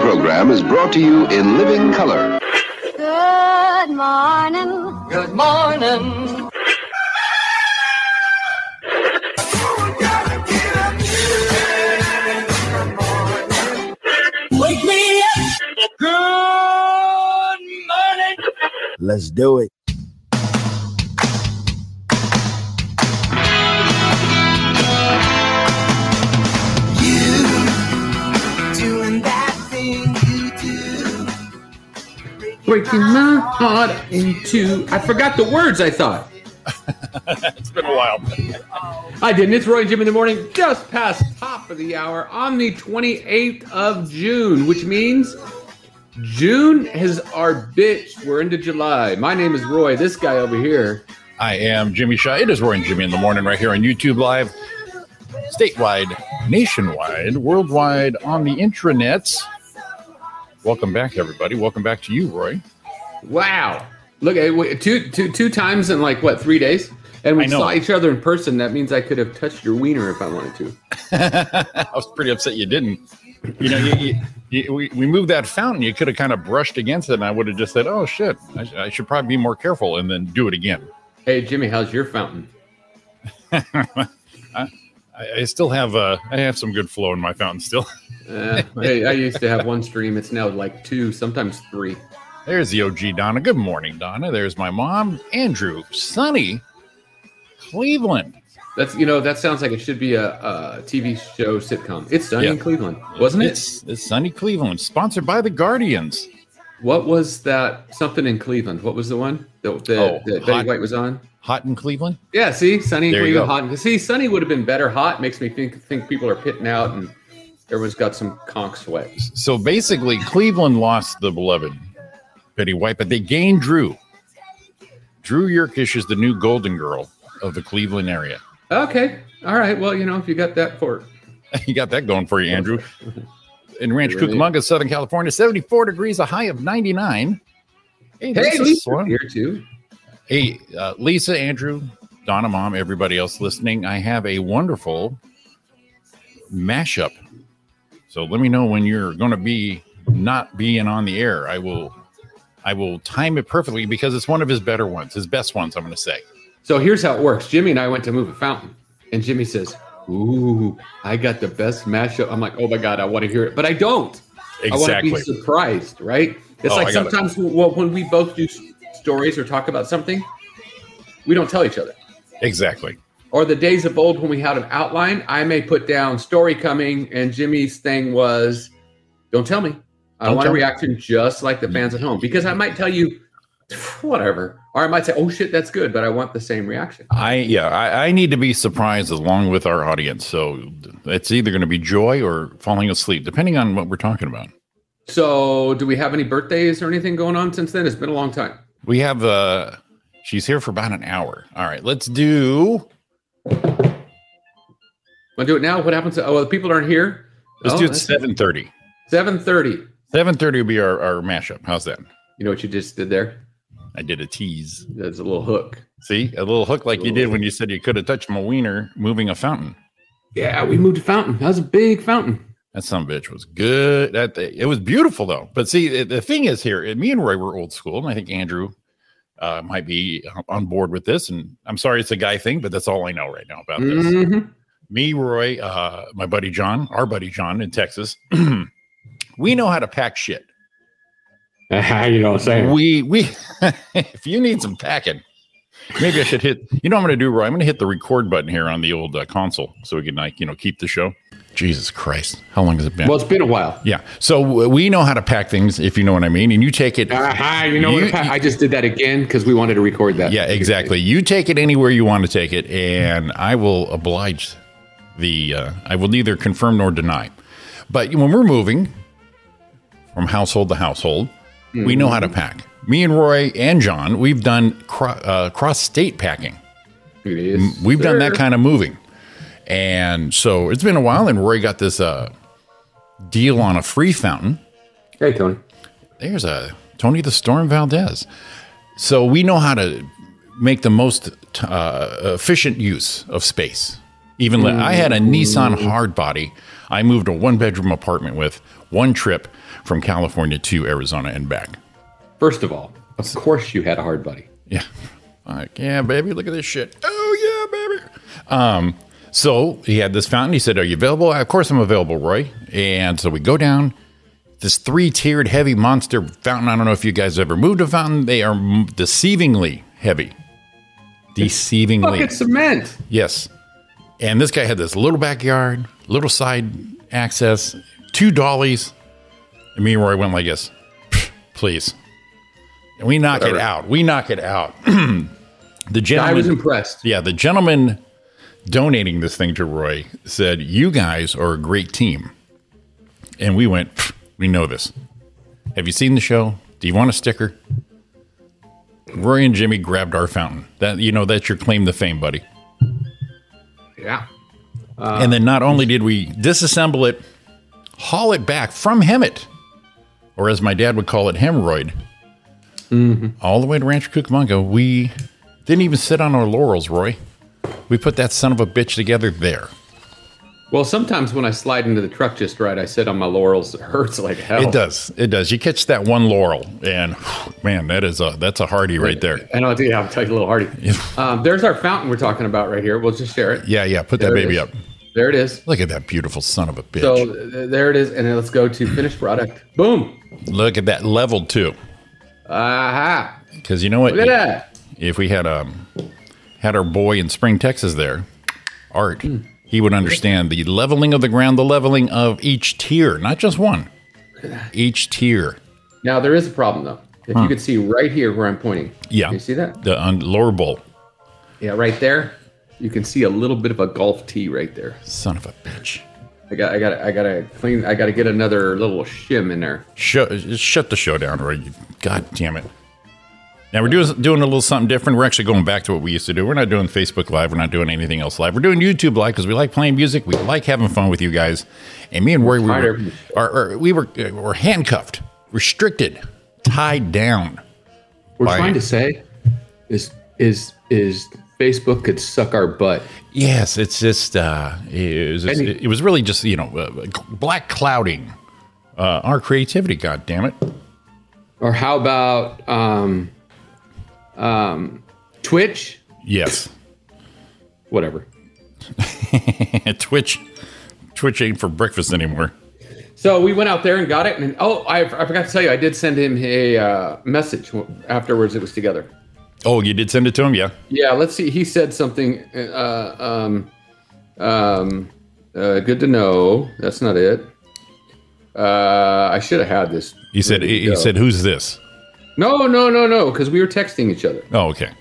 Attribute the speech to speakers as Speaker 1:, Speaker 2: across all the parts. Speaker 1: program is brought to you in living color.
Speaker 2: Good morning.
Speaker 3: Good morning.
Speaker 4: Wake me up.
Speaker 3: Good morning.
Speaker 4: Let's do it.
Speaker 3: Doing that thing you do.
Speaker 5: Breaking my heart into. I forgot the words I thought.
Speaker 6: It's been a while.
Speaker 5: I didn't. It's Roy and Jim in the morning, just past top of the hour on the 28th of June, which means June is our bitch. We're into July. My name is Roy. This guy over here.
Speaker 6: I am Jimmy Shaw. It is Roy and Jimmy in the morning right here on YouTube Live, statewide, nationwide, worldwide, on the intranets. Welcome back, everybody. Welcome back to you, Roy.
Speaker 5: Wow. Look at wait, two, two, two times in like what, three days? And
Speaker 6: I
Speaker 5: we
Speaker 6: know.
Speaker 5: saw each other in person. That means I could have touched your wiener if I wanted to.
Speaker 6: I was pretty upset you didn't. You know, you, you, you, we, we moved that fountain. You could have kind of brushed against it, and I would have just said, oh, shit, I, sh- I should probably be more careful, and then do it again.
Speaker 5: Hey, Jimmy, how's your fountain?
Speaker 6: I, I still have uh, I have some good flow in my fountain still.
Speaker 5: Uh, hey, I used to have one stream. It's now like two, sometimes three.
Speaker 6: There's the OG Donna. Good morning, Donna. There's my mom, Andrew, Sonny, Cleveland.
Speaker 5: That's you know that sounds like it should be a, a TV show sitcom. It's done in
Speaker 6: Yeah.
Speaker 5: Cleveland, wasn't it?
Speaker 6: It's, it's Sonny Cleveland, sponsored by the Guardians.
Speaker 5: What was that? Something in Cleveland. What was the one that, that,
Speaker 6: Oh,
Speaker 5: that
Speaker 6: hot-
Speaker 5: Betty White was on?
Speaker 6: Hot in Cleveland?
Speaker 5: Yeah, see, Sunny in
Speaker 6: There you
Speaker 5: Cleveland
Speaker 6: go.
Speaker 5: hot. and- See, Sunny would have been better hot. Makes me think think people are pitting out and everyone's got some conch sweat.
Speaker 6: So basically, Cleveland lost the beloved Betty White, but they gained Drew. Drew Yerkish is the new golden girl of the Cleveland area.
Speaker 5: Okay, all right. Well, you know if you got that for
Speaker 6: You got that going for you, Andrew. In Ranch
Speaker 5: Really?
Speaker 6: Cucamonga, Southern California, 74 degrees, a high of 99. Hey,
Speaker 5: hey,
Speaker 6: that's a
Speaker 5: Lisa's
Speaker 6: swell-
Speaker 5: here too.
Speaker 6: Hey, uh, Lisa, Andrew, Donna, Mom, everybody else listening, I have a wonderful mashup. So let me know when you're going to be not being on the air. I will, I will time it perfectly because it's one of his better ones, his best ones. I'm going to say.
Speaker 5: So here's how it works. Jimmy and I went to move a fountain, and Jimmy says, "Ooh, I got the best mashup." I'm like, "Oh my god, I want to hear it," but I don't. I want to be surprised, right? It's
Speaker 6: Oh,
Speaker 5: like
Speaker 6: I got it.
Speaker 5: sometimes w- well, when we both do s- stories or talk about something, we don't tell each other.
Speaker 6: Exactly.
Speaker 5: Or the days of old when we had an outline, I may put down story coming, and Jimmy's thing was, don't tell me. I
Speaker 6: Don't
Speaker 5: want a
Speaker 6: tell me.
Speaker 5: reaction just like the fans at home because I might tell you whatever, or I might say, oh shit, that's good, but I want the same reaction.
Speaker 6: I yeah. I, I need to be surprised along with our audience. So it's either going to be joy or falling asleep, depending on what we're talking about.
Speaker 5: So, do we have any birthdays or anything going on since then? It's been a long time.
Speaker 6: We have uh she's here for about an hour. All right, let's do
Speaker 5: Want to do it now? What happens? Oh, well, the people aren't here.
Speaker 6: let's
Speaker 5: Oh,
Speaker 6: do it
Speaker 5: that's-
Speaker 6: seven thirty.
Speaker 5: 7.30.
Speaker 6: Seven thirty will be our, our mashup. How's that?
Speaker 5: You know what you just did there?
Speaker 6: I did a tease.
Speaker 5: That's a little hook.
Speaker 6: See, a little hook like you did when you said you could have touched my wiener moving a fountain.
Speaker 5: Yeah, we moved to fountain. That was a big fountain.
Speaker 6: That some bitch was good. That thing- it was beautiful though. But see, the, the thing is here, me and Roy were old school, and I think Andrew uh, might be on board with this. And I'm sorry, it's a guy thing, but that's all I know right now about this.
Speaker 5: Mhm.
Speaker 6: me, Roy, uh, my buddy John, our buddy John in Texas, we know how to pack shit.
Speaker 7: you know what I'm saying?
Speaker 6: We we if you need some packing, maybe I should hit. You know what I'm going to do, Roy? I'm going to hit the record button here on the old uh, console so we can like you know keep the show. Jesus Christ, how long has it been?
Speaker 5: Well, it's been a while.
Speaker 6: yeah, so w- we know how to pack things if you know what I mean, and you take it.
Speaker 5: Ah, you know
Speaker 6: You-
Speaker 5: what? I just did that again because we wanted to record that.
Speaker 6: Yeah, exactly. You take it anywhere you want to take it, and I will oblige the. Uh, I will neither confirm nor deny. But when we're moving from household to household, we know how to pack. Me and Roy and John, we've done cro- uh, cross-state packing.
Speaker 5: It is.
Speaker 6: We've done that
Speaker 5: Sure.
Speaker 6: kind of moving, and so it's been a while. And Roy got this uh, deal on a free fountain.
Speaker 5: Hey, Tony.
Speaker 6: There's a Tony the Storm Valdez. So we know how to make the most uh, efficient use of space. Even li- I had a Nissan hardbody. I moved a one bedroom apartment with one trip from California to Arizona and back.
Speaker 5: First of all, of course you had a hard buddy.
Speaker 6: Yeah. Like, yeah, baby, look at this shit. Oh, yeah, baby. Um, so he had this fountain. He said, Are you available? Of course I'm available, Roy. And so we go down this three tiered heavy monster fountain. I don't know if you guys ever moved a fountain. They are m- deceivingly heavy. Deceivingly.
Speaker 5: Bucket cement.
Speaker 6: Yes. And this guy had this little backyard, little side access, two dollies. And me and Roy went like this, "Pff, please. And we knock it out. We knock it out. the
Speaker 5: I was
Speaker 6: gentleman,
Speaker 5: impressed.
Speaker 6: yeah, the gentleman donating this thing to Roy said, "You guys are a great team." And we went, "Pff, "We know this. Have you seen the show? Do you want a sticker?" Roy and Jimmy grabbed our fountain. That you know, that's your claim to fame, buddy.
Speaker 5: Yeah.
Speaker 6: and then not only did we disassemble it, haul it back from Hemet, or as my dad would call it, hemorrhoid,
Speaker 5: Mm-hmm.
Speaker 6: all the way to Rancho Cucamonga. We didn't even sit on our laurels, Roy. We put that son of a bitch together there.
Speaker 5: Well, sometimes when I slide into the truck just right, I sit on my laurels. It hurts like hell.
Speaker 6: It does. It does. You catch that one laurel, and man, that is a that's a hardy right there.
Speaker 5: I know. Yeah, I'll take a little hardy. um, there's our fountain we're talking about right here. We'll just share it.
Speaker 6: Yeah, yeah. Put that
Speaker 5: There it
Speaker 6: baby
Speaker 5: is.
Speaker 6: up.
Speaker 5: There it is.
Speaker 6: Look at that beautiful son of a bitch.
Speaker 5: So th- there it is, and then let's go to finished product. Boom.
Speaker 6: Look at that level too,
Speaker 5: Aha.
Speaker 6: because you know what?
Speaker 5: Look at that.
Speaker 6: if we had um had our boy in Spring, Texas there, Art,
Speaker 5: Hmm.
Speaker 6: he would understand the leveling of the ground, the leveling of each tier, not just one. Each tier.
Speaker 5: Now there is a problem though. If you could see right here where I'm pointing.
Speaker 6: Yeah.
Speaker 5: You see that?
Speaker 6: The un- lower bowl.
Speaker 5: Yeah, right there. You can see a little bit of a golf tee right there.
Speaker 6: Son of a bitch.
Speaker 5: I got, I got, I got to clean. I got to get another little shim in there.
Speaker 6: Shut, just shut the show down, Roy. You- God damn it. Now we're doing doing a little something different. We're actually going back to what we used to do. We're not doing Facebook Live. We're not doing anything else live. We're doing YouTube Live because we like playing music. We like having fun with you guys. And me and Roy, we were,
Speaker 5: Tired.
Speaker 6: are, are, we were, uh, were handcuffed, restricted, tied down.
Speaker 5: We're
Speaker 6: Bye.
Speaker 5: trying to say is is is Facebook could suck our butt.
Speaker 6: Yes, it's just uh, it, was just-
Speaker 5: Any-
Speaker 6: it was really just you know uh, black clouding uh, our creativity. God damn it!
Speaker 5: Or how about um, um, Twitch?
Speaker 6: Yes.
Speaker 5: Whatever.
Speaker 6: Twitch, Twitch ain't for breakfast anymore.
Speaker 5: So we went out there and got it. And oh, I, I forgot to tell you, I did send him a uh, message afterwards. It was together.
Speaker 6: Oh, you did send it to him, yeah.
Speaker 5: Yeah, let's see. He said something. Uh, um, um, uh, good to know. That's not it. Uh, I should have had this.
Speaker 6: He said,
Speaker 5: ready to
Speaker 6: he
Speaker 5: go.
Speaker 6: said, who's this?
Speaker 5: no, no, no, no, because we were texting each other.
Speaker 6: Oh, okay.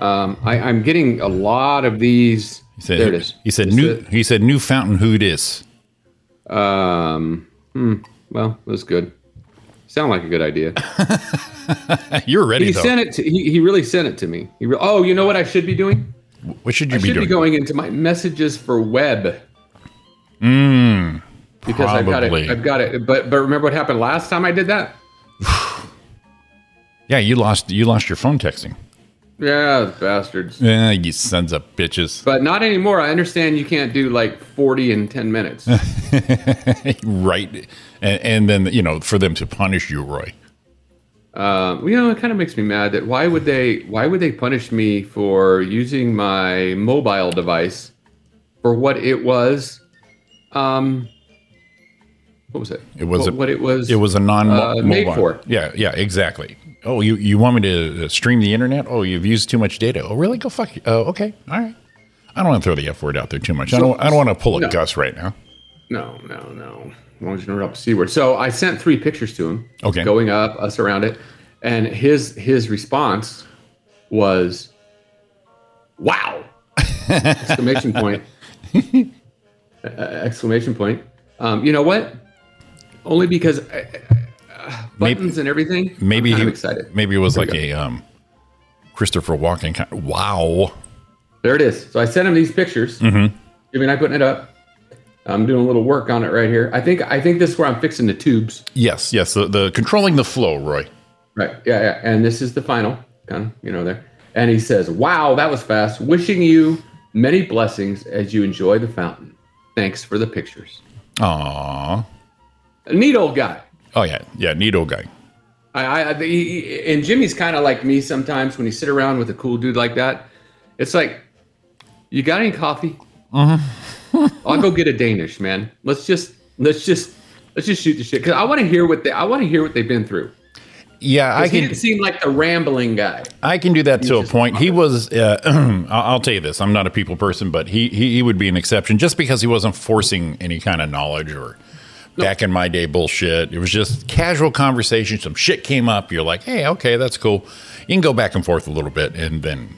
Speaker 5: Um, I, I'm getting a lot of these.
Speaker 6: He said,
Speaker 5: there it is.
Speaker 6: He said,
Speaker 5: It's
Speaker 6: new. He said, new fountain. Who it is?
Speaker 5: the- um, hmm, well, that's good. Sound like a good idea.
Speaker 6: You're ready
Speaker 5: He
Speaker 6: though.
Speaker 5: sent it. To, he, he really sent it to me. He re- oh, you know what I should be doing?
Speaker 6: what should you
Speaker 5: I
Speaker 6: be
Speaker 5: should
Speaker 6: doing?
Speaker 5: be going into my messages for web. Because I've got
Speaker 6: probably.
Speaker 5: it. I've got it. But but remember what happened last time I did that?
Speaker 6: yeah, you lost. You lost your phone texting.
Speaker 5: Yeah, those bastards.
Speaker 6: Yeah, you sons of bitches.
Speaker 5: But not anymore. I understand you can't do like 40 in 10 minutes. Uh,
Speaker 6: right. And, and then you know, for them to punish you, Roy.
Speaker 5: um, you know, it kind of makes me mad that why would they why would they punish me for using my mobile device for what it was? Um, what was it?
Speaker 6: It was
Speaker 5: what,
Speaker 6: a-
Speaker 5: what it was.
Speaker 6: It was a non
Speaker 5: Uh, made for.
Speaker 6: Yeah, yeah, exactly. Oh, you you want me to uh, stream the internet? Oh, you've used too much data. Oh, really? Go fuck. You. Oh, okay, all right. I don't want to throw the f word out there too much. I don't. I don't want to pull a
Speaker 5: No.
Speaker 6: Gus right now.
Speaker 5: No, no, no. As long as you don't drop a c word. So I sent three pictures to him.
Speaker 6: Okay.
Speaker 5: Going up, us around it, and his his response was, "Wow!" exclamation point! Uh, exclamation point! Um, you know what? Only because uh, uh,
Speaker 6: Maybe-
Speaker 5: buttons and everything.
Speaker 6: Maybe
Speaker 5: I'm kind of
Speaker 6: he
Speaker 5: excited.
Speaker 6: Maybe it was
Speaker 5: Here
Speaker 6: like
Speaker 5: we
Speaker 6: a um, Christopher Walken. Kind wow.
Speaker 5: There it is. So I sent him these pictures.
Speaker 6: Mm-hmm.
Speaker 5: Jimmy and I putting it up. I'm doing a little work on it right here. I think I think this is where I'm fixing the tubes.
Speaker 6: Yes, yes. The, the controlling the flow, Roy.
Speaker 5: Right. Yeah, yeah. And this is the final, kind of, you know, there. And he says, Wow, that was fast. Wishing you Many blessings as you enjoy the fountain. Thanks for the pictures.
Speaker 6: Aw.
Speaker 5: A neat old guy.
Speaker 6: Oh yeah, yeah. Neat old guy.
Speaker 5: I, I, I he, he- and Jimmy's kind of like me sometimes when you sit around with a cool dude like that. It's like, you got any coffee?
Speaker 6: Mm-hmm.
Speaker 5: I'll go get a Danish, man. Let's just let's just let's just shoot the shit because I want to hear what they I want to hear what they've been through.
Speaker 6: Yeah, I
Speaker 5: 'Cause he
Speaker 6: can.
Speaker 5: didn't seem like the rambling guy.
Speaker 6: I can do that to a point. He was. Uh, I'll- I'll tell you this: I'm not a people person, but he, he he would be an exception just because he wasn't forcing any kind of knowledge or back in my day bullshit. It was just casual conversation. Some shit came up. You're like, hey, okay, that's cool. You can go back and forth a little bit, and then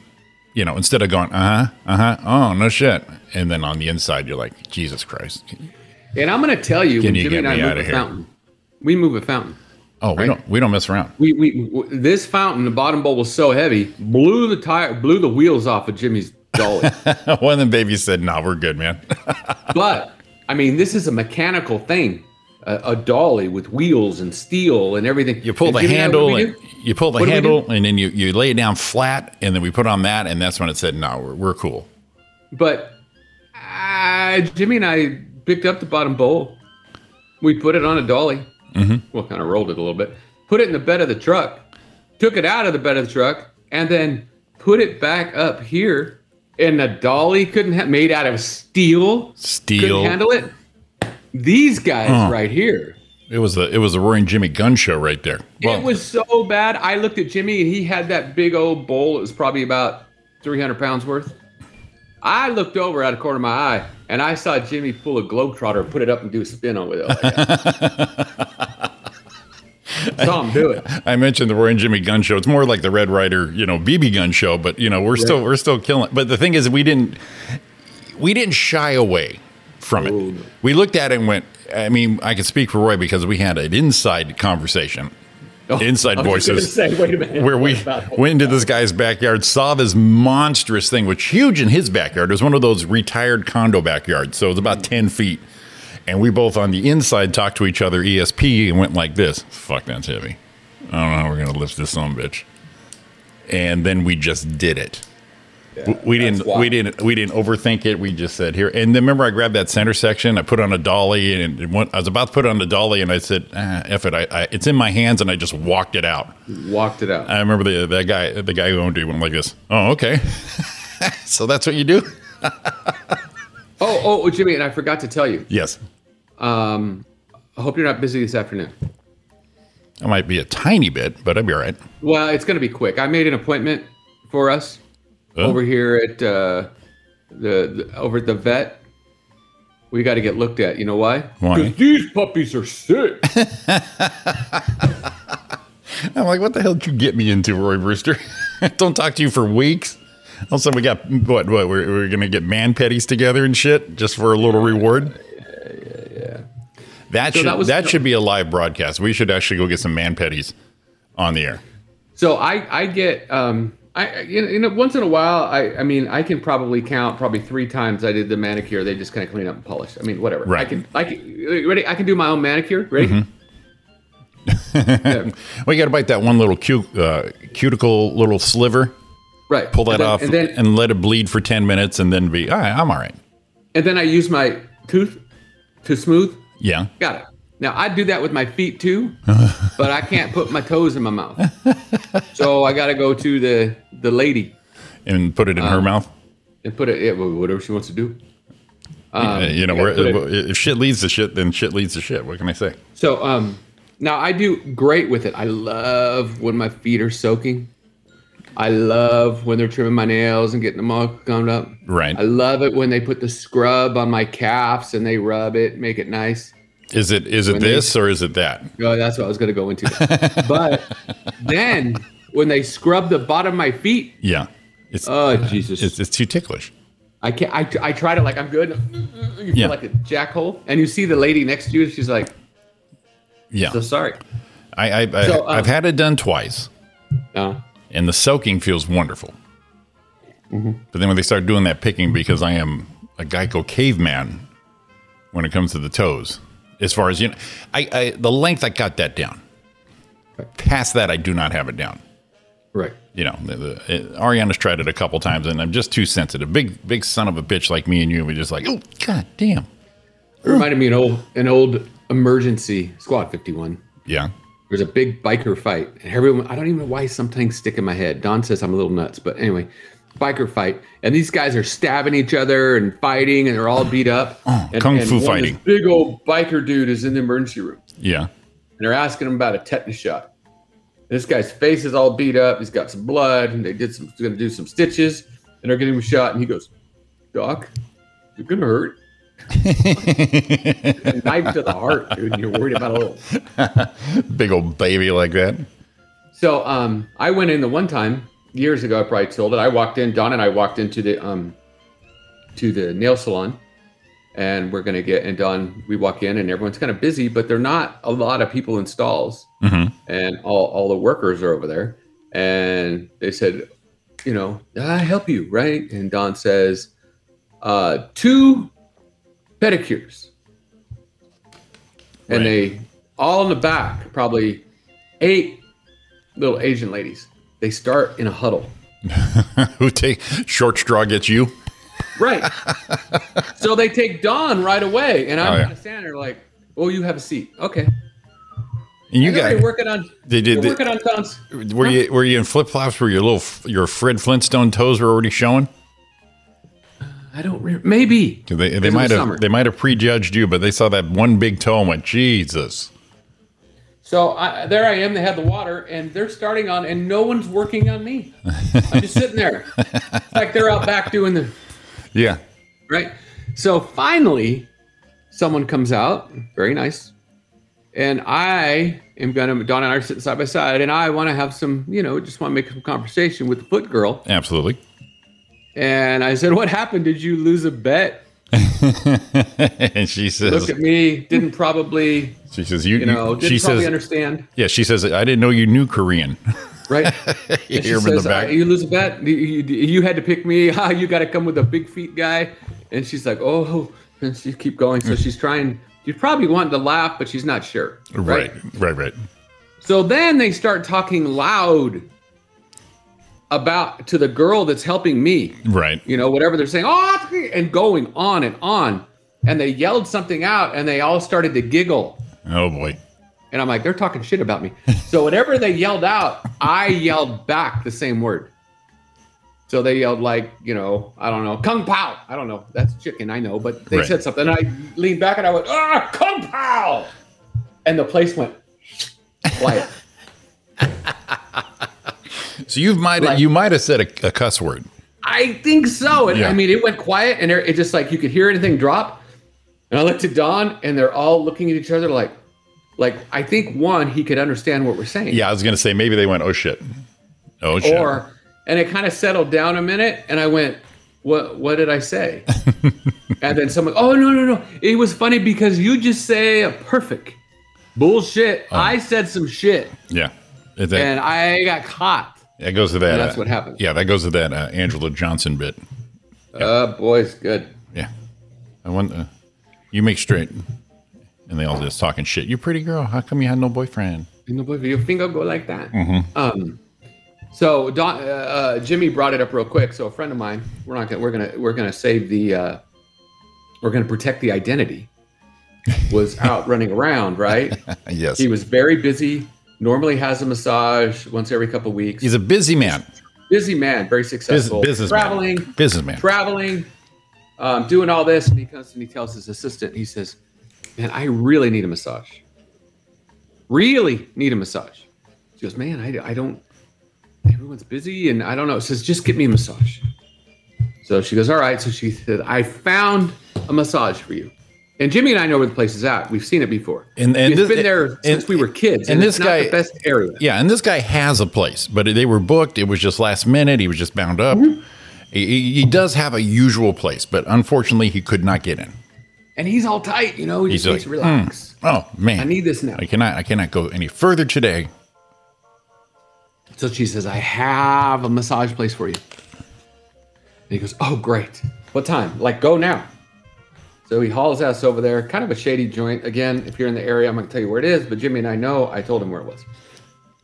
Speaker 6: you know, instead of going, uh huh, uh huh, oh no shit, and then on the inside, you're like, Jesus Christ.
Speaker 5: And I'm going to tell you,
Speaker 6: Can
Speaker 5: when
Speaker 6: you
Speaker 5: Jimmy
Speaker 6: get
Speaker 5: and I
Speaker 6: me
Speaker 5: move
Speaker 6: outta
Speaker 5: a
Speaker 6: here?
Speaker 5: fountain, we move a fountain.
Speaker 6: Oh, we
Speaker 5: Right.
Speaker 6: don't we don't mess around.
Speaker 5: We, we w- this fountain, the bottom bowl was so heavy, blew the tire, blew the wheels off of Jimmy's dolly.
Speaker 6: One of the babies said, "No, we're good, man."
Speaker 5: but I mean, this is a mechanical thing, a, a dolly with wheels and steel and everything.
Speaker 6: You pull
Speaker 5: And
Speaker 6: the
Speaker 5: Jimmy and I,
Speaker 6: handle,
Speaker 5: what do we
Speaker 6: and you pull the
Speaker 5: What do we
Speaker 6: handle, and then you, you lay it down flat, and then we put on that, and that's when it said, "No, we're, we're cool."
Speaker 5: do? but uh, Jimmy and I picked up the bottom bowl. We put it on a dolly.
Speaker 6: Mm-hmm.
Speaker 5: Well, kind of rolled it a little bit. Put it in the bed of the truck. Took it out of the bed of the truck, and then put it back up here. And the dolly couldn't have made out of steel.
Speaker 6: Steel.
Speaker 5: couldn't handle it. These guys
Speaker 6: Huh.
Speaker 5: right here.
Speaker 6: It was a it was a roaring Jimmy Gun show right there. Well,
Speaker 5: it was so bad. I looked at Jimmy and he had that big old bowl. It was probably about 300 pounds worth. I looked over out of the corner of my eye and I saw Jimmy pull a Globetrotter, put it up and do a spin on with it. Like that. saw him do it.
Speaker 6: I mentioned the roaring Jimmy Gun show. It's more like the Red Rider, you know, BB Gun show, but you know, we're still we're still killing. But the thing is, we didn't we didn't shy away from it.
Speaker 5: Oh,
Speaker 6: We looked at it and went. I mean, I could speak for Roy because we had an inside conversation. Inside
Speaker 5: I was just
Speaker 6: voices.
Speaker 5: gonna Say, wait a minute.
Speaker 6: where we went into this guy's backyard, saw this monstrous thing, which huge in his backyard. It was one of those retired condo backyards, so it's about ten feet. And we both on the inside talked to each other ESP and went like this: "Fuck, that's heavy. I don't know how we're gonna lift this on, bitch." And then we just did it. W- we didn't.
Speaker 5: wild.
Speaker 6: We didn't. We didn't overthink it. We just said here. And then remember, I grabbed that center section. I put on a dolly, and it went, I was about to put it on the dolly, and I said, ah, "F it." I, I, it's in my hands, and I just walked it out.
Speaker 5: Walked it out.
Speaker 6: I remember the that guy the guy who owned it went like this. Oh, okay. so that's what you do?
Speaker 5: Oh, oh, oh, Jimmy, and I forgot to tell you.
Speaker 6: Yes.
Speaker 5: Um, I hope you're not busy this afternoon.
Speaker 6: I might be a tiny bit, but I'd be all right.
Speaker 5: Well, it's going to be quick. I made an appointment for us
Speaker 6: Oh.
Speaker 5: over here at uh, the, the over at the vet. We got to get looked at. You know why?
Speaker 6: Why?
Speaker 5: these puppies are sick.
Speaker 6: I'm like, what the hell did you get me into, Roy Brewster? Don't talk to you for weeks. Also, we got what? What? We're, we're gonna get man petties together and shit just for a little reward. Yeah, yeah, yeah. That
Speaker 5: So
Speaker 6: should
Speaker 5: that
Speaker 6: that,
Speaker 5: was-
Speaker 6: should be a live broadcast. We should actually go get some man petties on the air.
Speaker 5: so I I get um I I- you know, you know once in a while I I mean I can probably count probably three times I did the manicure. They just kind of clean up and polish. I mean whatever. I
Speaker 6: Right. Mm-hmm.
Speaker 5: can I can ready. I can do my own manicure. Ready? Yeah,
Speaker 6: Well, you got to bite that one little cu- uh, cuticle little sliver.
Speaker 5: right.
Speaker 6: pull that
Speaker 5: And then-
Speaker 6: off
Speaker 5: and
Speaker 6: and,
Speaker 5: then
Speaker 6: let it bleed for 10 minutes and then be all right i'm all right
Speaker 5: and then I use my tooth to smooth
Speaker 6: yeah
Speaker 5: Got it. Now I do that with my feet too, but I can't put my toes in my mouth. So I got to go to the the lady
Speaker 6: and put it in
Speaker 5: Um,
Speaker 6: her mouth
Speaker 5: and put it yeah, well, whatever she wants to do.
Speaker 6: Uh, you know
Speaker 5: yeah,
Speaker 6: where,
Speaker 5: um, put it-
Speaker 6: uh, if shit leads to shit then shit leads to shit what can i say
Speaker 5: So um, now I do great with it. I love when my feet are soaking. I love when they're trimming my nails and getting them all gummed up.
Speaker 6: Right.
Speaker 5: I love it when they put the scrub on my calves and they rub it, make it nice.
Speaker 6: is it is it
Speaker 5: they-
Speaker 6: this or is it that
Speaker 5: Oh, that's what I was going to go into. but then when they scrub the bottom of my feet,
Speaker 6: yeah it's
Speaker 5: Oh Jesus!
Speaker 6: it's, it's too ticklish
Speaker 5: I can't. I, I tried it like I'm good. You feel
Speaker 6: Yeah.
Speaker 5: like a jackhole, and you see the lady next to you. and She's like,
Speaker 6: yeah
Speaker 5: "So sorry."
Speaker 6: i i, I
Speaker 5: So, um,
Speaker 6: i've had it done twice
Speaker 5: No.
Speaker 6: and the soaking feels wonderful but then when they start doing that picking because i am a geico caveman when it comes to the toes as far as you know i, I the length i got that down past that i do not have it down
Speaker 5: Right.
Speaker 6: you know, the, the, it, Ariana's tried it a couple times, and I'm just too sensitive. Big, big son of a bitch like me and you, we just like, oh, god damn.
Speaker 5: It reminded me of an old an old emergency squad 51.
Speaker 6: Yeah.
Speaker 5: There's a big biker fight, and everyone. I don't even know why some things stick in my head. Don says I'm a little nuts, but anyway, biker fight, and these guys are stabbing each other and fighting, and they're all beat up. and,
Speaker 6: Oh, kung
Speaker 5: and
Speaker 6: fu
Speaker 5: one of
Speaker 6: fighting.
Speaker 5: This big old biker dude is in the emergency room,
Speaker 6: Yeah.
Speaker 5: and they're asking him about a tetanus shot. This guy's face is all beat up. He's got some blood, and they did some going to do some stitches, and they're getting him a shot, and he goes, "Doc, you're gonna hurt." A knife to the heart, dude. And you're worried about a little
Speaker 6: Big old baby like that.
Speaker 5: So um, I went in the one time years ago. I probably told it. I walked in. Don and I walked into the um, to the nail salon, and we're gonna get. And Don, we walk in, and everyone's kind of busy, but they're not a lot of people in stalls,
Speaker 6: Mhm.
Speaker 5: and all all the workers are over there. And they said, you know, I help you, right? And Don says, uh, two pedicures, and
Speaker 6: Right.
Speaker 5: they all in the back, probably eight little Asian ladies. They start in a huddle.
Speaker 6: Who take short straw gets you?
Speaker 5: Right. so they take Don right away. And I'm
Speaker 6: Oh, yeah.
Speaker 5: kind of standing there like, oh, you have a seat. Okay.
Speaker 6: And you
Speaker 5: They're already
Speaker 6: got
Speaker 5: working on
Speaker 6: they
Speaker 5: they're
Speaker 6: did. they-
Speaker 5: working on Don's
Speaker 6: were you were you in flip flops? Were your little f- your Fred Flintstone toes were already showing?
Speaker 5: I don't re- maybe.
Speaker 6: 'Cause They, they
Speaker 5: Because of
Speaker 6: might
Speaker 5: the
Speaker 6: have
Speaker 5: summer.
Speaker 6: they might have prejudged you, but they saw that one big toe and went, Jesus.
Speaker 5: So I, there I am. They had the water, and they're starting on, and no one's working on me. I'm just sitting there, it's like they're out back doing the
Speaker 6: Yeah.
Speaker 5: right? So finally, someone comes out, very nice, and I am gonna. Don and I are sitting side by side, and I want to have some, you know, just want to make some conversation with the foot girl.
Speaker 6: Absolutely.
Speaker 5: And I said, "What happened? Did you lose a bet?"
Speaker 6: and she
Speaker 5: Looked
Speaker 6: says,
Speaker 5: at me, didn't probably,
Speaker 6: she says, you,
Speaker 5: you know,
Speaker 6: you
Speaker 5: didn't
Speaker 6: she
Speaker 5: probably
Speaker 6: says,
Speaker 5: understand,
Speaker 6: yeah, she says, I didn't know you knew Korean.
Speaker 5: right?
Speaker 6: you
Speaker 5: And she
Speaker 6: hear him in the
Speaker 5: says,
Speaker 6: back.
Speaker 5: "Uh, You lose a bet. You, you- you had to pick me. Ah, you got to come with a big feet guy. And she's like, oh, and she keep going.
Speaker 6: Mm.
Speaker 5: So she's trying. She's probably wanting to laugh, but she's not sure.
Speaker 6: right, right, right.
Speaker 5: So then they start talking loud about to the girl that's helping me.
Speaker 6: Right.
Speaker 5: You know, whatever they're saying, oh, and going on and on. And they yelled something out, and they all started to giggle.
Speaker 6: Oh boy.
Speaker 5: And I'm like, they're talking shit about me. So whatever they yelled out, I yelled back the same word. So they yelled like, you know, I don't know, kung pao. I don't know. That's chicken, I know, but they
Speaker 6: Right.
Speaker 5: said something. And I leaned back and I went, ah, kung pao. And the place went quiet.
Speaker 6: So you might
Speaker 5: Like-
Speaker 6: you might have said a, a cuss word.
Speaker 5: I think so. And
Speaker 6: Yeah.
Speaker 5: I mean, it went quiet and it just like you could hear anything drop. And I looked at Don and they're all looking at each other like, like I think one, he could understand what we're saying.
Speaker 6: Yeah, I was gonna say maybe they went, oh shit, oh shit.
Speaker 5: or and it kind of settled down a minute and i went what what did i say and then someone oh no no no it was funny because you just say a perfect bullshit i said some shit
Speaker 6: Uh-huh. yeah, Is that,
Speaker 5: and i got caught
Speaker 6: that goes to that.
Speaker 5: that's
Speaker 6: uh,
Speaker 5: what happened.
Speaker 6: Yeah, that goes to that uh, Angela Johnson bit.
Speaker 5: uh boys good
Speaker 6: Yeah, I want uh, you make straight, and they all just talking shit. You pretty girl, how come you had no boyfriend?
Speaker 5: you know but your finger go like that
Speaker 6: Mm-hmm.
Speaker 5: um so Don, uh, uh, Jimmy brought it up real quick. So a friend of mine, we're not gonna, we're gonna, we're gonna save the, uh, we're gonna protect the identity. Was out running around, right?
Speaker 6: yes,
Speaker 5: He was very busy. Normally has a massage once every couple weeks.
Speaker 6: he's a busy man,
Speaker 5: busy man, very
Speaker 6: Bus-
Speaker 5: successful.
Speaker 6: business
Speaker 5: traveling,
Speaker 6: businessman.
Speaker 5: traveling, um, doing all this, and he comes and he tells his assistant, he says, "Man, I really need a massage. Really need a massage." She goes, "Man, I, I don't. Everyone's busy, and I don't know." Says, "Just get me a massage." So she goes, "All right." So she said, "I found a massage for you." And Jimmy and I know where the place is at. We've seen it before.
Speaker 6: And- and
Speaker 5: it's
Speaker 6: this-
Speaker 5: been there
Speaker 6: and-
Speaker 5: since we were kids.
Speaker 6: and
Speaker 5: it's
Speaker 6: this
Speaker 5: not
Speaker 6: guy-
Speaker 5: the best area.
Speaker 6: Yeah, and this guy has a place, but they were booked. It was just last minute. He was just bound up.
Speaker 5: Mm-hmm.
Speaker 6: He, he- he does have a usual place, but unfortunately, he could not get in.
Speaker 5: and he's all tight, you know. He
Speaker 6: He's
Speaker 5: just needs to
Speaker 6: like,
Speaker 5: relax.
Speaker 6: Oh man,
Speaker 5: I need this now.
Speaker 6: I cannot. I cannot go any further today.
Speaker 5: So she says, I have a massage place for you. And he goes, Oh, great. What time? Like, go now. So he hauls us over there, kind of a shady joint. Again, if you're in the area, I'm going to tell you where it is, but Jimmy and I know I told him where it was.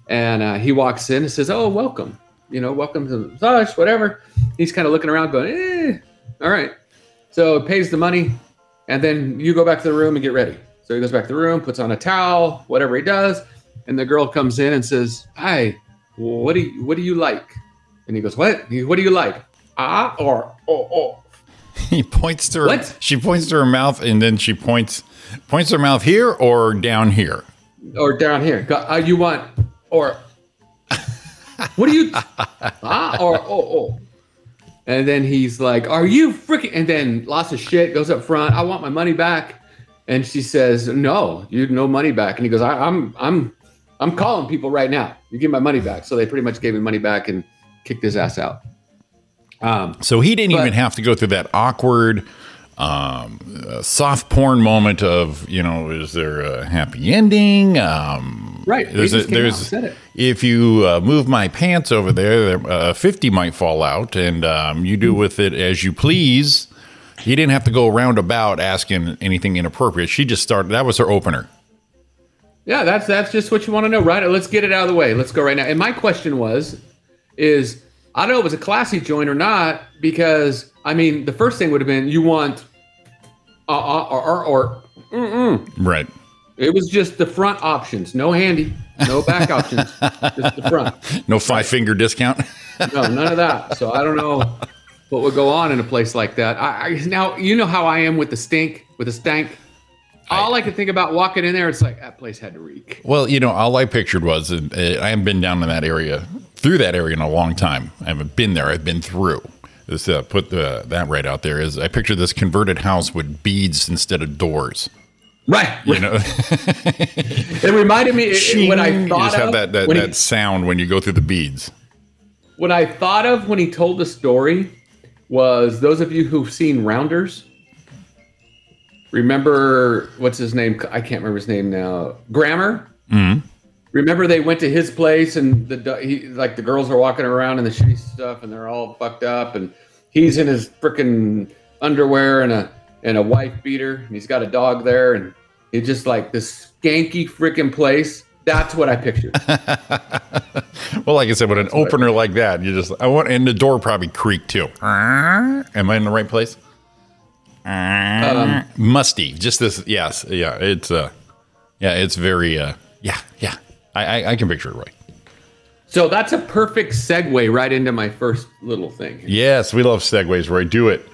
Speaker 5: And uh, he walks in and says, Oh, welcome. you know, welcome to such, whatever. He's kind of looking around, going, eh, all right. So it pays the money, and then you go back to the room and get ready. So he goes back to the room, puts on a towel, whatever he does, and the girl comes in and says, "Hi, what do you, what do you like?" And he goes, "What? He- What do you like? Ah or oh oh."
Speaker 6: He points to her.
Speaker 5: What?
Speaker 6: She points to her mouth, and then she points points her mouth here or down here.
Speaker 5: or down here. Go, uh, you want or what do you ah or oh oh? And then he's like, "Are you freaking?" And then lots of shit goes up front. I want my money back. And she says, "No, you no money back." And he goes, I, "I'm I'm I'm calling people right now. You give my money back." So they pretty much gave him money back and kicked his ass out. Um,
Speaker 6: So he didn't
Speaker 5: But-
Speaker 6: even have to go through that awkward, um, uh, soft porn moment of you know, is there a happy ending? Um,
Speaker 5: Right. He
Speaker 6: There's a,
Speaker 5: just came out
Speaker 6: there's
Speaker 5: and said it.
Speaker 6: if you uh, move my pants over there, there, uh, fifty might fall out, and um, you
Speaker 5: Hmm.
Speaker 6: do with it as you please. He didn't have to go roundabout asking anything inappropriate. She just started. That was her opener.
Speaker 5: Yeah, that's that's just what you want to know, right? Let's get it out of the way. Let's go right now. And my question was, is I don't know if it was a classy joint or not because I mean the first thing would have been you want, uh, uh or or, or mm-mm.
Speaker 6: Right.
Speaker 5: It was just the front options, no handy, no back options, just the front.
Speaker 6: No five finger discount.
Speaker 5: No, none of that. So I don't know what would go on in a place like that. I, I now you know how I am with the stink, with the stank. All I, could think about walking in there, it's like that place had to reek.
Speaker 6: Well, you know, all I pictured was uh, I haven't been down in that area, through that area in a long time. I haven't been there. I've been through. This uh, put the, that right out there is I picture this converted house with beads instead of doors.
Speaker 5: Right.
Speaker 6: You know,
Speaker 5: It reminded me it- it- when I
Speaker 6: you
Speaker 5: thought
Speaker 6: just
Speaker 5: of
Speaker 6: have that that,
Speaker 5: when,
Speaker 6: that
Speaker 5: he,
Speaker 6: sound when you go through the beads.
Speaker 5: what I thought of when he told the story was those of you who've seen Rounders. Remember what's his name? I can't remember his name now. Grammar.
Speaker 6: Mhm.
Speaker 5: Remember they went to his place and the du- he, like the girls are walking around in the shitty stuff and they're all fucked up and he's in his freaking underwear and a and a wife beater and he's got a dog there and it's just like this skanky freaking place. That's what I pictured.
Speaker 6: Well, like I said, with an opener like that, you just I want and the door probably creaked too. Am I in the right place?
Speaker 5: Um,
Speaker 6: Musty, just this. Yes, yeah. It's uh, yeah. It's very uh, yeah, yeah. I I, I can picture it right.
Speaker 5: So that's a perfect segue right into my first little thing. here.
Speaker 6: Yes, we love segues, Roy. Do it.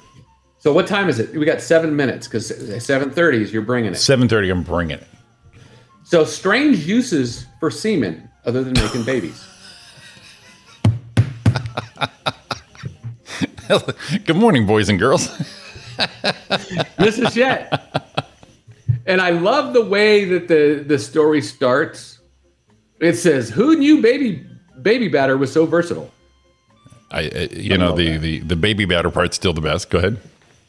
Speaker 5: So what time is it? We got seven minutes because seven thirty is you're bringing it.
Speaker 6: Seven thirty. I'm bringing it.
Speaker 5: So strange uses for semen other than making babies.
Speaker 6: Good morning, boys and girls.
Speaker 5: This is it. And I love the way that the the story starts. It says, "Who knew baby baby batter was so versatile?"
Speaker 6: I, I you know the, the the baby batter part's still the best. Go ahead.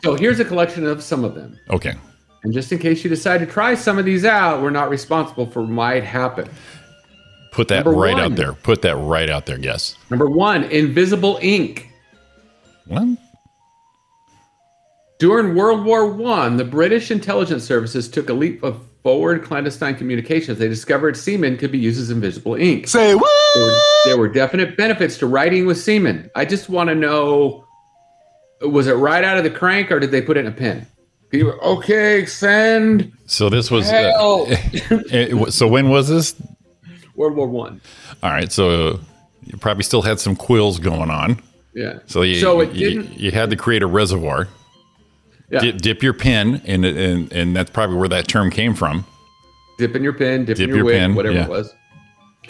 Speaker 5: So here's a collection of some of them.
Speaker 6: Okay.
Speaker 5: And just in case you decide to try some of these out, we're not responsible for what might happen.
Speaker 6: Put that
Speaker 5: Number
Speaker 6: right
Speaker 5: one.
Speaker 6: out there. Put that right out there. Yes.
Speaker 5: Number one, invisible ink.
Speaker 6: Well,
Speaker 5: During World War One, the British intelligence services took a leap of forward clandestine communications. They discovered semen could be used as invisible ink.
Speaker 1: Say what?
Speaker 5: There were, there were definite benefits to writing with semen. I just want to know, was it right out of the crank or did they put it in a pen? You were, okay, send.
Speaker 6: so this was. uh,
Speaker 5: Hell.
Speaker 6: It wa- so when was this?
Speaker 5: World War One.
Speaker 6: All right, so you probably still had some quills going on.
Speaker 5: Yeah.
Speaker 6: So you
Speaker 5: So it
Speaker 6: you,
Speaker 5: didn't-
Speaker 6: you had to create a reservoir.
Speaker 5: Yeah.
Speaker 6: Dip, dip your pen, and, and and that's probably where that term came from.
Speaker 5: Dip in your pen, dip,
Speaker 6: Dip
Speaker 5: in your,
Speaker 6: your
Speaker 5: wig,
Speaker 6: pen,
Speaker 5: whatever
Speaker 6: yeah.
Speaker 5: it was.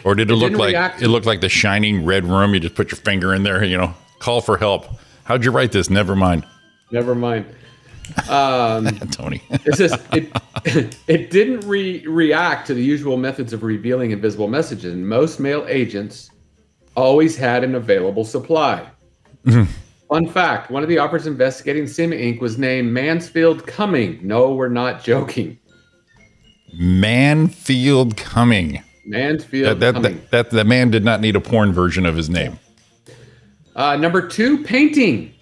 Speaker 6: Or did it, look
Speaker 5: didn't
Speaker 6: like
Speaker 5: react-
Speaker 6: it looked like the shining red room? You just put your finger in there, you know, call for help. How'd you write this? Never mind,
Speaker 5: Never mind. Um,
Speaker 6: Tony.
Speaker 5: It says it, it didn't re- react to the usual methods of revealing invisible messages. And most male agents always had an available supply.
Speaker 6: Mm-hmm.
Speaker 5: Fun fact one of the operatives investigating Sim Inc. was named Mansfield Cumming. No, we're not joking.
Speaker 6: Manfield Cumming. That
Speaker 5: Mansfield
Speaker 6: that,
Speaker 5: Cumming.
Speaker 6: that that that man did not need a porn version of his name.
Speaker 5: Uh, number two, painting.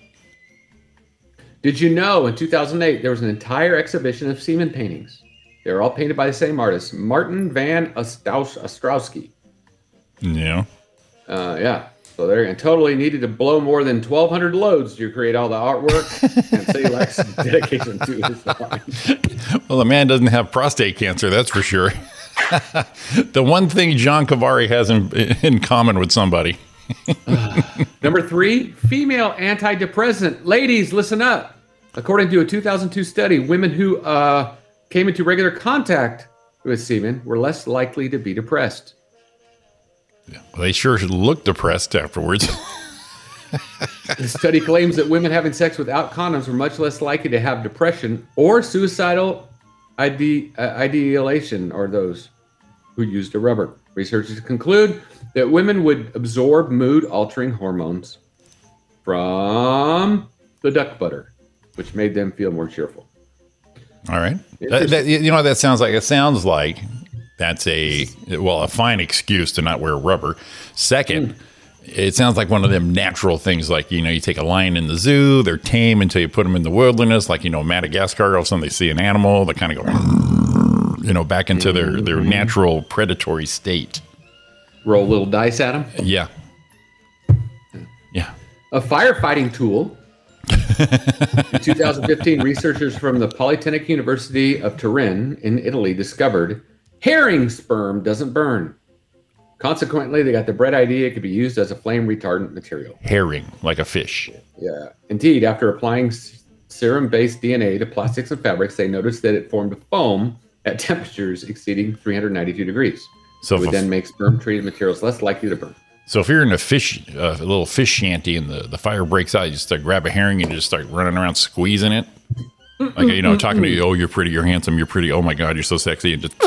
Speaker 5: Did you know in 2008 there was an entire exhibition of semen paintings? They were all painted by the same artist, Martin Van Ostrowski.
Speaker 6: You know,
Speaker 5: Uh, yeah. So they're going to totally needed to blow more than 1,200 loads to create all the artwork. and say lacks dedication to his line.
Speaker 6: Well, the man doesn't have prostate cancer, that's for sure. the one thing John Cavari has in, in common with somebody.
Speaker 5: Number three, female antidepressant. Ladies, listen up. According to a 2002 study, women who uh, came into regular contact with semen were less likely to be depressed.
Speaker 6: They sure look depressed afterwards.
Speaker 5: The study claims that women having sex without condoms were much less likely to have depression or suicidal ide- uh, ideation, or those who used a rubber. Researchers conclude that women would absorb mood altering hormones from the duck butter, which made them feel more cheerful.
Speaker 6: All right. That, that- you know what that sounds like? It sounds like that's a, well, a fine excuse to not wear rubber. Second, it sounds like one of them natural things like, you know, you take a lion in the zoo, they're tame until you put them in the wilderness, like, you know, Madagascar, all of a sudden they see an animal, they kind of go, you know, back into their, their natural predatory state.
Speaker 5: Roll little dice at them.
Speaker 6: Yeah. Yeah.
Speaker 5: A firefighting tool. in 2015, researchers from the Polytechnic University of Turin in Italy discovered herring sperm doesn't burn. Consequently, they got the bread idea it could be used as a flame retardant material.
Speaker 6: Herring, like a fish.
Speaker 5: Yeah. Indeed, after applying serum based DNA to plastics and fabrics, they noticed that it formed a foam at temperatures exceeding 392 degrees,
Speaker 6: So
Speaker 5: which
Speaker 6: if,
Speaker 5: then
Speaker 6: a,
Speaker 5: makes sperm treated materials less likely to burn.
Speaker 6: so if you're in a fish, uh, a little fish shanty, and the, the fire breaks out, you just uh, grab a herring and just start running around squeezing it, like you know, talking to you. Oh, you're pretty. You're handsome. You're pretty. Oh my God, you're so sexy. And just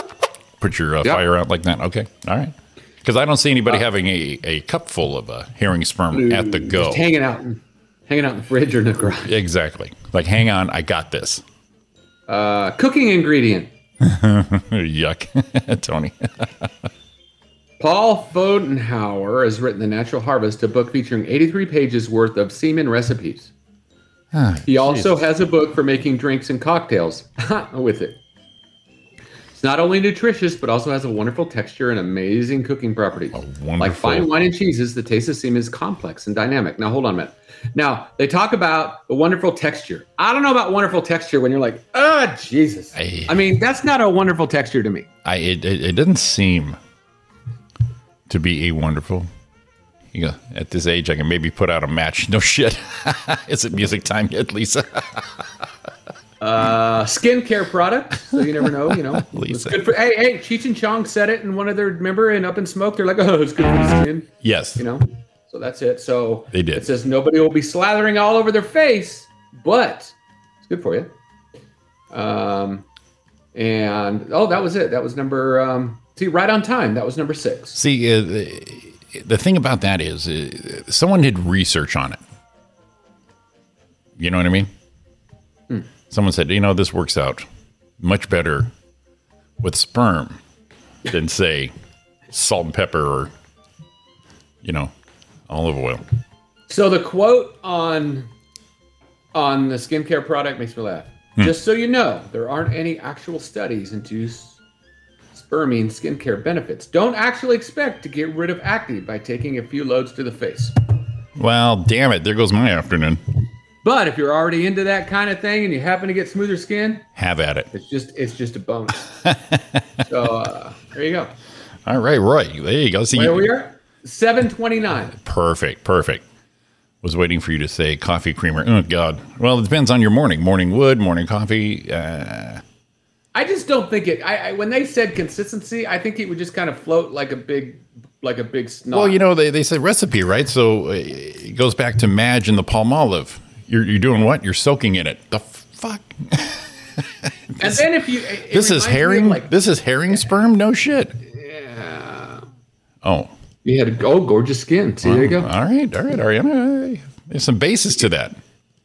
Speaker 6: put your uh,
Speaker 5: Yeah.
Speaker 6: fire out like that. Okay, all right. Because I don't see anybody
Speaker 5: Uh,
Speaker 6: having a, a cup full of uh, herring sperm at the go.
Speaker 5: Just hanging out, in- hanging out in the fridge or in the garage.
Speaker 6: Exactly. Like, hang on, I got this.
Speaker 5: Uh, cooking ingredient.
Speaker 6: Yuck, Tony.
Speaker 5: Paul Fodenhauer has written The Natural Harvest, a book featuring 83 pages worth of semen recipes. he also has a book for making drinks and cocktails with it. It's not only nutritious, but also has a wonderful texture and amazing cooking properties. Like
Speaker 6: wonderful-
Speaker 5: fine wine and cheeses, the taste of semen is complex and dynamic. Now, hold on a minute. Now, they talk about the wonderful texture. I don't know about wonderful texture when you're like, oh, Jesus.
Speaker 6: I-
Speaker 5: I mean, that's not a wonderful texture to me.
Speaker 6: I it, it, it doesn't seem to be a wonderful. You know, at this age, I can maybe put out a match. No shit. Is it music time yet, Lisa?
Speaker 5: uh, skincare product. So you never know, you know. It's
Speaker 6: Lisa.
Speaker 5: good for hey, hey, Cheech and Chong said it in one of their remember in Up in Smoke, they're like, Oh, it's good for the skin,
Speaker 6: Yes.
Speaker 5: you know. So that's it. So
Speaker 6: They did.
Speaker 5: it says nobody will be slathering all over their face, but it's good for you. Um and oh that was it. That was number um see, right on time. That was number six.
Speaker 6: See, uh, the, the thing about that is uh, someone did research on it. You know what I mean? Someone said, you know, this works out much better with sperm than, say, salt and pepper or, you know, olive oil.
Speaker 5: So the quote on on the skincare product makes me laugh. Just so you know, there aren't any actual studies into s- spermine skincare benefits. Don't actually expect to get rid of acne by taking a few loads to the face.
Speaker 6: Well, damn it. There goes my afternoon.
Speaker 5: But if you're already into that kind of thing and you happen to get smoother skin,
Speaker 6: Have at it.
Speaker 5: it's just it's just a bonus. so uh, there you go.
Speaker 6: All right, Roy. There you go. See,
Speaker 5: Where we are? 729.
Speaker 6: perfect, perfect. Was waiting for you to say coffee creamer. Oh, God. Well, it depends on your morning. Morning wood, morning coffee. Uh,
Speaker 5: I just don't think it. I, I when they said consistency, I think it would just kind of float like a big, like a big snot.
Speaker 6: well, you know, they, they said recipe, right? So uh, it goes back to Madge and the palm olive. You're, you're doing what? You're soaking in it. The fuck?
Speaker 5: And then if you, it- it reminds
Speaker 6: this is
Speaker 5: me of,
Speaker 6: herring?
Speaker 5: Like
Speaker 6: this is herring sperm? No shit. Yeah. Oh.
Speaker 5: you had a oh, gorgeous skin. See, there you go.
Speaker 6: All right, all right, Ariana. Hey, There's some basis to that.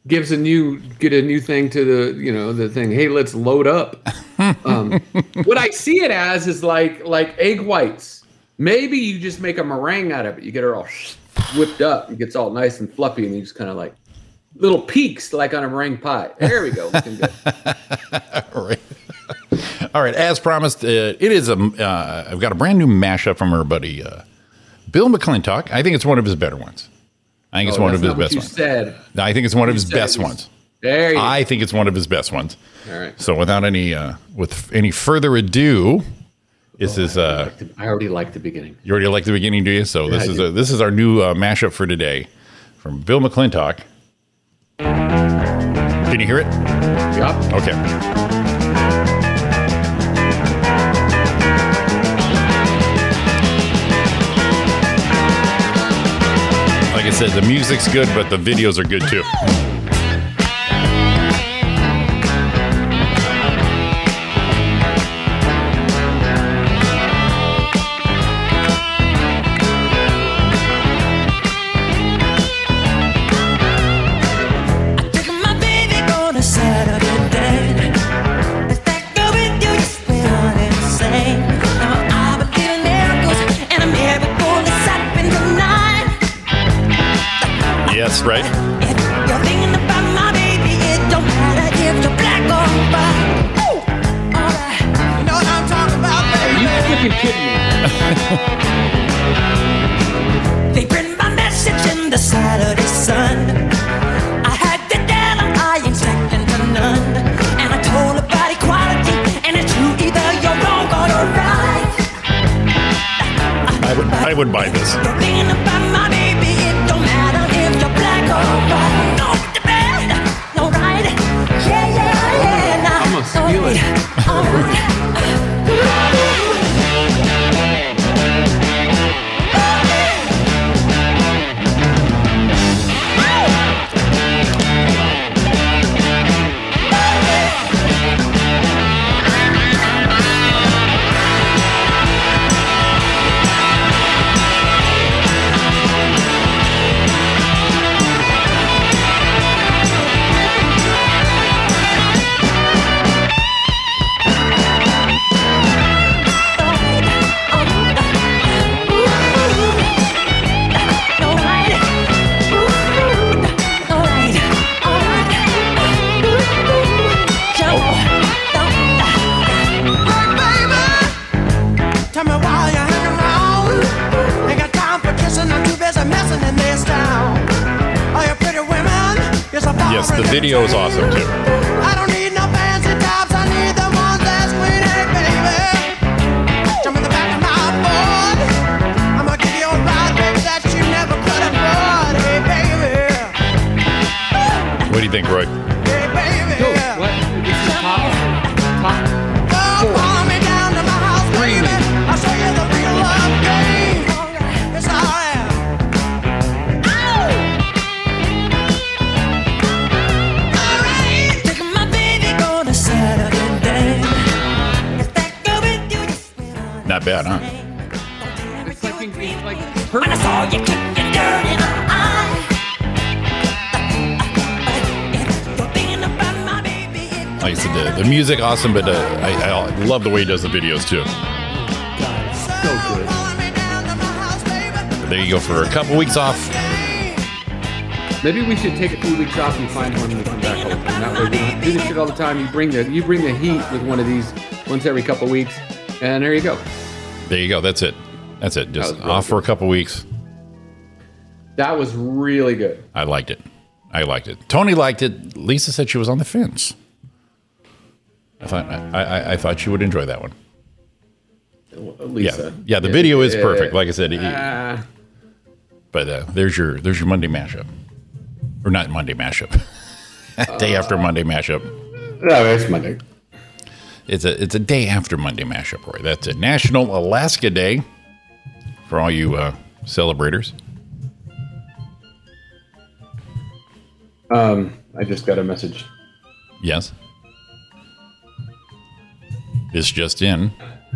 Speaker 5: Gives a new, get a new thing to the, you know, the thing. Hey, let's load up. um, what I see it as is like, like egg whites. Maybe you just make a meringue out of it. You get her all whipped up. It gets all nice and fluffy, and you just kind of like little peaks, like on a meringue pie. There we go. Looking good.
Speaker 6: All right. All right. As promised, uh, it is a. Uh, I've got a brand new mashup from our buddy uh, Bill McClintock, I think it's one of his better ones. I think it's
Speaker 5: Oh,
Speaker 6: one
Speaker 5: that's
Speaker 6: of his
Speaker 5: not what
Speaker 6: best
Speaker 5: you
Speaker 6: ones.
Speaker 5: Said.
Speaker 6: I think it's one of his
Speaker 5: said
Speaker 6: best
Speaker 5: it was-
Speaker 6: ones.
Speaker 5: There you
Speaker 6: I think it's one of his best ones.
Speaker 5: go. All right.
Speaker 6: So without any uh, with any further ado, this is uh,
Speaker 5: I already liked the beginning.
Speaker 6: you already like the beginning, do you? So this
Speaker 5: I
Speaker 6: is
Speaker 5: do.
Speaker 6: a, this is our new uh, mashup for today from Bill McClintock. Can you hear it?
Speaker 5: Yup.
Speaker 6: Okay. Like I said, the music's good, but the videos are good too.
Speaker 8: Took my baby on a Saturday date. But that girl with you just went on insane. Now I believe in miracles, and a miracle has happened tonight.
Speaker 6: Yes, right?
Speaker 8: If you're thinking about my baby, it don't matter if you're black or white. Ooh, alright. You know what I'm talking about,
Speaker 5: Are you
Speaker 8: baby.
Speaker 5: freaking kidding me?
Speaker 8: They print my message in the Saturday sun. I had to tell 'em I ain't second to none. And I told about equality, and it's true either you're wrong or you're right.
Speaker 6: I would, I would buy this.
Speaker 8: You're thinking about my baby, it don't matter if you're black or white. No debate, no right. Yeah, yeah, yeah. Nah,
Speaker 5: I'm gonna steal it.
Speaker 8: it. All right.
Speaker 3: Tell me why you hang around. Ain't got time for kissing. I'm too busy messing in this town. All you pretty women, you're so far
Speaker 6: Yes, the video is awesome too.
Speaker 3: I don't need no fancy tops. I need the ones that's clean and baby. Jump in the back of my Ford. I'ma give you a ride, baby, that you never could afford. Hey, baby.
Speaker 6: What do you think, Roy?
Speaker 3: Hey, baby.
Speaker 5: Go. What? This is top. Top.
Speaker 3: Come follow me down to my house, baby. I'll show you the real love game. It's all right.
Speaker 8: Taking my baby on a Saturday day. If that girl with you just went on
Speaker 6: Not bad, huh?
Speaker 8: insane.
Speaker 5: It's like, it's like
Speaker 8: When I
Speaker 5: perfect.
Speaker 8: saw you kicking dirt in her eye. If you're thinking about my baby, it
Speaker 6: Like I said, the, the music awesome, but uh, I, I love the way he does the videos too.
Speaker 5: So good.
Speaker 6: There you go for a couple weeks off.
Speaker 5: Maybe we should take a few weeks off and find one and come back all the time. That way we don't have to do this shit all the time. You bring the you bring the heat with one of these once every couple weeks, and there you go.
Speaker 6: There you go. That's it. That's it. Just
Speaker 5: That was really
Speaker 6: off for a couple weeks.
Speaker 5: That was really good.
Speaker 6: I liked it. I liked it. Tony liked it. Lisa said she was on the fence. I thought I, I, I thought she would enjoy that one. Yeah,
Speaker 5: Lisa.
Speaker 6: yeah. The video is
Speaker 5: yeah,
Speaker 6: perfect. Like I said, he-
Speaker 5: Ah,
Speaker 6: but uh, there's your there's your Monday mashup, or not Monday mashup. day after Monday mashup.
Speaker 5: no, it's Monday.
Speaker 6: It's a it's a day after Monday mashup, Roy. That's it. National Alaska Day for all you uh, celebrators.
Speaker 5: Um, I just got a message.
Speaker 6: Yes. This just in.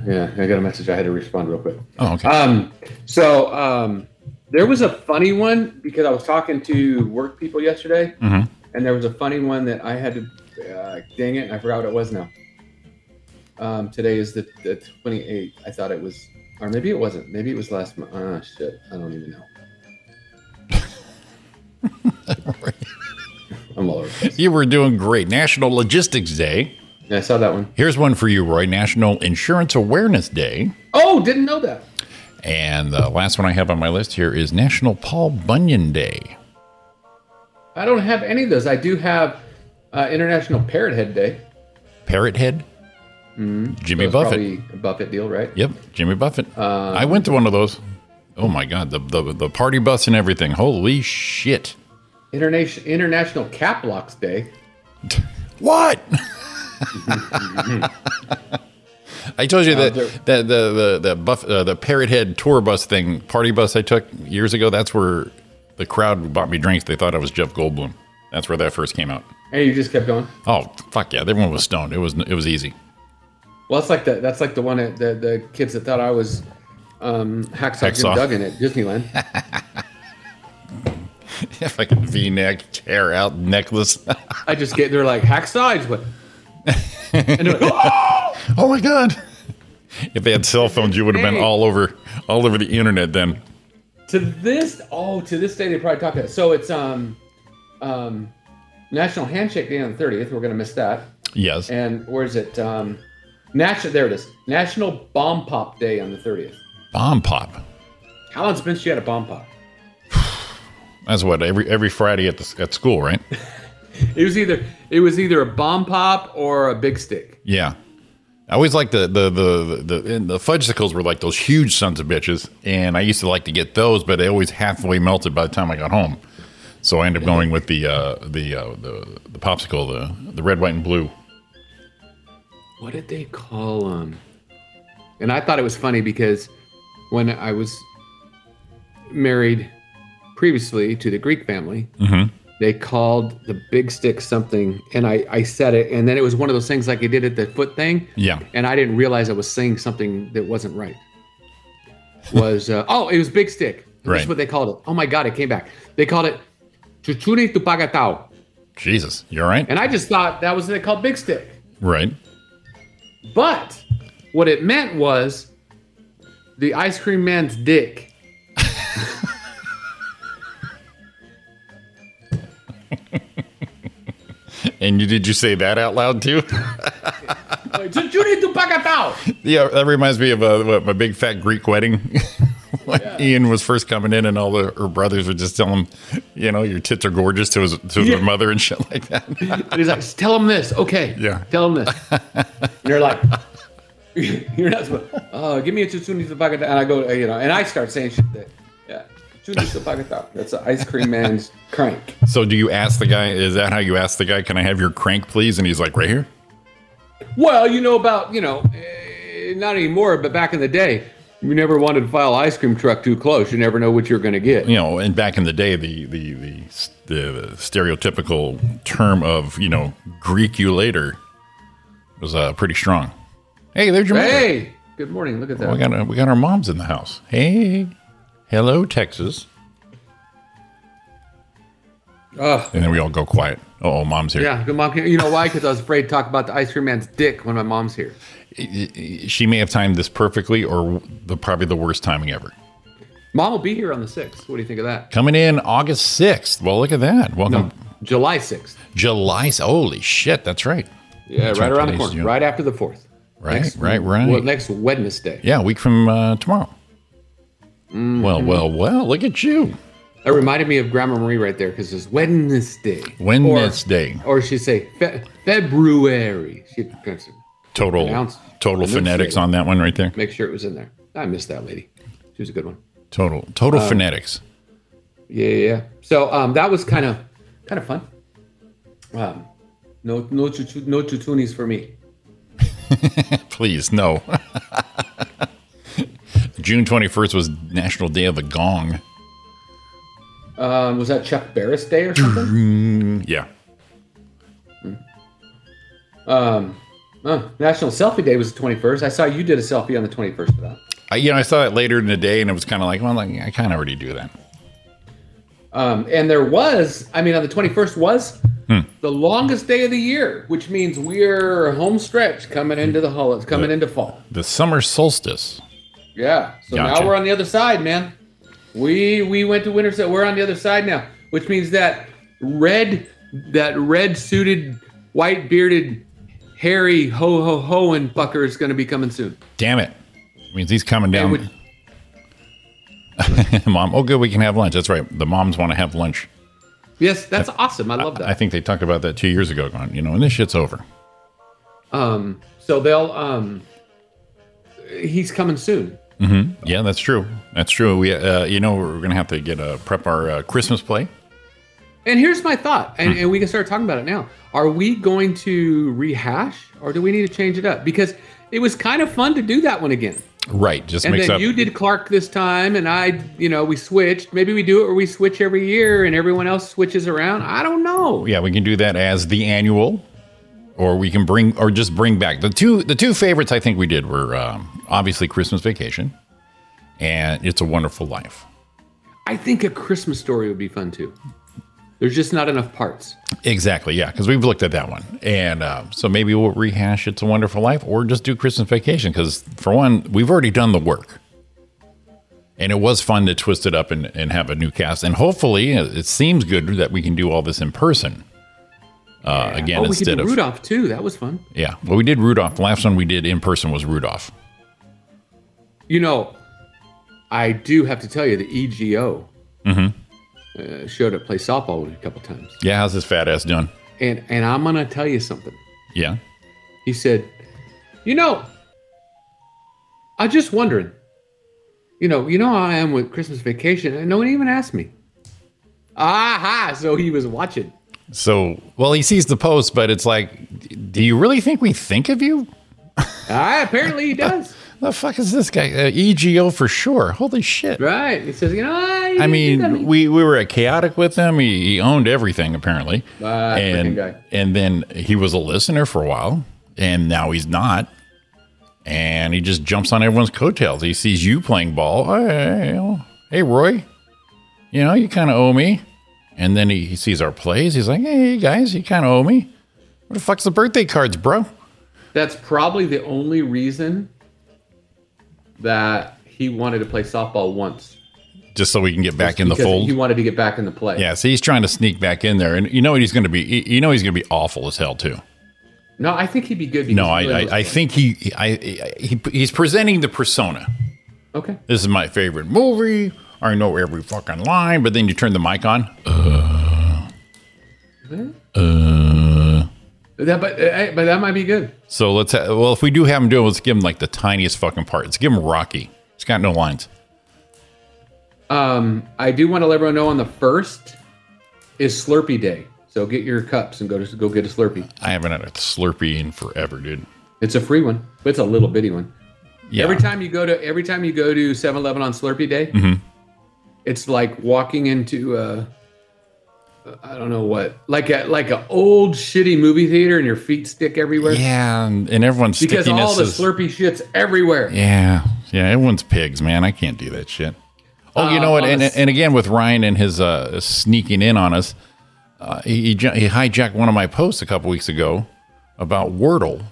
Speaker 5: Yeah, I got a message. I had to respond real quick.
Speaker 6: Oh, okay.
Speaker 5: Um, so um, there was a funny one because I was talking to work people yesterday,
Speaker 6: Mhm.
Speaker 5: and there was a funny one that I had to. Uh, dang it! I forgot what it was now. Um, today is the, the 28th. I thought it was, or maybe it wasn't. Maybe it was last month. Ah, shit. I don't even know. I'm all over. the place.
Speaker 6: You were doing great. National Logistics Day.
Speaker 5: Yeah, I saw that one.
Speaker 6: Here's one for you, Roy. National Insurance Awareness Day.
Speaker 5: Oh, didn't know that.
Speaker 6: And the last one I have on my list here is National Paul Bunyan Day.
Speaker 5: I don't have any of those. I do have uh, International Parrot Head Day.
Speaker 6: Parrot Head? Jimmy
Speaker 5: That's
Speaker 6: Buffett.
Speaker 5: probably a Buffett deal, right?
Speaker 6: Yep, Jimmy Buffett. I went to one of those. Oh my God, the, the, the party bus and everything. Holy shit.
Speaker 5: International International Cap Locks Day.
Speaker 6: What? I told you that
Speaker 5: there-
Speaker 6: that the the the buff, uh, the parrot head tour bus thing party bus I took years ago. That's where the crowd bought me drinks. They thought I was Jeff Goldblum. That's where that first came out.
Speaker 5: And you just kept going.
Speaker 6: Oh fuck yeah! Everyone was stoned. It was it was easy.
Speaker 5: Well, that's like the that's like the one that the, the kids that thought I was um, Hacksaw,
Speaker 6: Hacksaw.
Speaker 5: Jim Duggan at Disneyland.
Speaker 6: Fucking V neck tear out necklace.
Speaker 5: I just get they're like Hacksaw. I just went. and they're like, "Oh!"
Speaker 6: oh my god! If they had cell phones, you would have been all over all over the internet then.
Speaker 5: to this oh to this day they probably talk about it. So it's um um National Handshake Day on the thirtieth. We're gonna miss that.
Speaker 6: Yes.
Speaker 5: And where is it? Um, national. There it is. National Bomb Pop Day on the thirtieth.
Speaker 6: Bomb pop.
Speaker 5: How long's it been since you had a bomb pop?
Speaker 6: That's what every every Friday at the, at school, right?
Speaker 5: It was either it was either a bomb pop or a big stick.
Speaker 6: Yeah. I always like the the the the the, and the fudgesicles were like those huge sons of bitches, and I used to like to get those, but they always halfway melted by the time I got home. So I ended up going with the uh, the, uh, the the popsicle, the the red, white, and blue.
Speaker 5: What did they call them? And I thought it was funny because when I was married previously to the Greek family,
Speaker 6: Mm-hmm.
Speaker 5: they called the big stick something, and I I said it, and then it was one of those things like I did at the foot thing.
Speaker 6: Yeah.
Speaker 5: and I didn't realize I was saying something that wasn't right. Was uh, oh, it was Big Stick.
Speaker 6: Right.
Speaker 5: That's what they called it. Oh my God, it came back. They called it Chuchuni Tupagatao,
Speaker 6: Jesus, you all right?
Speaker 5: and I just thought that was what they called Big Stick.
Speaker 6: right.
Speaker 5: But what it meant was the ice cream man's dick.
Speaker 6: And you did you say that out loud too?
Speaker 5: Like, Chuchuni Tupagatao.
Speaker 6: yeah, that reminds me of uh, what, my big fat Greek wedding. when Ian was first coming in, and all the her brothers would just tell him, you know, your tits are gorgeous to his to
Speaker 5: Yeah.
Speaker 6: their mother and shit like that.
Speaker 5: And he's like, tell him this, okay?
Speaker 6: Yeah.
Speaker 5: Tell him this. and they're like. You're not supposed. Oh, give me a chuchuni tupagatao, and I go, uh, you know, and I start saying shit that, yeah, chuchuni tupagatao. That's the ice cream man's crank.
Speaker 6: So do you ask the guy? Is that how you ask the guy? Can I have your crank, please? And he's like, right here.
Speaker 5: Well, you know about you know, eh, not anymore, but back in the day, you never wanted to file ice cream truck too close. You never know what you're going to get.
Speaker 6: You know, and back in the day, the the the, the stereotypical term of you know Greek you later was uh, pretty strong. Hey, there's your mother.
Speaker 5: Hey, good morning. Look at that.
Speaker 6: We got we got our moms in the house. Hey, hello Texas,
Speaker 5: Ugh.
Speaker 6: and then we all go quiet. Oh, mom's here.
Speaker 5: yeah, good mom. You know why? Because I was afraid to talk about the ice cream man's dick when my mom's here.
Speaker 6: She may have timed this perfectly, or the probably the worst timing ever.
Speaker 5: Mom will be here on the sixth. What do you think of that?
Speaker 6: Coming in August sixth. Well, look at that. Welcome,
Speaker 5: No, July sixth.
Speaker 6: July. Holy shit, that's right.
Speaker 5: Yeah,
Speaker 6: That's
Speaker 5: right
Speaker 6: right,
Speaker 5: around the
Speaker 6: today's
Speaker 5: corner.
Speaker 6: June.
Speaker 5: Right after the fourth.
Speaker 6: Right,
Speaker 5: Next-
Speaker 6: right, right.
Speaker 5: Well, next Wednesday.
Speaker 6: Yeah, a week from uh, tomorrow.
Speaker 5: Mm-hmm.
Speaker 6: Well, well, well. Look at you.
Speaker 5: That reminded me of Grandma Marie right there because it's Wednesday.
Speaker 6: Wednesday.
Speaker 5: Or, or she'd say Fe- February. She'd pronounce it.
Speaker 6: total
Speaker 5: pronounce-
Speaker 6: total
Speaker 5: pronunciate.
Speaker 6: phonetics on that one right there.
Speaker 5: make sure it was in there. I missed that lady. She was a good one.
Speaker 6: Total total
Speaker 5: Uh,
Speaker 6: phonetics.
Speaker 5: Yeah, yeah. yeah. So um, that was kind of kind of fun. Um, no, no, chuchu, no tutunis for me.
Speaker 6: Please no. June twenty first was National Day of the Gong.
Speaker 5: Um, was that Chuck Barris Day or something? Mm-hmm.
Speaker 6: Yeah.
Speaker 5: Uh, National Selfie Day was the twenty first. I saw you did a selfie on the twenty first for that.
Speaker 6: I, you know, I saw that later in the day, and it was kind of like, well, like, I kind of already do that.
Speaker 5: Um, and there was, I mean, on the twenty first was the longest day of the year, which means we're home stretch coming into the holidays, coming into fall.
Speaker 6: The summer solstice.
Speaker 5: Yeah. So
Speaker 6: Gotcha.
Speaker 5: now we're on the other side, man. We we went to winter set. We're on the other side now, which means that red that red suited, white bearded, hairy ho ho hoing fucker is going to be coming soon.
Speaker 6: Damn it! means he's coming down.
Speaker 5: And which,
Speaker 6: mom, oh, good, we can have lunch. That's right. The moms want to have lunch.
Speaker 5: Yes, that's awesome. I love that.
Speaker 6: I think they talked about that two years ago, going, you know, and this shit's over.
Speaker 5: Um, so they'll um, he's coming soon.
Speaker 6: hmm Yeah, that's true. That's true. We, uh, you know, we're gonna have to get a prep our uh, Christmas play.
Speaker 5: And here's my thought, and, and we can start talking about it now. Are we going to rehash, or do we need to change it up? Because it was kind of fun to do that one again.
Speaker 6: Right. Just
Speaker 5: and
Speaker 6: mix
Speaker 5: then
Speaker 6: up.
Speaker 5: you did Clark this time, and I, you know, we switched. Maybe we do it where we switch every year, and everyone else switches around. I don't know.
Speaker 6: Oh, yeah, we can do that as the annual, or we can bring, or just bring back the two. The two favorites I think we did were um, obviously Christmas Vacation, and It's a Wonderful Life.
Speaker 5: I think a Christmas story would be fun too. There's just not enough parts.
Speaker 6: Uh, Exactly. Yeah, because we've looked at that one, and uh, so maybe we'll rehash It's a Wonderful Life, or just do Christmas Vacation. Because for one, we've already done the work, and it was fun to twist it up and, and have a new cast. And hopefully, uh, it it seems good that we can do all this in person uh, again
Speaker 5: oh, we could
Speaker 6: instead
Speaker 5: do
Speaker 6: of
Speaker 5: Rudolph too. That was fun.
Speaker 6: yeah. Well, we did Rudolph. Last one we did in person was Rudolph.
Speaker 5: You know, I do have to tell you, the EGO
Speaker 6: Mhm.
Speaker 5: uh, showed up play softball with me a couple times,
Speaker 6: Yeah, how's this fat ass doing?
Speaker 5: and and I'm gonna tell you something.
Speaker 6: Yeah.
Speaker 5: He said, "You know, I just wondering. You know, you know how I am with Christmas vacation, and no one even asked me. Aha! So he was watching.
Speaker 6: So well, he sees the post, but it's like, do you really think we think of you?
Speaker 5: Ah, apparently he does.
Speaker 6: The fuck is this guy? Uh, EGO for sure. Holy shit.
Speaker 5: right? He says, you know, I,
Speaker 6: I mean, we, we were at chaotic with him. He, he owned everything apparently,
Speaker 5: Ah, freaking
Speaker 6: and
Speaker 5: guy.
Speaker 6: and then he was a listener for a while, and now he's not. And he just jumps on everyone's coattails. He sees you playing ball. Hey, oh, hey Roy, you know you kind of owe me. And then he, he sees our plays. He's like, hey guys, you kind of owe me. What the fuck's the birthday cards, bro?
Speaker 5: that's probably the only reason that he wanted to play softball once
Speaker 6: Just so we can get back in the
Speaker 5: because
Speaker 6: fold.
Speaker 5: He wanted to get back in the play.
Speaker 6: yeah, so he's trying to sneak back in there, and you know what he's going to be. you- You know he's going to be awful as hell too.
Speaker 5: No, I think he'd be good. because
Speaker 6: No,
Speaker 5: he
Speaker 6: I,
Speaker 5: really
Speaker 6: I, I
Speaker 5: was-
Speaker 6: think he, I, I- he, he's presenting the persona.
Speaker 5: okay.
Speaker 6: This is my favorite movie. I know every fucking line, but then you turn the mic on. Uh,
Speaker 5: That, but eh, but that might be good.
Speaker 6: So let's, ha- well, if we do have him do it, let's give him like the tiniest fucking part. Let's give him Rocky. He's got no lines.
Speaker 5: Um, I do want to let everyone know on the first is Slurpee Day, so get your cups and go to go get a Slurpee.
Speaker 6: I haven't had a Slurpee in forever, dude.
Speaker 5: It's a free one, but it's a little bitty one.
Speaker 6: Yeah. Mm-hmm.
Speaker 5: Every time you go to every time you go to 7-Eleven on Slurpee Day, it's like walking into I I don't know what, like a like a old shitty movie theater, and your feet stick everywhere
Speaker 6: Yeah, and, and everyone's
Speaker 5: because all
Speaker 6: stickiness
Speaker 5: the
Speaker 6: is-
Speaker 5: Slurpee shits everywhere.
Speaker 6: Yeah, yeah, everyone's pigs, man. I can't do that shit. Oh, you
Speaker 5: Uh,
Speaker 6: know what?
Speaker 5: on
Speaker 6: And,
Speaker 5: a s-
Speaker 6: and again, with Ryan and his uh, sneaking in on us, uh, he, he ju- he hijacked one of my posts a couple weeks ago about Wordle.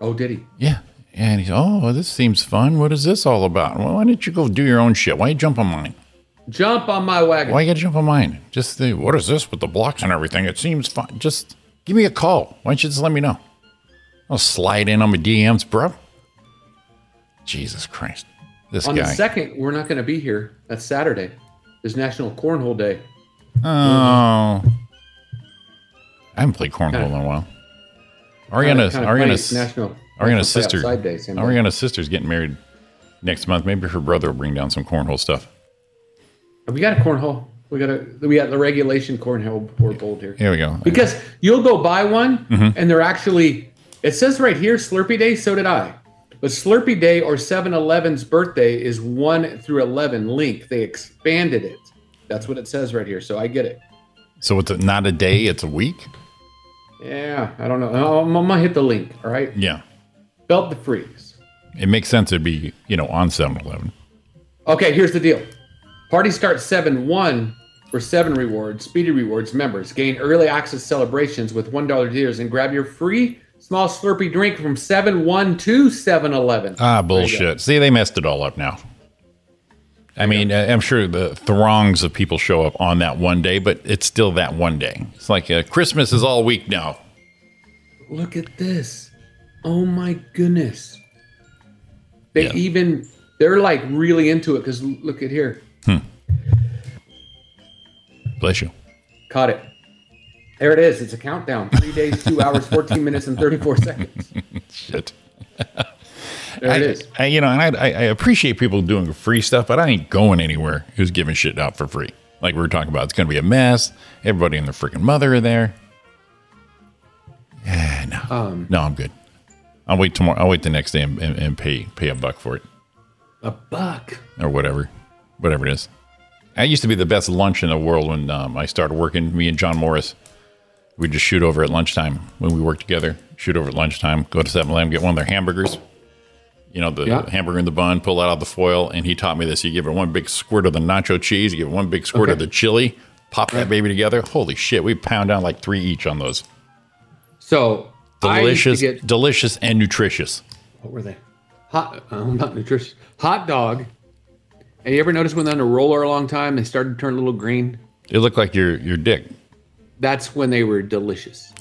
Speaker 5: Oh, did he?
Speaker 6: Yeah, and he's oh, well, this seems fun. What is this all about? Well, why don't you go do your own shit? Why you jump on mine?
Speaker 5: Jump on my wagon.
Speaker 6: Why you gotta jump on mine? Just the, what is this with the blocks and everything? It seems fun. Just give me a call. Why don't you just let me know? I'll slide in on my DMs, bro. Jesus Christ, this
Speaker 5: on
Speaker 6: guy.
Speaker 5: the second, we're not going to be here. That's Saturday. Is National Cornhole Day.
Speaker 6: Oh. I haven't played cornhole in a while.
Speaker 5: Kinda
Speaker 6: Ariana,
Speaker 5: funny, it's
Speaker 6: Ariana's,
Speaker 5: National National Play
Speaker 6: Ariana's sister,
Speaker 5: Outside Day, same day.
Speaker 6: Ariana's sister's getting married next month. Maybe her brother will bring down some cornhole stuff.
Speaker 5: We got a cornhole. We got a we got the regulation cornhole board bold here.
Speaker 6: Here we go.
Speaker 5: Because you'll go buy one and they're actually it says right here Slurpee Day, so did I. But Slurpee Day or 7-Eleven's birthday is 1 through 11 link. They expanded it. That's what it says right here, so I get it.
Speaker 6: So it's not a day; it's a week.
Speaker 5: Yeah, I don't know. I'm, I'm gonna hit the link, all right?
Speaker 6: Yeah,
Speaker 5: Belt the freeze.
Speaker 6: it makes sense. It'd be you know on 7-Eleven.
Speaker 5: Okay, here's the deal. Party starts 7 1 for 7 rewards, speedy rewards members. Gain early access celebrations with $1 deals and grab your free small Slurpee drink from 7 1 to 7 11.
Speaker 6: Ah, bullshit. See, they messed it all up now. I mean, uh, I'm sure the throngs of people show up on that one day, but it's still that one day. It's like uh, Christmas is all week now.
Speaker 5: Look at this. Oh my goodness. They
Speaker 6: Yeah.
Speaker 5: even They're like really into it because look at here.
Speaker 6: Bless you.
Speaker 5: Caught it. There it is. It's a countdown. Three days, two hours, 14 minutes, and 34 seconds.
Speaker 6: Shit.
Speaker 5: There
Speaker 6: I,
Speaker 5: it is.
Speaker 6: I- you know, and I, I, I appreciate people doing free stuff, but I ain't going anywhere who's giving shit out for free. Like we were talking about, it's going to be a mess. Everybody and their freaking mother are there. Yeah, no,
Speaker 5: Um,
Speaker 6: no, I'm good. I'll wait tomorrow. I'll wait the next day and, and, and pay pay a buck for it
Speaker 5: a buck.
Speaker 6: or whatever, whatever it is. That used to be the best lunch in the world when um, I started working. Me and John Morris, we'd just shoot over at lunchtime when we worked together. Shoot over at lunchtime, go to 7 Eleven, get one of their hamburgers. You know, the
Speaker 5: Yeah.
Speaker 6: hamburger in the bun, pull that out of the foil. And he taught me this. You give it one big squirt of the nacho cheese, you give it one big squirt of
Speaker 5: Okay.
Speaker 6: the chili, pop that baby together. Holy shit, we pound down like three each on those.
Speaker 5: So I used to
Speaker 6: Delicious,
Speaker 5: get-
Speaker 6: delicious, and nutritious.
Speaker 5: what were they? Hot, uh, not nutritious. Hot dog. And you ever notice when they're on a roller a long time, they started to turn a little green?
Speaker 6: It looked like your, your dick.
Speaker 5: That's when they were delicious.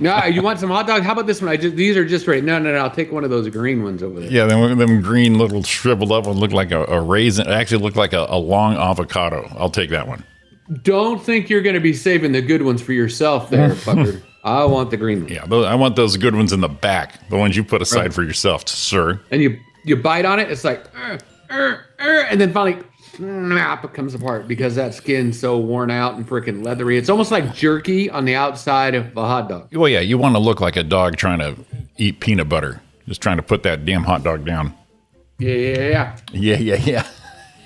Speaker 5: no, you want some hot dog? How about this one? I just these are just right. No, no, no. I'll take one of those green ones over there.
Speaker 6: Yeah, them, them green little shriveled up one looked like a, a raisin. It actually looked like a, a long avocado. I'll take that one.
Speaker 5: Don't think you're going to be saving the good ones for yourself, there, fucker. I want the green one.
Speaker 6: Yeah, those, I want those good ones in the back, the ones you put aside
Speaker 5: Right.
Speaker 6: for yourself, sir.
Speaker 5: And you you bite on it. It's like, "Uh, uh, uh," and then finally, snap, it comes apart because that skin's so worn out and freaking leathery. It's almost like jerky on the outside of a hot dog.
Speaker 6: Well, yeah, you want to look like a dog trying to eat peanut butter, just trying to put that damn hot dog down.
Speaker 5: Yeah, yeah, yeah.
Speaker 6: Yeah, yeah,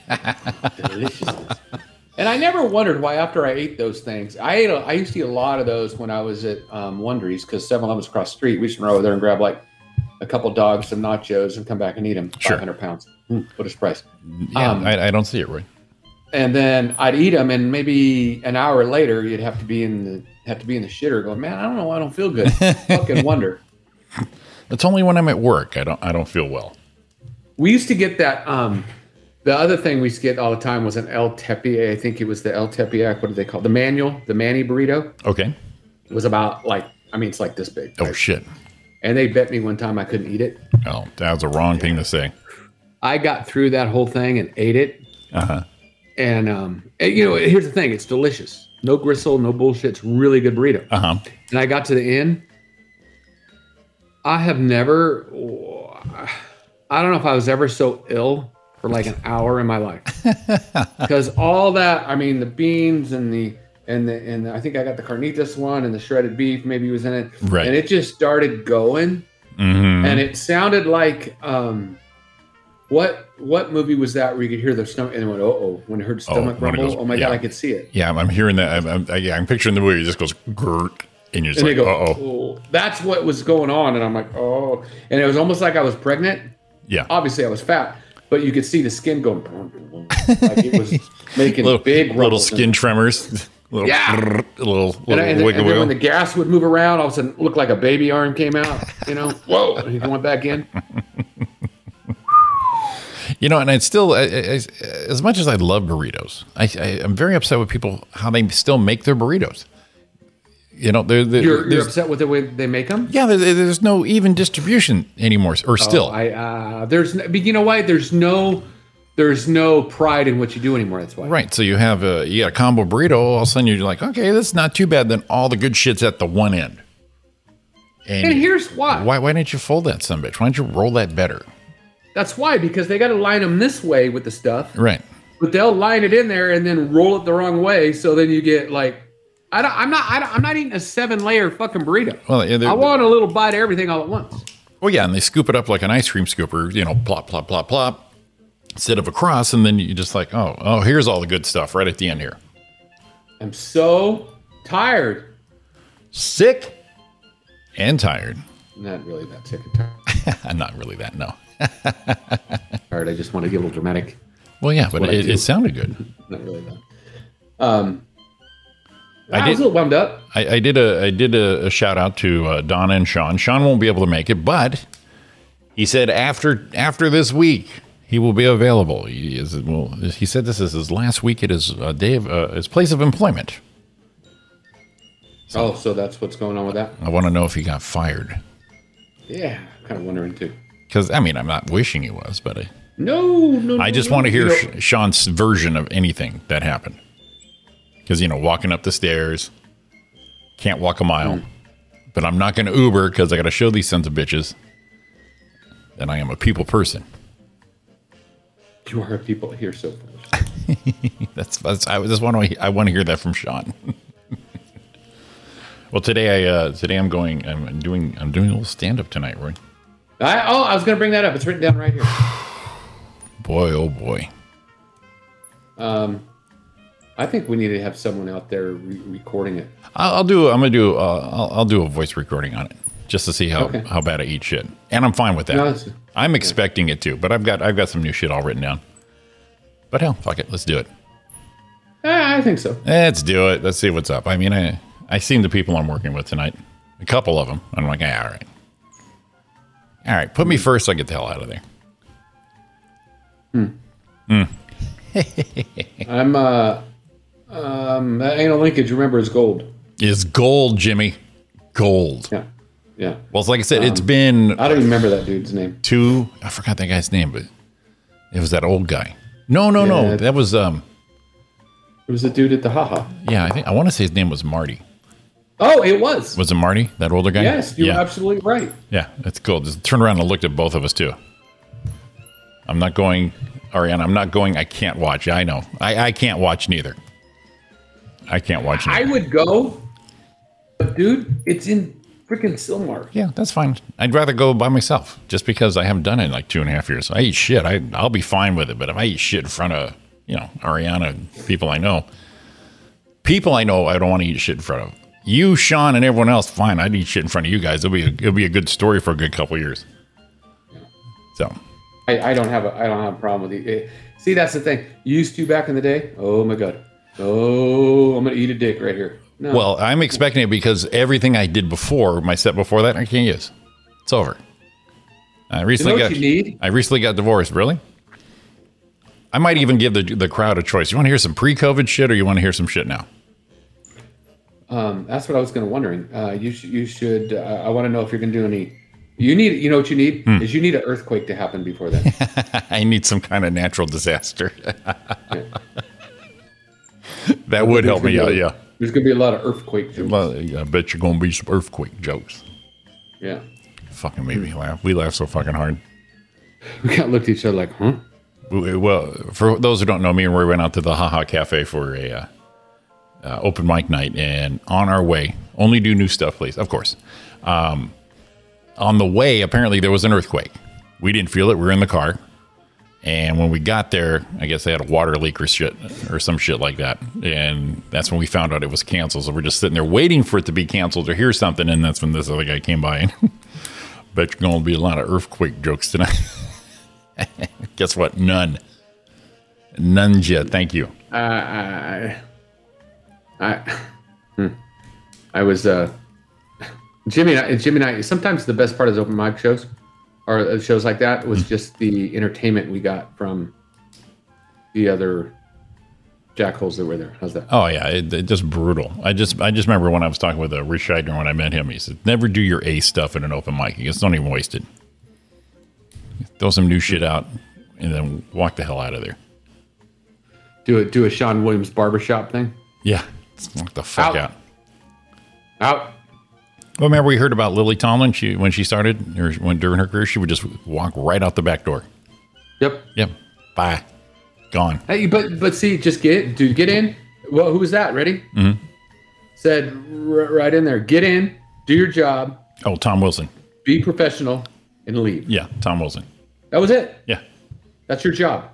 Speaker 6: yeah.
Speaker 5: deliciousness. and I never wondered why after I ate those things, I ate. A, I used to eat a lot of those when I was at um, Wondery's because 7-Eleven was across the street. We used to run over there and grab like a couple dogs, some nachos, and come back and eat them.
Speaker 6: Sure.
Speaker 5: Five hundred pounds. Hmm, what a price.
Speaker 6: yeah
Speaker 5: Um,
Speaker 6: I, I don't see it, Roy.
Speaker 5: And then I'd eat them, and maybe an hour later, you'd have to be in the have to be in the shitter going, man, I don't know, why I don't feel good. Fucking wonder.
Speaker 6: It's only when I'm at work. I don't. I don't feel well.
Speaker 5: We used to get that. Um, the other thing we used to get all the time was an El Tepe. I think it was the El Tepe. What do they call it? the manual? The Manny burrito.
Speaker 6: Okay.
Speaker 5: was about like I mean it's like this big.
Speaker 6: Oh shit.
Speaker 5: And they bet me one time I couldn't eat it.
Speaker 6: Oh, that was a wrong thing to say.
Speaker 5: I got through that whole thing and ate it.
Speaker 6: Uh huh.
Speaker 5: And um, and, you know, here's the thing: it's delicious, no gristle, no bullshit. It's really good burrito.
Speaker 6: Uh huh.
Speaker 5: And I got to the end. I have never, I don't know if I was ever so ill for like an hour in my life because all that. I mean, the beans and the and the and I think I got the carnitas one and the shredded beef maybe was in it.
Speaker 6: Right.
Speaker 5: And it just started going.
Speaker 6: Mm-hmm.
Speaker 5: and it sounded like um, what what movie was that where you could hear their stomach and it went oh oh when it heard
Speaker 6: Oh,
Speaker 5: stomach
Speaker 6: when it
Speaker 5: rumble
Speaker 6: goes-
Speaker 5: oh my
Speaker 6: yeah.
Speaker 5: god I could see it
Speaker 6: Yeah, I'm, I'm hearing that. I'm, I'm, I, yeah, I'm picturing the movie. It just goes grrrt, and you're just
Speaker 5: and they
Speaker 6: like,
Speaker 5: go
Speaker 6: uh oh.
Speaker 5: oh that's what was going on and I'm like oh and it was almost like I was pregnant
Speaker 6: Yeah.
Speaker 5: obviously I was fat but you could see the skin going like it was making
Speaker 6: little,
Speaker 5: big
Speaker 6: little
Speaker 5: rumbles.
Speaker 6: skin tremors. Little,
Speaker 5: Yeah.
Speaker 6: grrrt, little, little
Speaker 5: and, I- and, and
Speaker 6: wiggle
Speaker 5: then
Speaker 6: wiggle.
Speaker 5: when the gas would move around all of a sudden it looked like a baby arm came out you know whoa and it went back in
Speaker 6: you know, and I still, I, I, as- as much as I love burritos, I, I, I'm very upset with people how they still make their burritos. You know, they're, they're,
Speaker 5: you're, you're
Speaker 6: there's-
Speaker 5: upset with the way they make them
Speaker 6: yeah, there- there- there's no even distribution anymore, or still.
Speaker 5: Oh, I uh, there's n- but you know why there's no there's no pride in what you do anymore. That's why.
Speaker 6: Right, so you have a you got a combo burrito. All of a sudden, you're like, okay, that's not too bad. Then all the good shit's at the one end.
Speaker 5: And here's why.
Speaker 6: why why didn't you fold that some bitch? Why don't you roll that better?
Speaker 5: That's why because they got to line them this way with the stuff,
Speaker 6: Right.
Speaker 5: but they'll line it in there and then roll it the wrong way. So then you get like, I don't, I'm not, I don't, I'm not eating a seven layer fucking burrito.
Speaker 6: Well, yeah, they're-
Speaker 5: I want a little bite of everything all at once.
Speaker 6: Well, yeah, and they scoop it up like an ice cream scooper, you know, plop, plop, plop, plop, instead of across, and then you just like, oh, oh, here's all the good stuff right at the end here.
Speaker 5: I'm so tired.
Speaker 6: Sick and tired.
Speaker 5: Not really that sick and tired.
Speaker 6: Not really that, no.
Speaker 5: Tired. I just want to get a little dramatic.
Speaker 6: Well, yeah, but
Speaker 5: what I
Speaker 6: it,
Speaker 5: do.
Speaker 6: it sounded good.
Speaker 5: Not really that. Um,
Speaker 6: I
Speaker 5: I, was
Speaker 6: did-
Speaker 5: a little bummed up.
Speaker 6: I, I did a I did a, a shout out to uh, Donna and Sean. Sean won't be able to make it, but he said after after this week he will be available. He is well. He said this is his last week at his uh, day of, uh, his place of employment.
Speaker 5: Oh, so that's what's going on with that.
Speaker 6: I want to know if he got fired.
Speaker 5: Yeah, kind of wondering too.
Speaker 6: Because I mean, I'm not wishing he was, but I,
Speaker 5: No, no.
Speaker 6: I
Speaker 5: no,
Speaker 6: just
Speaker 5: no,
Speaker 6: want to hear
Speaker 5: you know,
Speaker 6: Sh- Sean's version of anything that happened. Because you know, walking up the stairs, can't walk a mile,
Speaker 5: Mm.
Speaker 6: but I'm not going to Uber because I got to show these sons of bitches that I am a people person.
Speaker 5: you are a people here so far.
Speaker 6: That's, that's I just want to I want to hear that from Sean. well, today I uh, today I'm going I'm doing I'm doing a little stand up tonight, Roy.
Speaker 5: I, oh, I was going to bring that up. It's written down right here.
Speaker 6: Boy, oh boy.
Speaker 5: Um, I think we need to have someone out there re- recording it.
Speaker 6: I'll, I'll do. I'm gonna do. Uh, I'll, I'll do a voice recording on it just to see how
Speaker 5: Okay.
Speaker 6: how bad I eat shit, and I'm fine with that.
Speaker 5: No, it's-
Speaker 6: I'm expecting it to, but I've got I've got some new shit all written down. But hell, fuck it, let's do it.
Speaker 5: Ah, I think so.
Speaker 6: Let's do it. Let's see what's up. I mean, I I seen the people I'm working with tonight, a couple of them. I'm like, yeah, all right, all right.
Speaker 5: Mm.
Speaker 6: Put me first. I get the hell out of there.
Speaker 5: I'm uh, um, that anal linkage. Remember is gold.
Speaker 6: Is gold, Jimmy? Gold.
Speaker 5: Yeah, yeah.
Speaker 6: Well, it's like I said, it's been
Speaker 5: I don't even remember that dude's name.
Speaker 6: two. I forgot that guy's name, but it was that old guy. No, no,
Speaker 5: Yeah.
Speaker 6: no. That was um.
Speaker 5: It was the dude at the haha.
Speaker 6: Yeah, I think I want to say his name was Marty.
Speaker 5: Oh, it was.
Speaker 6: Was it Marty? That older guy?
Speaker 5: Yes, you're
Speaker 6: yeah.
Speaker 5: absolutely right.
Speaker 6: yeah, that's cool. Just turned around and looked at both of us too. I'm not going, Ariana. I'm not going. I can't watch. I know. I, I can't watch neither. I can't watch
Speaker 5: I
Speaker 6: neither.
Speaker 5: would go, but dude, it's in freaking Silmar.
Speaker 6: yeah, that's fine. I'd rather go by myself just because I haven't done it in like two and a half years. I eat shit. I I'll be fine with it. But if I eat shit in front of you know Ariana, and people I know, people I know, I don't want to eat shit in front of. You, Sean, and everyone else, fine. I'd eat shit in front of you guys. It'll be a, it'll be a good story for a good couple years. So
Speaker 5: I, I don't have a I don't have a problem with it. Eh, See, that's the thing. You used to back in the day. Oh my god. Oh, I'm gonna eat a dick right here. No.
Speaker 6: Well, I'm expecting it because everything I did before, my set before that, I can't use. It's over. I
Speaker 5: you know
Speaker 6: recently
Speaker 5: what
Speaker 6: got
Speaker 5: you need?
Speaker 6: I recently got divorced. Really? I might even give the the crowd a choice. You want to hear some pre-COVID shit, or you want to hear some shit now?
Speaker 5: Um, that's what I was gonna wondering. Uh, you sh- you should. Uh, I want to know if you're gonna do any. You need. You know what you need
Speaker 6: Hmm.
Speaker 5: is you need an earthquake to happen before that.
Speaker 6: I need some kind of natural disaster. that would help me out. Yeah.
Speaker 5: There's gonna be a lot of earthquake. jokes.
Speaker 6: Well, I bet you're gonna be some earthquake jokes.
Speaker 5: Yeah.
Speaker 6: Fucking made me laugh. We laugh so fucking hard.
Speaker 5: We kind of looked at each other like, huh?
Speaker 6: We- Well, for those who don't know, me and Roy went out to the Haha Cafe for a uh, uh, open mic night, and on our way, only do new stuff, please, of course. Um, on the way, apparently there was an earthquake. We didn't feel it. We were in the car, and when we got there, I guess they had a water leak or shit or some shit like that, and that's when we found out it was canceled. So we're just sitting there waiting for it to be canceled or hear something, and that's when this other guy came by and. Bet you're going to be a lot of earthquake jokes tonight. Guess what? None. Nunja, thank you.
Speaker 5: I, I, I, hmm. I was uh, Jimmy and I, Jimmy and I. Sometimes the best part of those open mic shows, or uh, shows like that,
Speaker 6: Hmm.
Speaker 5: was just the entertainment we got from the other jackholes that were there. How's that?
Speaker 6: Oh yeah, it, it just brutal. I just I just remember when I was talking with uh, Rich Scheidner when I met him. He said, "Never do your A stuff in an open mic. It's not even wasted. Throw some new shit out, and then walk the hell out of there."
Speaker 5: Do a do a Sean Williams barbershop thing.
Speaker 6: Yeah, just walk the
Speaker 5: Out.
Speaker 6: fuck out.
Speaker 5: Out.
Speaker 6: Well, remember we heard about Lily Tomlin? She when she started or when during her career, she would just walk right out the back door.
Speaker 5: Yep.
Speaker 6: Yep, bye, gone.
Speaker 5: Hey, but but see, just get dude, get in. Well, who was that? Ready?
Speaker 6: Mm-hmm.
Speaker 5: Said r- right in there. Get in. Do your job.
Speaker 6: Oh, Tom Wilson.
Speaker 5: Be professional and leave.
Speaker 6: Yeah, Tom Wilson.
Speaker 5: That was it.
Speaker 6: Yeah,
Speaker 5: That's your job.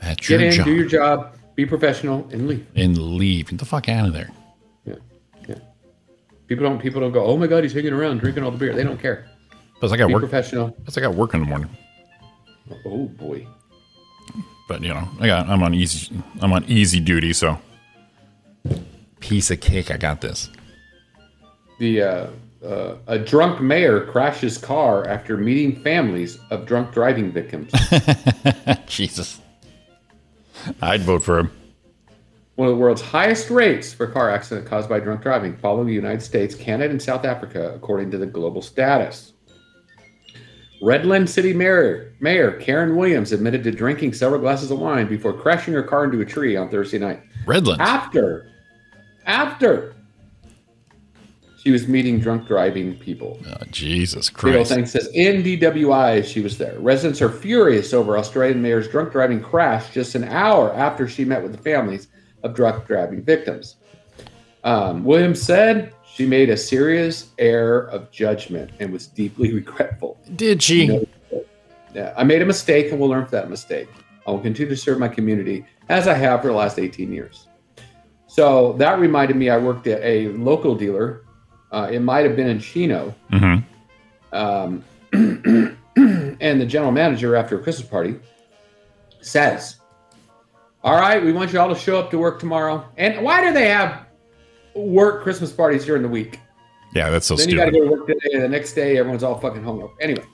Speaker 6: that's
Speaker 5: Get
Speaker 6: your
Speaker 5: in,
Speaker 6: job.
Speaker 5: do your job, be professional, and leave.
Speaker 6: and leave. Get the fuck out of there.
Speaker 5: Yeah, yeah. People don't people don't go. Oh my God, he's hanging around drinking all the beer. They don't care.
Speaker 6: Plus, I got
Speaker 5: Be
Speaker 6: work.
Speaker 5: professional.
Speaker 6: Plus, I got work in the morning.
Speaker 5: Oh boy.
Speaker 6: But you know, I got I'm on easy I'm on easy duty, so piece of cake. I got this.
Speaker 5: The uh, uh, a drunk mayor crashes car after meeting families of drunk driving victims.
Speaker 6: Jesus, I'd vote for him.
Speaker 5: One of the world's highest rates for car accident caused by drunk driving, following the United States, Canada, and South Africa, according to the global status. Redland City Mayor, Mayor Karen Williams admitted to drinking several glasses of wine before crashing her car into a tree on Thursday night.
Speaker 6: Redlands.
Speaker 5: Ah. After, after she was meeting drunk driving people.
Speaker 6: Oh, Jesus
Speaker 5: Big old
Speaker 6: Christ.
Speaker 5: thing says in DWI she was there. Residents are furious over Australian mayor's drunk driving crash just an hour after she met with the families of drunk driving victims. Um, Williams said she made a serious error of judgment and was deeply regretful.
Speaker 6: Did she?
Speaker 5: No. Yeah, I made a mistake and will learn from that mistake. I will continue to serve my community as I have for the last 18 years. So that reminded me, I worked at a local dealer. Uh, it might have been in Chino.
Speaker 6: Mhm.
Speaker 5: Um, and the general manager after a Christmas party says, All right, we want you all to show up to work tomorrow. And why do they have work Christmas parties during the week?
Speaker 6: Yeah, that's so
Speaker 5: then you got to
Speaker 6: stupid.
Speaker 5: go to work today, and the next day everyone's all fucking hungover. Anyway,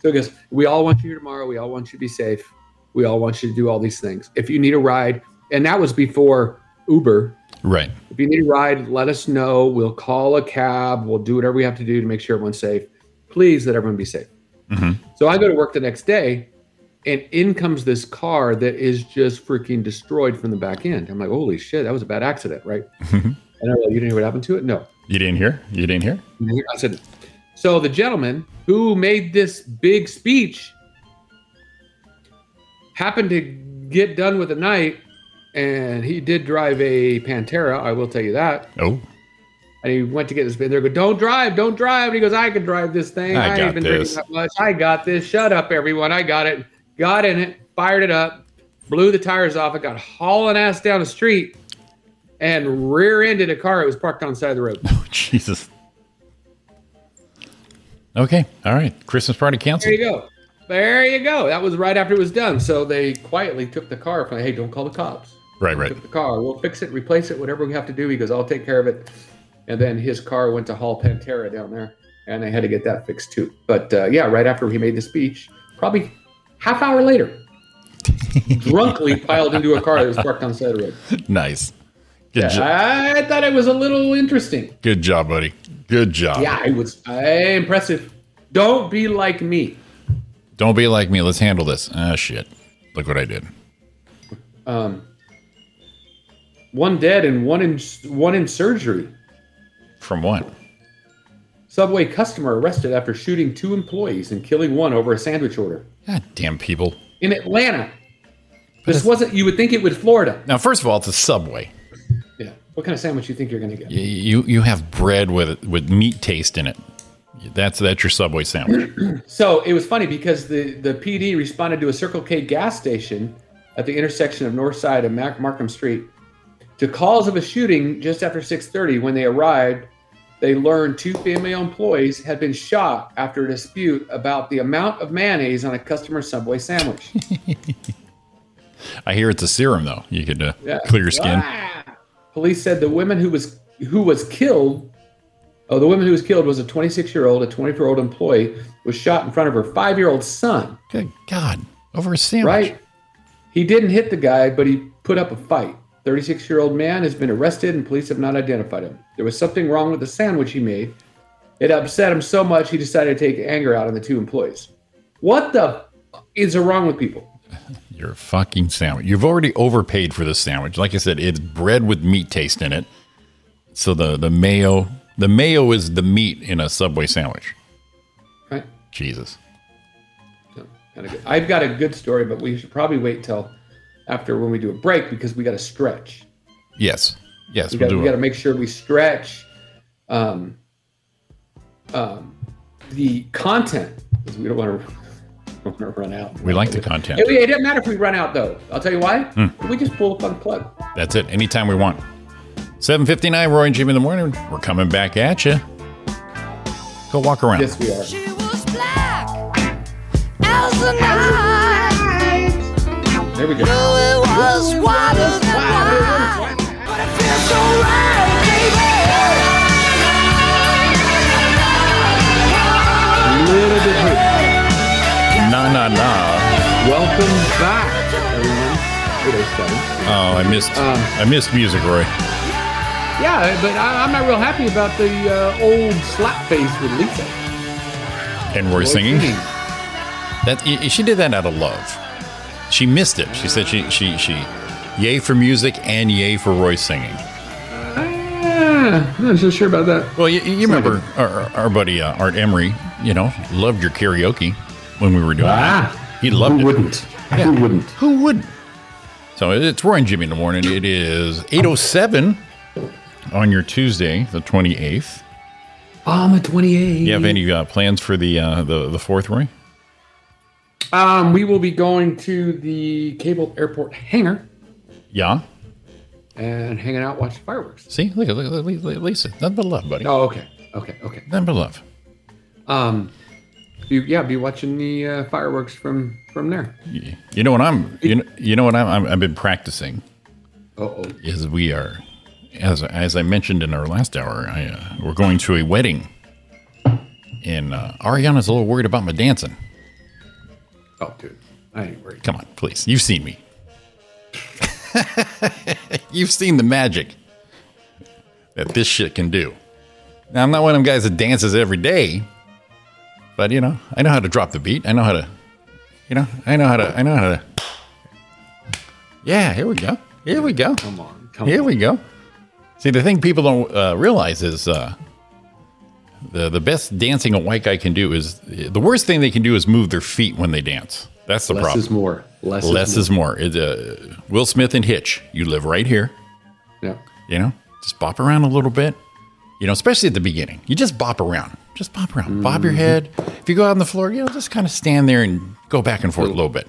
Speaker 5: so he goes, "We all want you here tomorrow. We all want you to be safe. We all want you to do all these things. If you need a ride, and that was before Uber.
Speaker 6: Right.
Speaker 5: If you need a ride, let us know. We'll call a cab. We'll do whatever we have to do to make sure everyone's safe. Please let everyone be safe."
Speaker 6: Mhm.
Speaker 5: So I go to work the next day, and in comes this car that is just freaking destroyed from the back end. I'm like, "Holy shit, that was a bad accident, right?" and I'm like, "You didn't hear what happened to it? No."
Speaker 6: You didn't hear? You didn't hear?
Speaker 5: I said, so the gentleman who made this big speech happened to get done with the night, and he did drive a Pantera. I will tell you that.
Speaker 6: Oh,
Speaker 5: And he went to get his bin. They go, "Don't drive, don't drive." And he goes, "I can drive this thing.
Speaker 6: I
Speaker 5: I,
Speaker 6: got
Speaker 5: ain't been drinking
Speaker 6: this."
Speaker 5: that much. I got this. Shut up, everyone. I got it. Got in it. Fired it up. Blew the tires off. It got hauling ass down the street, and rear-ended a car. It was parked on the side of the road.
Speaker 6: Jesus. Okay. All right. Christmas party
Speaker 5: There
Speaker 6: canceled.
Speaker 5: you go. There you go. That was right after it was done. So they quietly took the car from, hey, don't call the cops.
Speaker 6: Right, right.
Speaker 5: Took the car. We'll fix it, replace it, whatever we have to do. He goes, I'll take care of it. And then his car went to Hall Pantera down there, and they had to get that fixed too. But uh, yeah, right after he made the speech, probably half hour later, drunkenly piled into a car that was parked on the side of the road.
Speaker 6: Nice. Good, jo-
Speaker 5: I thought it was a little interesting.
Speaker 6: good job, buddy. Good job.
Speaker 5: Yeah, it was uh, impressive. Don't be like me.
Speaker 6: Don't be like me. Let's handle this. Ah, shit. Look what I did.
Speaker 5: um, one dead and one in one in surgery.
Speaker 6: From what?
Speaker 5: Subway customer arrested after shooting two employees and killing one over a sandwich order
Speaker 6: God damn people.
Speaker 5: in Atlanta. This wasn't. You would think it was Florida.
Speaker 6: Now, first of all, it's a subway.
Speaker 5: Yeah. What kind of sandwich you think you're going to get?
Speaker 6: Y- You you have bread with with meat taste in it. That's that's your subway sandwich.
Speaker 5: So it was funny because the the PD responded to a Circle K gas station at the intersection of North Side and Mac- Markham Street to calls of a shooting just after 6:30. When they arrived, they learned two female employees had been shot after a dispute about the amount of mayonnaise on a customer Subway sandwich.
Speaker 6: I hear it's a serum though. You could uh,
Speaker 5: Yeah.
Speaker 6: clear your skin.
Speaker 5: Ah! Police said the woman who was who was killed. Oh, the woman who was killed was a 26-year-old. A 24-year-old employee was shot in front of her five-year-old son.
Speaker 6: Good God, over a sandwich.
Speaker 5: right? He didn't hit the guy, but he put up a fight. 36 year old man has been arrested and police have not identified him. There was something wrong with the sandwich he made. It upset him so much he decided to take anger out on the two employees. What the f- is wrong with people?
Speaker 6: Your fucking sandwich. You've already overpaid for this sandwich. Like I said, it's bread with meat taste in it. So the the mayo, the mayo is the meat in a subway sandwich.
Speaker 5: Right?
Speaker 6: Jesus.
Speaker 5: So, kinda good. I've got a good story, but we should probably wait till after when we do a break because we got to stretch.
Speaker 6: Yes. Yes,
Speaker 5: We
Speaker 6: we'll
Speaker 5: got we
Speaker 6: do
Speaker 5: got to
Speaker 6: it.
Speaker 5: make sure we stretch um, um, the content because we don't want to run out.
Speaker 6: We like the content.
Speaker 5: It, it doesn't matter if we run out though. I'll tell you why. We just pull up on plug.
Speaker 6: That's it. Anytime we want. 759 Roy and Jimmy in the morning. We're coming back at you. Go walk around.
Speaker 5: Yes, we are.
Speaker 2: She was black as the night.
Speaker 5: There we
Speaker 2: Knew
Speaker 5: go.
Speaker 2: it was whiter than wine, but it feels so right, baby.
Speaker 5: Little bit hurt.
Speaker 6: Na na na.
Speaker 5: Welcome back, everyone. It is seven.
Speaker 6: Oh, I missed.
Speaker 5: Um,
Speaker 6: I missed music, Roy.
Speaker 5: Yeah, but I, I'm not real happy about the uh, old slap face with Lisa.
Speaker 6: And Roy singing. That y- y- she did that out of love. She missed it. She said she she she, yay for music and yay for Roy singing.
Speaker 5: Ah, I'm not so sure about that.
Speaker 6: Well, you, you remember our, our buddy uh, Art Emery? You know, loved your karaoke when we were doing
Speaker 7: Ah,
Speaker 6: that. He loved
Speaker 7: who
Speaker 6: it.
Speaker 7: wouldn't? Who wouldn't?
Speaker 6: Who would? So it's Roy and Jimmy in the morning. It is 8.07 on your Tuesday, the 28th.
Speaker 5: I'm a 28.
Speaker 6: You have any uh, plans for the, uh, the the fourth, Roy?
Speaker 5: Um, we will be going to the Cable Airport hangar
Speaker 6: Yeah.
Speaker 5: and hanging out, watching fireworks.
Speaker 6: See, look at look, at- look, look, at Lisa. Nothing but love, buddy.
Speaker 5: Oh, okay, okay, okay.
Speaker 6: Nothing but love.
Speaker 5: Um, be, yeah, be watching the uh, fireworks from from there.
Speaker 6: Y- You know what I'm? You know, you know what I'm, I'm? I've been practicing.
Speaker 5: Uh oh.
Speaker 6: Is we are, as as I mentioned in our last hour, I uh, we're going to a wedding. And uh, Ariana's a little worried about my dancing.
Speaker 5: Oh, dude, I ain't worried.
Speaker 6: Come on, please. You've seen me. You've seen the magic that this shit can do. Now, I'm not one of them guys that dances every day, but you know, I know how to drop the beat. I know how to, you know, I know how to, I know how to. Yeah, here we go. Here we go.
Speaker 5: Come on, come
Speaker 6: Here
Speaker 5: on.
Speaker 6: we go. See, the thing people don't uh, realize is uh, the the best dancing a white guy can do is the worst thing they can do is move their feet when they dance. That's the
Speaker 5: Less
Speaker 6: problem.
Speaker 5: is more. Less,
Speaker 6: Less
Speaker 5: is
Speaker 6: is more. It, uh, Will Smith and Hitch. You live right here.
Speaker 5: more. Yeah.
Speaker 6: You know, just bop around a little bit. You know, especially at the beginning, you just bop around. Just bop around. Bob your head. If you go out on the floor, you know, just kind of stand there and go back and forth a little bit.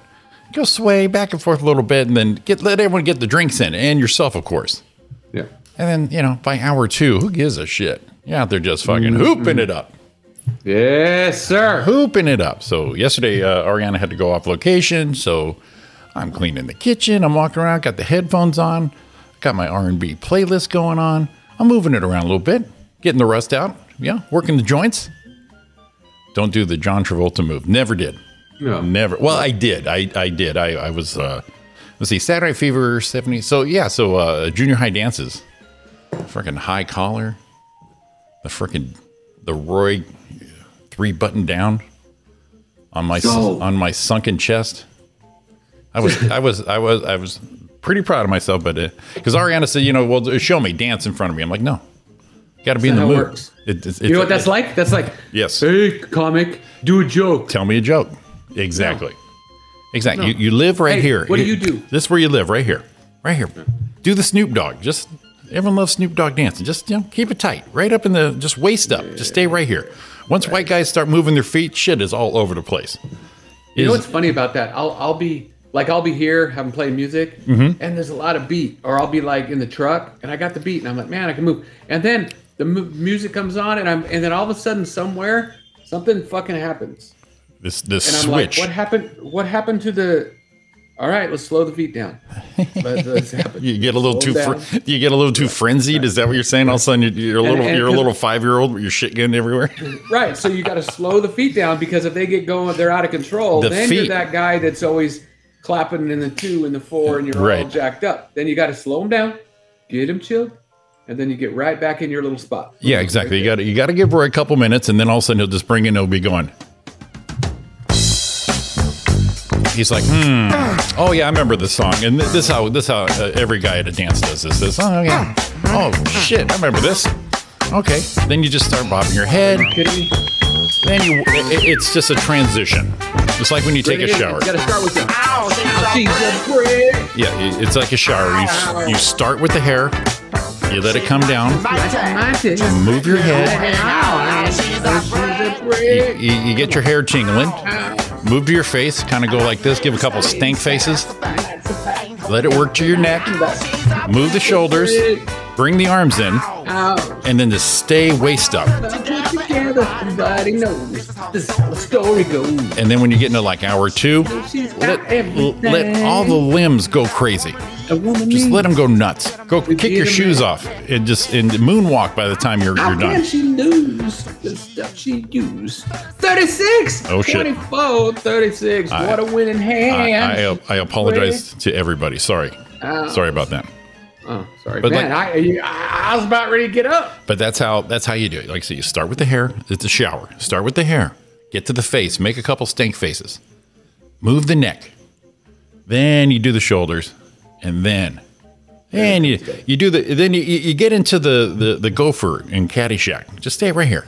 Speaker 6: Go sway back and forth a little bit, and then get let everyone get the drinks in, and yourself, of course.
Speaker 5: Yeah.
Speaker 6: And then you know, by hour two, who gives a shit? You're out there just fucking hooping it up
Speaker 5: Yes, sir.
Speaker 6: hooping it up. So yesterday, uh, Ariana had to go off location, so I'm cleaning the kitchen. I'm walking around, got the headphones on, got my R&B playlist going on. I'm moving it around a little bit, getting the rust out. Yeah, working the joints. Don't do the John Travolta move. Never did.
Speaker 5: Yeah.
Speaker 6: Never. Well, I did. I, I did. I, I was, uh, let's see, Saturday Fever 70. So, yeah, so uh, junior high dances. Freaking high collar. The freaking, the Roy three button down on my
Speaker 5: Go.
Speaker 6: on my sunken chest. I was, I was, I was, I was pretty proud of myself, but because Ariana said, you know, well, show me, dance in front of me. I'm like, no, got to be in
Speaker 5: That's not how it
Speaker 6: the mood.
Speaker 5: works.
Speaker 6: It- it's-
Speaker 5: You know
Speaker 6: it's-
Speaker 5: what that's like? That's like,
Speaker 6: Yes.
Speaker 5: hey, comic, do a joke.
Speaker 6: Tell me a joke. Exactly. Exactly. You, you live right
Speaker 5: Hey,
Speaker 6: here.
Speaker 5: what do you do?
Speaker 6: This is where you live, right here. Right here. Do the Snoop Dogg. Just everyone loves Snoop Dogg dancing. Just you know, keep it tight. Right up in the just waist up. Just stay right here. Once white guys start moving their feet, shit is all over the place.
Speaker 5: You know
Speaker 6: Is-
Speaker 5: what's funny about that? I'll I'll be like I'll be here having playing music,
Speaker 6: Mm-hmm.
Speaker 5: and there's a lot of beat, or I'll be like in the truck and I got the beat, and I'm like, man, I can move. And then the mu- music comes on, and I'm and then all of a sudden somewhere something fucking happens,
Speaker 6: this this
Speaker 5: and I'm
Speaker 6: switch.
Speaker 5: like, what happened? What happened to the? All right, let's slow the beat down. Let, us happen.
Speaker 6: you get a little
Speaker 5: Slow
Speaker 6: too
Speaker 5: down.
Speaker 6: fr- you get a little too frenzied. Is that what you're saying? All of a sudden, you're, you're a
Speaker 5: And-
Speaker 6: little
Speaker 5: and-
Speaker 6: you're a little five year old with your shit getting everywhere.
Speaker 5: right. So you got to slow the feet down because if they get going, they're out of control.
Speaker 6: The
Speaker 5: then you're
Speaker 6: feet.
Speaker 5: that guy that's always clapping in the two and the four, and you're all
Speaker 6: Right.
Speaker 5: jacked up. Then you got to slow them down, get them chilled, and then you get right back in your little spot.
Speaker 6: yeah, exactly. You got to you got to give her a couple minutes, and then all of a sudden he'll just bring in. He'll be going. He's like, hmm. Oh yeah, I remember this song. And th- this how this how uh, every guy at a dance does this. This. Oh yeah. Oh shit, I remember this. Okay. Then you just start bobbing your head.
Speaker 5: Kidding me?
Speaker 6: Then you. It, it- it's just a transition. It's like when you take a shower.
Speaker 5: Got to start with them. Ow, Jesus Christ.
Speaker 6: Yeah, i- it's like a shower. You, s- you start with the hair, you let it come down, move your head, you, you you get your hair tingling, move to your face, kind of go like this, give a couple stank faces, let it work to your neck, move the shoulders, bring the arms in, and then just stay waist up.
Speaker 5: Together, everybody knows this is how the story goes.
Speaker 6: And then when you get into like hour two, let, l- let all the limbs go crazy. Just let them go nuts. Go kick your shoes off and just and moonwalk by the time you're,
Speaker 5: How
Speaker 6: you're
Speaker 5: can
Speaker 6: done.
Speaker 5: she lose the stuff she used? 36!
Speaker 6: Oh, shit.
Speaker 5: 24, 36.
Speaker 6: I-
Speaker 5: what a winning
Speaker 6: I,
Speaker 5: hand.
Speaker 6: I, I apologize to everybody. Sorry. Sorry about that.
Speaker 5: oh, sorry.
Speaker 6: But
Speaker 5: Man, I, I, I was about ready to get up.
Speaker 6: But that's how that's how you do it. Like I said, you start with the hair. It's a shower. Start with the hair. Get to the face. Make a couple stink faces. Move the neck. Then you do the shoulders, and then, and you you do the then you, you you get into the the the gopher in Caddyshack. Just stay right here.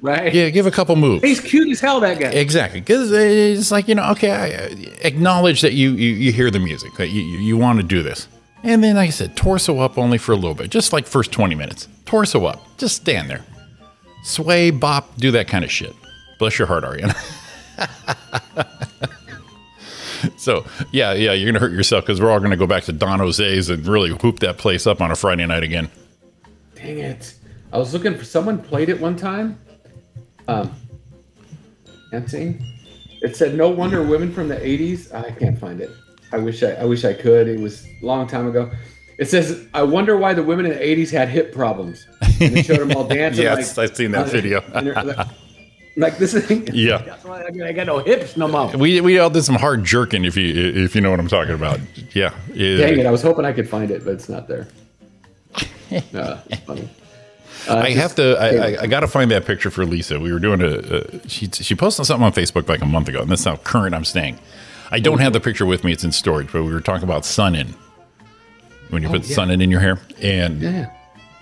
Speaker 5: right?
Speaker 6: Yeah, give a couple moves.
Speaker 5: He's cute as hell, that guy.
Speaker 6: Exactly, because it's like you know, okay, I uh, acknowledge that you you, you hear the music, that you you, you want to do this, and then like I said, torso up only for a little bit, just like first twenty minutes, torso up, just stand there, sway, bop, do that kind of shit. Bless your heart, Ariana. so yeah, yeah, you're gonna hurt yourself because we're all gonna go back to Don Jose's and really whoop that place up on a Friday night again.
Speaker 5: Dang it. I was looking for someone played it one time. Um, dancing. It said No Wonder Women from the 80s. I can't find it. I wish I, I wish I could. It was a long time ago. It says, I wonder why the women in the 80s had hip problems. And they showed them all dancing. uh,
Speaker 6: Yes, I've seen that video.
Speaker 5: and they're like, like this thing.
Speaker 6: Yeah.
Speaker 5: That's why I got- I got no hips no more.
Speaker 6: We we all did some hard jerking if you if you know what I'm talking about. Yeah.
Speaker 5: Dang it. I was hoping I could find it, but it's not there. Uh, funny. Uh,
Speaker 6: I
Speaker 5: just-
Speaker 6: have to. I, I, I got to find that picture for Lisa. We were doing a. a she she posted something on Facebook like a month ago, and that's how current I'm staying. I don't have the picture with me; it's in storage. But we were talking about sun in when you put sun in in your hair, and
Speaker 5: Oh, Yeah.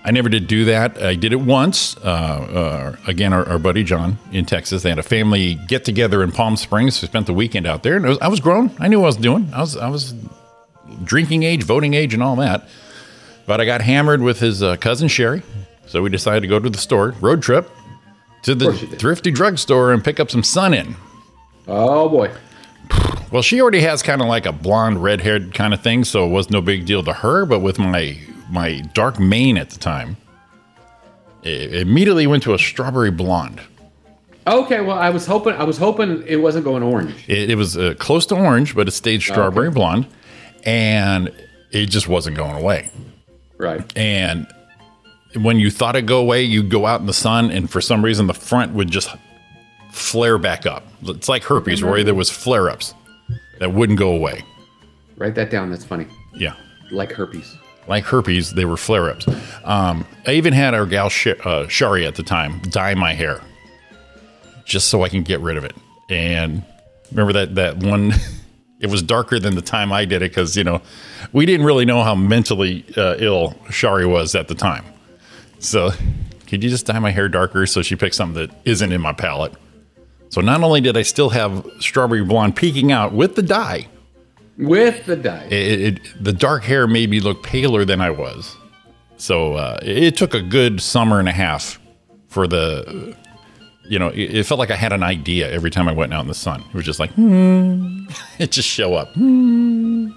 Speaker 6: I never did do that. I did it once. Uh, uh, again, our, our buddy John in Texas, they had a family get together in Palm Springs. We spent the weekend out there, and it was, I was grown. I knew what I was doing. I was I was drinking age, voting age, and all that. But I got hammered with his uh, cousin Sherry, so we decided to go to the store road trip to the
Speaker 5: course you did.
Speaker 6: thrifty drugstore and pick up some sun in.
Speaker 5: Oh, boy.
Speaker 6: Well, she already has kind of like a blonde, red haired kind of thing, so it was no big deal to her. But with my my dark mane at the time, it immediately went to a strawberry blonde.
Speaker 5: Okay, well, I was hoping I was hoping it wasn't going orange.
Speaker 6: It, it was uh, close to orange, but it stayed strawberry blonde, and it just wasn't going away.
Speaker 5: Right.
Speaker 6: And when you thought it'd go away, you'd go out in the sun, and for some reason, the front would just flare back up. It's like herpes, Roy. There was flare ups that wouldn't go away.
Speaker 5: Write that down. That's funny.
Speaker 6: Yeah.
Speaker 5: Like herpes.
Speaker 6: like herpes, they were flare ups. Um, I even had our gal Sh- uh, Shari at the time dye my hair just so I can get rid of it. And remember that that one, it was darker than the time I did it because you know we didn't really know how mentally uh, ill Shari was at the time. So could you just dye my hair darker so she picks something that isn't in my palette? So not only did I still have strawberry blonde peeking out with the dye,
Speaker 5: With the dye.
Speaker 6: it, it, the dark hair made me look paler than I was. So uh, it, it took a good summer and a half for the, you know, it, it felt like I had an idea every time I went out in the sun. It was just like, hmm. it just show up. Hmm.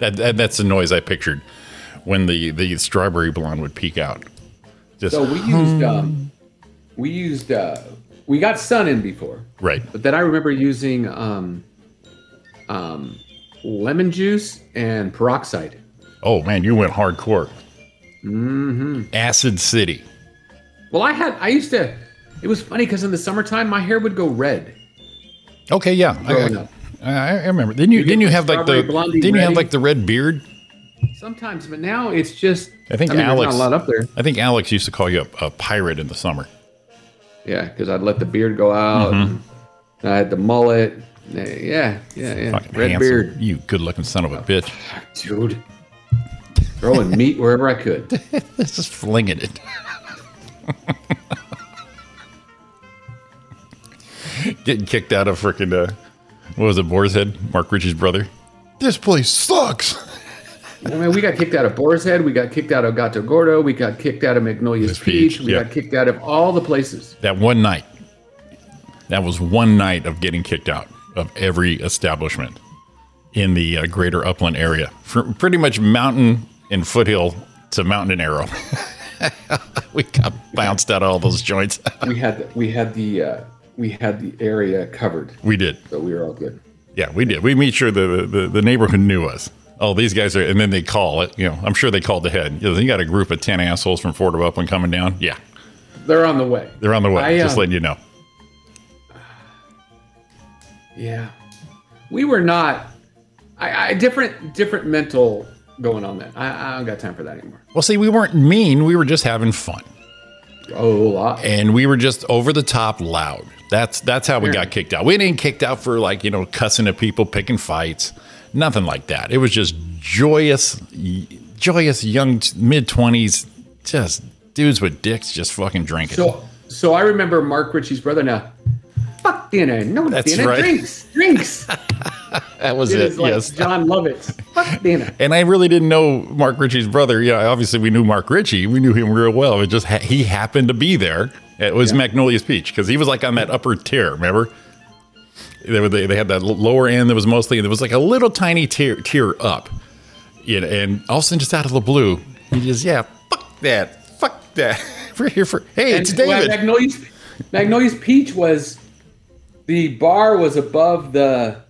Speaker 6: That, that that's the noise I pictured when the the strawberry blonde would peek out. Just
Speaker 5: so we
Speaker 6: Hmm.
Speaker 5: used um, we used uh, we got sun in before,
Speaker 6: right.
Speaker 5: but then I remember using um, um, lemon juice and peroxide.
Speaker 6: Oh man, you went hardcore. Mm-hmm. Acid City.
Speaker 5: Well, I had I used to. It was funny because in the summertime my hair would go red.
Speaker 6: Okay, yeah, I,
Speaker 5: Growing up.
Speaker 6: I, I I remember. Didn't you,
Speaker 5: You get
Speaker 6: didn't you
Speaker 5: the
Speaker 6: have like the
Speaker 5: strawberry blondie
Speaker 6: didn't you have
Speaker 5: ready?
Speaker 6: like the red beard?
Speaker 5: Sometimes, but now it's just.
Speaker 6: I think
Speaker 5: mean, there's
Speaker 6: Alex-
Speaker 5: Not a lot up there.
Speaker 6: I think Alex used to call you a, a pirate in the summer.
Speaker 5: Yeah, because I'd let the beard go out.
Speaker 6: Mm-hmm.
Speaker 5: And I had the mullet. Yeah, yeah, yeah.
Speaker 6: Fucking
Speaker 5: Red
Speaker 6: handsome.
Speaker 5: beard.
Speaker 6: You good looking son of a bitch.
Speaker 5: dude. Throwing meat wherever I could.
Speaker 6: This is flinging it. Getting kicked out of freaking uh, what was it? Boar's Head. Mark Ritchie's brother. This place sucks.
Speaker 5: I mean, we got kicked out of Boar's Head. We got kicked out of Gato Gordo. We got kicked out of Magnolia's
Speaker 6: Miss Peach,
Speaker 5: Peach. We
Speaker 6: yeah.
Speaker 5: got kicked out of all the places.
Speaker 6: That one night. That was one night of getting kicked out of every establishment in the uh, greater Upland area. Fr- pretty much mountain and foothill to mountain and arrow. we got bounced out of all those joints.
Speaker 5: We had the, we had the uh, we had the area covered,
Speaker 6: we did.
Speaker 5: so we were all good.
Speaker 6: Yeah, we did. We made sure the, the, the neighborhood knew us. Oh, these guys are, and then they call it. You know, I'm sure they called ahead. You, know, you got a group of 10 assholes from Fort of Upland coming down. Yeah,
Speaker 5: They're on the way.
Speaker 6: they're on the way.
Speaker 5: I,
Speaker 6: just
Speaker 5: um,
Speaker 6: letting you know.
Speaker 5: Yeah, we were not. I, I different different mental going on that. I, I don't got time for that anymore.
Speaker 6: Well, see, we weren't mean. We were just having fun.
Speaker 5: a whole lot.
Speaker 6: and we were just over the top loud. That's that's how we
Speaker 5: Sure.
Speaker 6: got kicked out. We didn't kicked out for like you know cussing at people, picking fights, nothing like that. It was just joyous, y- joyous young mid twenties, just dudes with dicks just fucking drinking.
Speaker 5: So, so I remember Mark Ritchie's brother now. Fuck dinner, no
Speaker 6: That's
Speaker 5: dinner,
Speaker 6: right.
Speaker 5: drinks, drinks.
Speaker 6: that was
Speaker 5: It
Speaker 6: it.
Speaker 5: is like
Speaker 6: yes.
Speaker 5: John Lovitz. Fuck dinner.
Speaker 6: And I really didn't know Mark Ritchie's brother. Yeah, obviously we knew Mark Ritchie. We knew him real well. It just ha- he happened to be there. It was Magnolia's Peach because he was like on that upper tier. Remember, they, were, they, they had that l- lower end that was mostly there was like a little tiny tier tier up. You know, and all of a sudden, just out of the blue, he just yeah, fuck that, fuck that. We're here for hey, it's
Speaker 5: well,
Speaker 6: David.
Speaker 5: uh, Magnolia's, Magnolia's Peach was the bar was above the,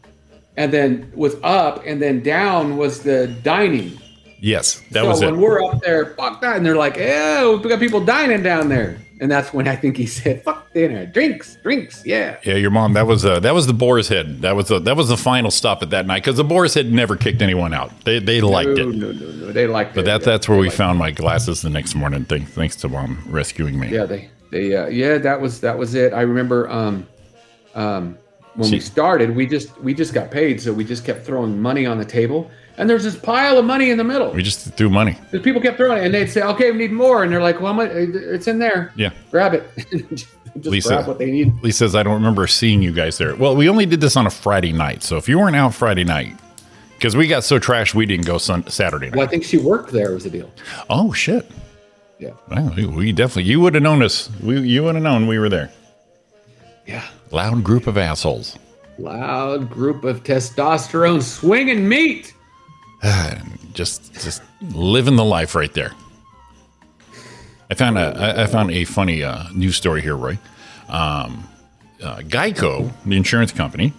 Speaker 5: and then was up, and then down was the dining.
Speaker 6: yes, that
Speaker 5: so
Speaker 6: was
Speaker 5: when
Speaker 6: it.
Speaker 5: we're up there, fuck that, and they're like, "Oh, we got people dining down there," and that's when I think he said, "Fuck dinner, drinks, drinks, yeah."
Speaker 6: Yeah, your mom. That was uh, that was the Boar's Head. That was the that was the final stop at that night because the Boar's Head never kicked anyone out. They they liked
Speaker 5: no,
Speaker 6: it.
Speaker 5: no, no, no, they liked
Speaker 6: But
Speaker 5: it.
Speaker 6: that,
Speaker 5: yeah.
Speaker 6: that's where we found my glasses the next morning, th- thanks to mom rescuing me.
Speaker 5: yeah they they uh, yeah that was that was it i remember um um when we
Speaker 6: See-
Speaker 5: started we just we just got paid so we just kept throwing money on the table and there's this pile of money in the middle
Speaker 6: We just threw money.
Speaker 5: The people kept throwing it and they'd say okay we need more and they're like well how much- it's in there
Speaker 6: Yeah.
Speaker 5: grab it just
Speaker 6: Lisa.
Speaker 5: grab what they need
Speaker 6: Lee says, I don't remember seeing you guys there. Well, we only did this on a Friday night. So if you weren't out Friday night, because we got so trashed, we didn't go sun- Saturday night.
Speaker 5: well i think she worked there was the deal
Speaker 6: Oh, shit.
Speaker 5: Yeah.
Speaker 6: Well, we, we definitely, you would have known us. We, you would have known we were there.
Speaker 5: yeah
Speaker 6: Loud group of assholes.
Speaker 5: loud group of testosterone swinging meat
Speaker 6: just just living the life right there. I found a I- I found a funny uh, news story here, Roy. Um, uh, Geico, the insurance company,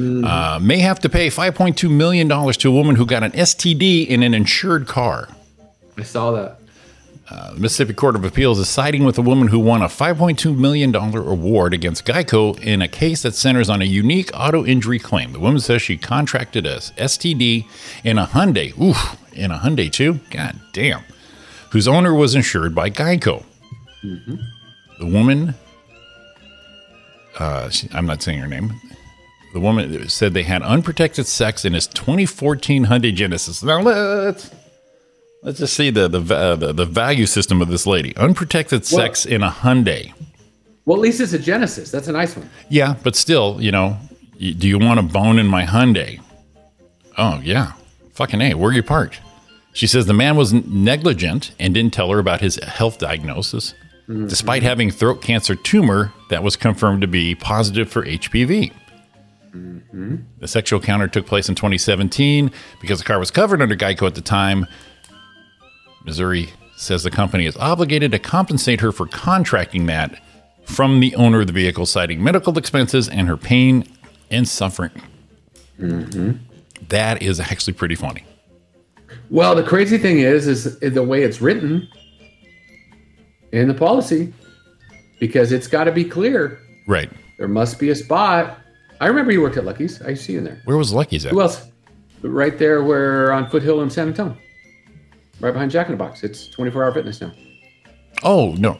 Speaker 6: uh, may have to pay 5.2 million dollars to a woman who got an STD in an insured car.
Speaker 5: i saw that
Speaker 6: The Mississippi Court of Appeals is siding with a woman who won a 5.2 million dollar award against Geico in a case that centers on a unique auto injury claim. The woman says she contracted a STD in a Hyundai. Oof, in a Hyundai too. God damn. Whose owner was insured by Geico. The woman. Uh, she- I'm not saying her name. The woman said they had unprotected sex in his 2014 Hyundai Genesis. Now let's Let's just see the the va- uh, the, the value system of this lady. Unprotected sex in a Hyundai.
Speaker 5: well at least it's a genesis that's a nice one
Speaker 6: Yeah, but still, you know, y- do you want a bone in my Hyundai? Oh yeah, fucking a. Where you parked? She says the man was n- negligent and didn't tell her about his health diagnosis, despite having throat cancer tumor that was confirmed to be positive for HPV. The sexual encounter took place in 2017 because the car was covered under Geico at the time. Missouri says the company is obligated to compensate her for contracting that from the owner of the vehicle, citing medical expenses and her pain and suffering.
Speaker 5: Mm-hmm.
Speaker 6: That is actually pretty funny.
Speaker 5: Well, the crazy thing is, is the way it's written in the policy, because it's got to be clear.
Speaker 6: Right.
Speaker 5: There must be a spot. I remember you worked at Lucky's. I see you in there.
Speaker 6: Where was Lucky's at?
Speaker 5: Who else? Right there, where on Foothill in San Antonio, right behind Jack in the Box. It's 24 Hour Fitness now.
Speaker 6: oh, no.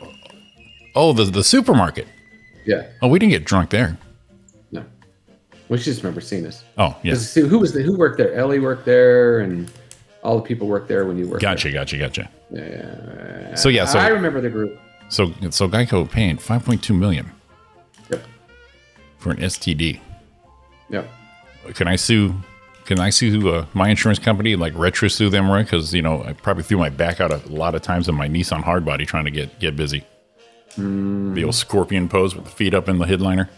Speaker 6: Oh, the, the supermarket.
Speaker 5: Yeah.
Speaker 6: Oh, we didn't get drunk there.
Speaker 5: No. We should just remember seeing this.
Speaker 6: Oh, yes.
Speaker 5: Because see, who was the, who worked there? Ellie worked there, and all the people worked there when you worked.
Speaker 6: Gotcha, gotcha, gotcha.
Speaker 5: there. Yeah.
Speaker 6: So, yeah, so-
Speaker 5: I remember the group.
Speaker 6: So, so Geico paying 5.2 million
Speaker 5: Yep.
Speaker 6: for an STD.
Speaker 5: Yep.
Speaker 6: can I sue? Can I sue uh, my insurance company like retro sue them, right? Because you know I probably threw my back out a lot of times on my Nissan hardbody trying to get get busy.
Speaker 5: Hmm.
Speaker 6: The old scorpion pose with the feet up in the headliner.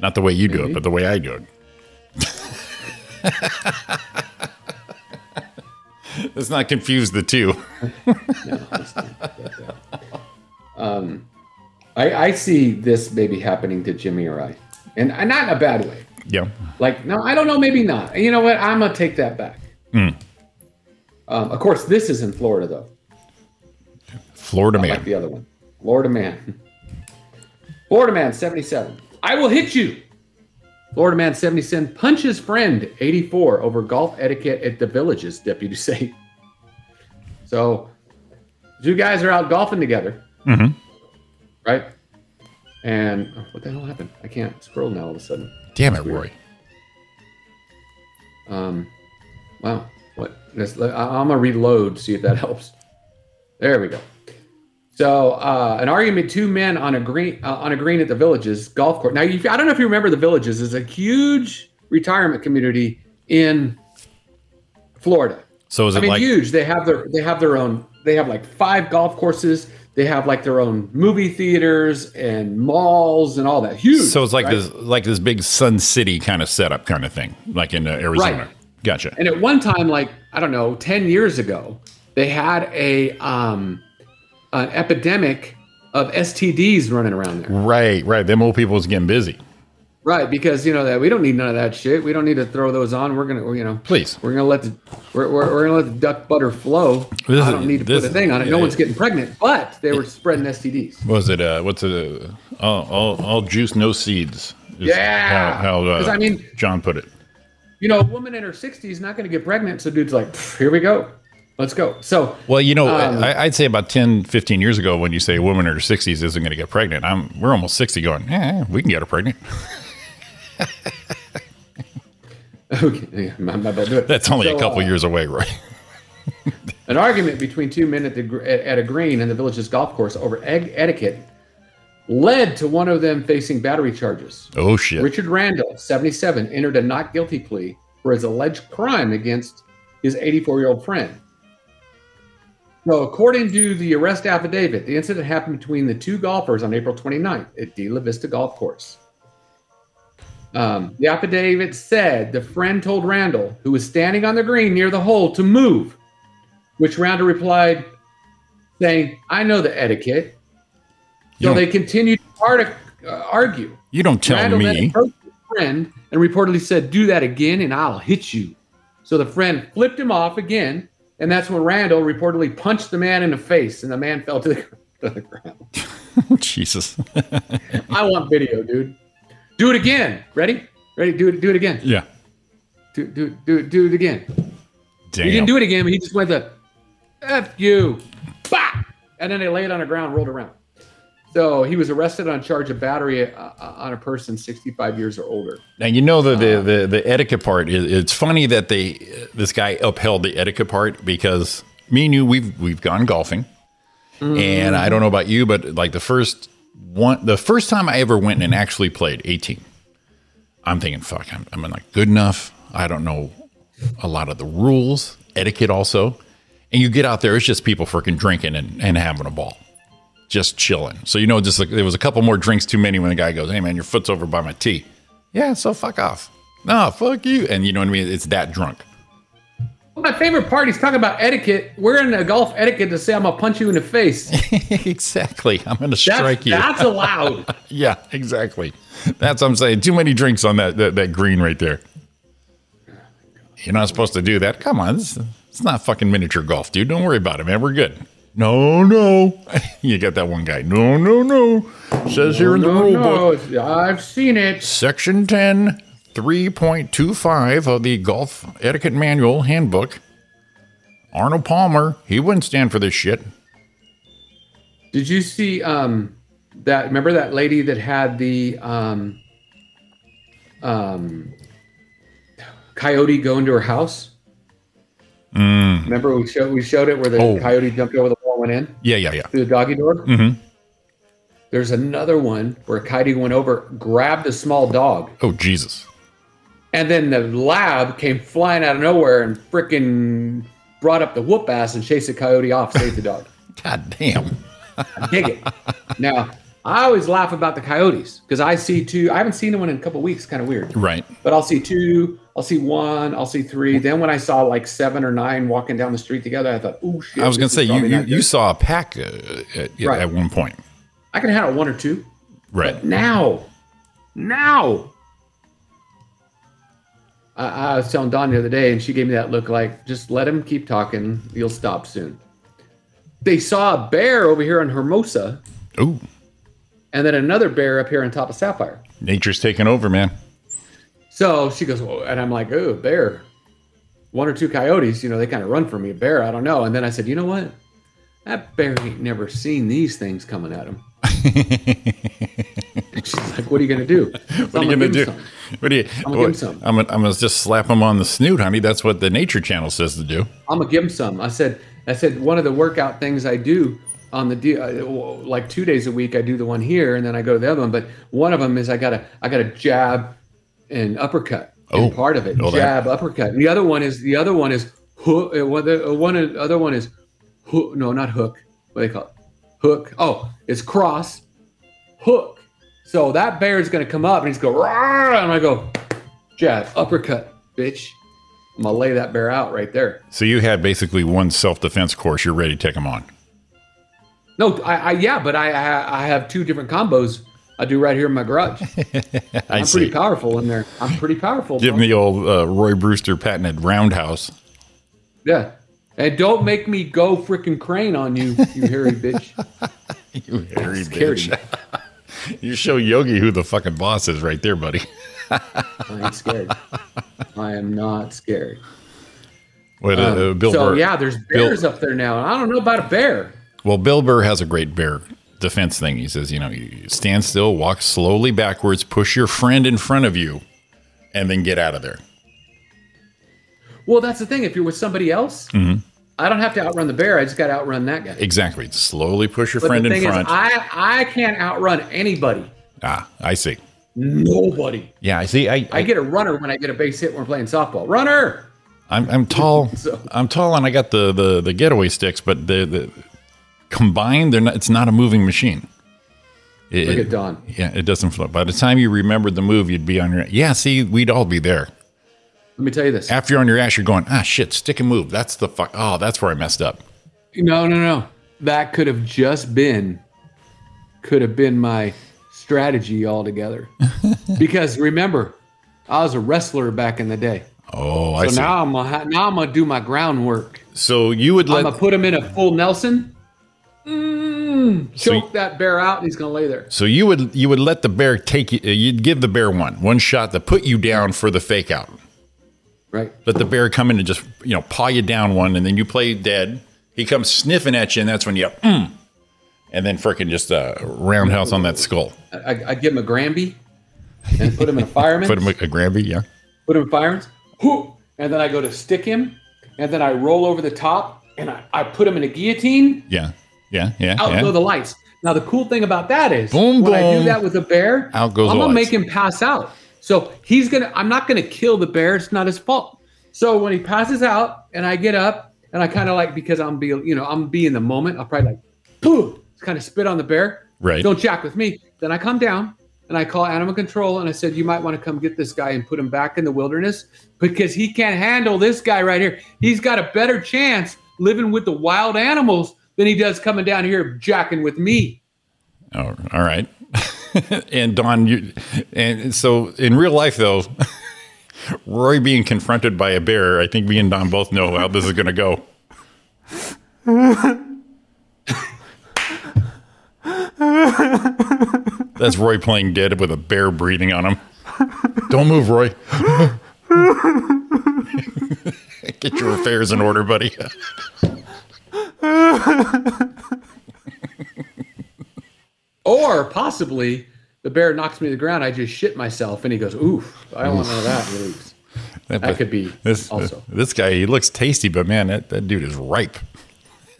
Speaker 6: Not the way you do it, but the way I do it. Let's not confuse the two.
Speaker 5: I, I see this maybe happening to Jimmy or I, and and not in a bad way.
Speaker 6: Yeah,
Speaker 5: Like, no, I don't know, maybe not. You know what? I'm gonna take that back. Um, of course, this is in Florida though,
Speaker 6: Florida
Speaker 5: like the
Speaker 6: man.
Speaker 5: other one. Florida man, Florida man, seventy-seven. I will hit you. Florida man, seventy-seven, punches friend, eighty-four, over golf etiquette at the villages. Deputies say. So, two guys are out golfing together.
Speaker 6: Mhm.
Speaker 5: Right? And oh, what the hell happened? I can't scroll now all of a sudden.
Speaker 6: Damn it, Roy.
Speaker 5: Um, wow. What? This, I- I'm gonna reload. See if that helps. There we go. So, uh, an argument: two men on a green uh, on a green at the Villages golf course. Now, you, I don't know if you remember the Villages is a huge retirement community in Florida.
Speaker 6: So is it
Speaker 5: I mean,
Speaker 6: like
Speaker 5: huge. They have their they have their own. They have like five golf courses. They have like their own movie theaters and malls and all that. Huge.
Speaker 6: so it's like
Speaker 5: right?
Speaker 6: this like this big Sun City kind of setup kind of thing, like in uh, Arizona.
Speaker 5: Right.
Speaker 6: Gotcha.
Speaker 5: And at one time, like I don't know, ten years ago, they had a um, an epidemic of STDs running around there.
Speaker 6: right, right. Them old people is getting busy.
Speaker 5: Right, because you know that we don't need none of that shit. We don't need to throw those on. We're gonna, you know,
Speaker 6: Please.
Speaker 5: we're gonna let the we're, we're, we're gonna let the duck butter flow.
Speaker 6: This
Speaker 5: I
Speaker 6: is-
Speaker 5: don't need to
Speaker 6: this
Speaker 5: put a
Speaker 6: is-
Speaker 5: thing on it. No
Speaker 6: yeah.
Speaker 5: one's getting pregnant, but they were spreading STDs.
Speaker 6: What was it uh what's it uh, all, all all juice no seeds? is
Speaker 5: Yeah.
Speaker 6: How, how
Speaker 5: 'Cause
Speaker 6: uh,
Speaker 5: I mean-
Speaker 6: John put it.
Speaker 5: You know, a woman in her 60s is not gonna get pregnant. So dude's like, "Pff, here we go, let's go. So
Speaker 6: Well, you know,
Speaker 5: Um,
Speaker 6: I, I'd say about 10, 15 years ago, when you say a woman in her 60s isn't going to get pregnant, I'm we're almost 60 going, eh, we can get her pregnant.
Speaker 5: okay, yeah, I'm not about to do it.
Speaker 6: That's only
Speaker 5: So,
Speaker 6: a couple
Speaker 5: uh,
Speaker 6: years away, Roy.
Speaker 5: An argument between two men at, the, gr- at at a green in the village's golf course over egg etiquette led to one of them facing battery charges.
Speaker 6: Oh, shit.
Speaker 5: Richard Randall, 77, entered a not guilty plea for his alleged crime against his 84 year old friend. So, according to the arrest affidavit, the incident happened between the two golfers on April 29th at De La Vista Golf Course. Um, the affidavit said the friend told Randall, who was standing on the green near the hole, to move, which Randall replied, saying, I know the etiquette. So
Speaker 6: You don't-
Speaker 5: they continued to artic- uh, argue.
Speaker 6: You don't tell
Speaker 5: Randall then
Speaker 6: me.
Speaker 5: approached his friend and reportedly said, "Do that again, and I'll hit you." So the friend flipped him off again, and that's when Randall reportedly punched the man in the face, and the man fell to the, to the ground.
Speaker 6: Jesus.
Speaker 5: I want video, dude. Do it again. Ready? Ready? Do it. Do it again.
Speaker 6: yeah.
Speaker 5: Do do do do it again.
Speaker 6: Damn.
Speaker 5: He didn't do it again, but he just went the F you. Bah! And then they laid on the ground, rolled around. So he was arrested on charge of battery uh, uh, on a person 65 years or older.
Speaker 6: Now you know the the, the, the etiquette part. Is, it's funny that they this guy upheld the etiquette part because me and you we've we've gone golfing, and I don't know about you, but like the first one, the first time I ever went and actually played eighteen, I'm thinking, fuck, I'm, I'm not good enough. I don't know a lot of the rules, etiquette also, and you get out there, it's just people freaking drinking and, and having a ball. Just chilling. So, you know, just like there was a couple more drinks too many when the guy goes, Hey, man, your foot's over by my tee. Yeah, so fuck off. No, fuck you. And you know what I mean? It's that drunk.
Speaker 5: My favorite part, he's talking about etiquette. We're in a golf etiquette to say I'm gonna punch you in the face.
Speaker 6: exactly. I'm going to
Speaker 5: That's,
Speaker 6: strike you.
Speaker 5: that's allowed.
Speaker 6: yeah, exactly. That's what I'm saying. Too many drinks on that, that, that green right there. You're not supposed to do that. Come on. This, it's not fucking miniature golf, dude. Don't worry about it, man. We're good. No, no. you got that one guy. No, no, no. Says here in the
Speaker 5: no,
Speaker 6: rule book.
Speaker 5: no, it's- I've seen it.
Speaker 6: Section 10, 3.25 of the Golf Etiquette Manual Handbook. Arnold Palmer, he wouldn't stand for this shit.
Speaker 5: Did you see um that? Remember that lady that had the um um coyote go into her house? Remember we showed we showed it where the
Speaker 6: Mm. Oh.
Speaker 5: coyote jumped over the wall and went in
Speaker 6: Yeah, yeah, yeah.
Speaker 5: through the doggy door.
Speaker 6: Mm-hmm.
Speaker 5: There's another one where a coyote went over, grabbed a small dog,
Speaker 6: Oh, Jesus.
Speaker 5: And then the lab came flying out of nowhere and frickin' brought up the whoop ass and chased the coyote off, saved the dog.
Speaker 6: God damn.
Speaker 5: I dig it. Now, I always laugh about the coyotes because I see two. I haven't seen one in a couple weeks, kind of weird.
Speaker 6: Right.
Speaker 5: But I'll see two, I'll see one, I'll see three. Then when I saw like seven or nine walking down the street together, I thought, "Ooh, shit!"
Speaker 6: I was going
Speaker 5: this
Speaker 6: to say,
Speaker 5: is
Speaker 6: you,
Speaker 5: probably
Speaker 6: you,
Speaker 5: not
Speaker 6: you
Speaker 5: good."
Speaker 6: saw a pack uh, at,
Speaker 5: Right.
Speaker 6: at one point.
Speaker 5: I can handle one or two.
Speaker 6: Right.
Speaker 5: Now, now. I, I was telling Dawn the other day, and she gave me that look like, just let him keep talking. You'll stop soon. They saw a bear over here in Hermosa,
Speaker 6: Oh,
Speaker 5: and then another bear up here on top of Sapphire.
Speaker 6: nature's taking over, man.
Speaker 5: So she goes, "Oh," and I'm like, oh, bear. One or two coyotes, you know, they kind of run for me. A bear, I don't know. And then I said, you know what? That bear ain't never seen these things coming at him. She's like, what are you going to do? So
Speaker 6: What are
Speaker 5: I'm
Speaker 6: you gonna
Speaker 5: give
Speaker 6: do?
Speaker 5: him some.
Speaker 6: What are you?
Speaker 5: I'ma give him
Speaker 6: what-
Speaker 5: some.
Speaker 6: I'm gonna, I'm gonna just slap him on the snoot, honey. That's what the Nature Channel says to do.
Speaker 5: I'm gonna give him some. I said, I said one of the workout things I do on the de- uh, like two days a week. I do the one here, and then I go to the other one. But one of them is I gotta I gotta jab and uppercut. in
Speaker 6: Oh,
Speaker 5: part of it
Speaker 6: know that.
Speaker 5: jab uppercut. And the other one is the other one is hook. uh, One the uh, one uh, other one is hook. No, not hook. What do they call it? Hook. Oh, it's cross hook. So that bear is gonna come up and he's go "Rawr," and I go jab uppercut, bitch. I'm gonna lay that bear out right there.
Speaker 6: So you had basically one self defense course. You're ready to take him on.
Speaker 5: No, I, I yeah, but I, I I have two different combos I do right here in my garage.
Speaker 6: I
Speaker 5: I'm
Speaker 6: see.
Speaker 5: pretty powerful in there. I'm pretty powerful.
Speaker 6: Give him
Speaker 5: bro.
Speaker 6: the old uh, Roy Brewster patented roundhouse.
Speaker 5: yeah. And don't make me go freaking crane on you, you hairy bitch.
Speaker 6: You hairy
Speaker 5: Scared
Speaker 6: bitch. you show Yogi who the fucking boss is right there, buddy.
Speaker 5: I ain't scared. I am not scared.
Speaker 6: What, uh, uh, Bill
Speaker 5: so
Speaker 6: Burr-
Speaker 5: yeah, there's
Speaker 6: Bill-
Speaker 5: bears up there now. I don't know about a bear.
Speaker 6: Well, Bill Burr has a great bear defense thing. He says, you know, you stand still, walk slowly backwards, push your friend in front of you, and then get out of there.
Speaker 5: Well, that's the thing. If you're with somebody else,
Speaker 6: Mm-hmm.
Speaker 5: I don't have to outrun the bear. I just got to outrun that guy.
Speaker 6: Exactly. Slowly push your
Speaker 5: But
Speaker 6: friend
Speaker 5: the
Speaker 6: in
Speaker 5: thing
Speaker 6: front.
Speaker 5: is, I I can't outrun anybody.
Speaker 6: ah, I see.
Speaker 5: Nobody.
Speaker 6: Yeah, I see. I, I,
Speaker 5: I get a runner when I get a base hit when we're playing softball. Runner.
Speaker 6: I'm, I'm tall.
Speaker 5: So-
Speaker 6: I'm tall, and I got the the, the getaway sticks, but the, the combined, they're not. It's not a moving machine. It,
Speaker 5: Look
Speaker 6: it-
Speaker 5: at Don.
Speaker 6: Yeah, it doesn't float. By the time you remembered the move, you'd be on your. Yeah, see, we'd all be there.
Speaker 5: Let me tell you this.
Speaker 6: After you're on your ass, you're going, ah, shit, stick and move. That's the fuck. Oh, that's where I messed up.
Speaker 5: No, no, no. That could have just been, could have been my strategy altogether. because remember, I was a wrestler back in the day.
Speaker 6: Oh, I
Speaker 5: So
Speaker 6: see.
Speaker 5: now I'm gonna ha- now I'm gonna do my groundwork.
Speaker 6: so you would
Speaker 5: I'm
Speaker 6: let.
Speaker 5: gonna put him in a full Nelson. Mm,
Speaker 6: So
Speaker 5: choke that bear out, and he's gonna lay there.
Speaker 6: so you would you would let the bear take you. uh, You'd give the bear one one shot to put you down for the fake out.
Speaker 5: Right.
Speaker 6: Let the bear come in and just you know paw you down one, and then you play dead. He comes sniffing at you, and that's when you mm, and then freaking just uh, roundhouse on that skull.
Speaker 5: I, I I'd give him a Granby and put him in a fireman.
Speaker 6: Put him a, a Granby, yeah.
Speaker 5: put him in firearms, whoop, and then I go to stick him, and then I roll over the top, and I, I put him in a guillotine,
Speaker 6: Yeah, yeah, yeah.
Speaker 5: out
Speaker 6: yeah.
Speaker 5: go the lights. Now the cool thing about that is
Speaker 6: Boom,
Speaker 5: when I do
Speaker 6: boom.
Speaker 5: that with a bear,
Speaker 6: Out goes
Speaker 5: I'm
Speaker 6: the
Speaker 5: gonna
Speaker 6: lights.
Speaker 5: make him pass out. So he's gonna I'm not gonna kill the bear, it's not his fault. So when he passes out and I get up and I kinda like because I'm be you know, I'm be in the moment, I'll probably like poof, kind of spit on the bear.
Speaker 6: Right.
Speaker 5: Don't jack with me. Then I come down and I call animal control and I said, You might want to come get this guy and put him back in the wilderness because he can't handle this guy right here. He's got a better chance living with the wild animals than he does coming down here jacking with me.
Speaker 6: Oh, all right. and Don, you and so in real life though, Roy being confronted by a bear, I think me and Don both know how this is going to go. That's Roy playing dead with a bear breathing on him. Don't move, Roy. Get your affairs in order, buddy.
Speaker 5: Or possibly the bear knocks me to the ground, I just shit myself and he goes, Oof, I don't want none of that. and he leaves. That could be
Speaker 6: This
Speaker 5: also.
Speaker 6: this guy, he looks tasty, but man, that, that dude is ripe.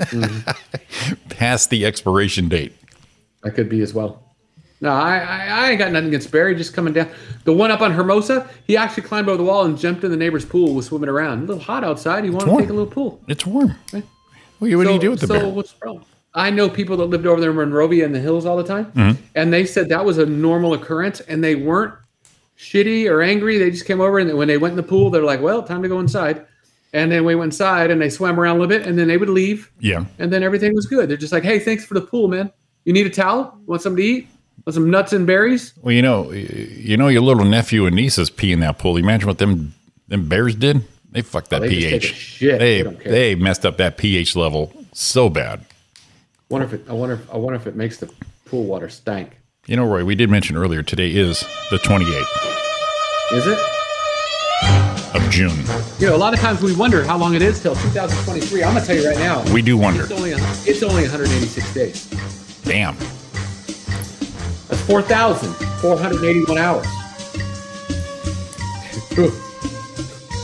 Speaker 5: Mm-hmm.
Speaker 6: Past the expiration date.
Speaker 5: That could be as well. No, I, I, I ain't got nothing against Barry. Just coming down. The one up on Hermosa, he actually climbed over the wall and jumped in the neighbor's pool. Was swimming around. A little hot outside. He wanted to
Speaker 6: warm.
Speaker 5: take a little pool.
Speaker 6: It's warm. Well, you- what do you do with the
Speaker 5: so
Speaker 6: bear?
Speaker 5: what's wrong? I know people that lived over there in Monrovia in the hills all the time,
Speaker 6: Mm-hmm.
Speaker 5: and they said that was a normal occurrence, and they weren't shitty or angry. They just came over, and when they went in the pool, they're like, "Well, time to go inside." And then we went inside, and they swam around a little bit, and then they would leave,
Speaker 6: yeah.
Speaker 5: and then everything was good. They're just like, "Hey, thanks for the pool, man. You need a towel? Want something to eat? Want some nuts and berries?"
Speaker 6: Well, you know, y- you know, your little nephew and niece is peeing that pool. Imagine what them them bears did. They fucked that
Speaker 5: Oh, They just take a
Speaker 6: pH.
Speaker 5: shit.
Speaker 6: They
Speaker 5: They don't care.
Speaker 6: they messed up that pH level so bad.
Speaker 5: Wonder if it, I wonder. If, I wonder if it makes the pool water stank.
Speaker 6: You know, Roy, we did mention earlier today is the 28th
Speaker 5: Is it?
Speaker 6: of June.
Speaker 5: You know, a lot of times we wonder how long it is till 2023. I'm gonna tell you right now,
Speaker 6: We do wonder.
Speaker 5: it's only it's only 186 days.
Speaker 6: Damn.
Speaker 5: That's 4,481 hours.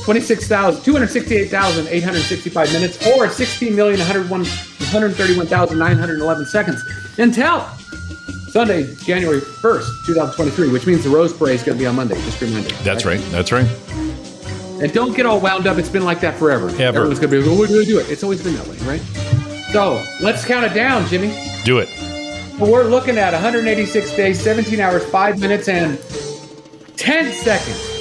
Speaker 5: 26,000 268,865 minutes or 16,131,911 seconds until Sunday, January 1st, 2023, which means the Rose Parade is going to be on Monday. Just remember.
Speaker 6: That's right. That's right.
Speaker 5: And don't get all wound up. It's been like that forever.
Speaker 6: Ever.
Speaker 5: Everyone's going to be like, what do I do it? It's always been that way, right? So let's count it down, Jimmy.
Speaker 6: Do it.
Speaker 5: Well, We're looking at 186 days, 17 hours, 5 minutes, and 10 seconds.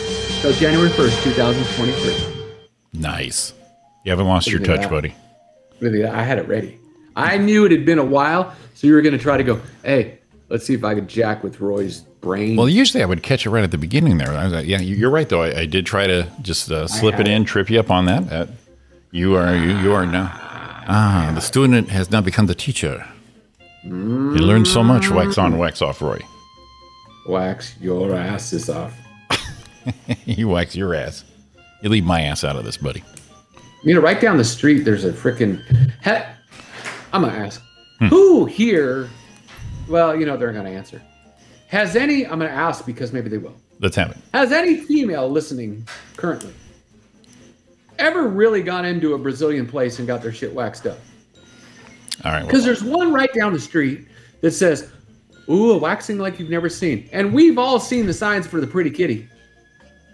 Speaker 5: So January 1st, 2023.
Speaker 6: Nice. You haven't lost your
Speaker 5: Look at
Speaker 6: touch,
Speaker 5: that.
Speaker 6: buddy.
Speaker 5: Really, I had it ready. I knew it had been a while, so you were going to try to go, hey, let's see if I could jack with Roy's brain.
Speaker 6: Well, usually I would catch it right at the beginning there. I was like, yeah, you- you're right though. I, I did try to just uh, slip it in, trip you up on that. Uh, you are you, you are now. Ah, the student has now become the teacher. You learned so much. Wax on, wax off, Roy.
Speaker 5: Wax your asses off.
Speaker 6: you wax your ass. You leave my ass out of this, buddy.
Speaker 5: You know, right down the street, there's a freaking. He- I'm gonna ask, who here? Well, you know they're gonna answer. Has any? I'm gonna ask because maybe they will.
Speaker 6: Let's have it.
Speaker 5: Has any female listening currently ever really gone into a Brazilian place and got their shit waxed up?
Speaker 6: All right. Well,
Speaker 5: Because there's one right down the street that says, "Ooh, a waxing like you've never seen," and we've all seen the signs for the pretty kitty.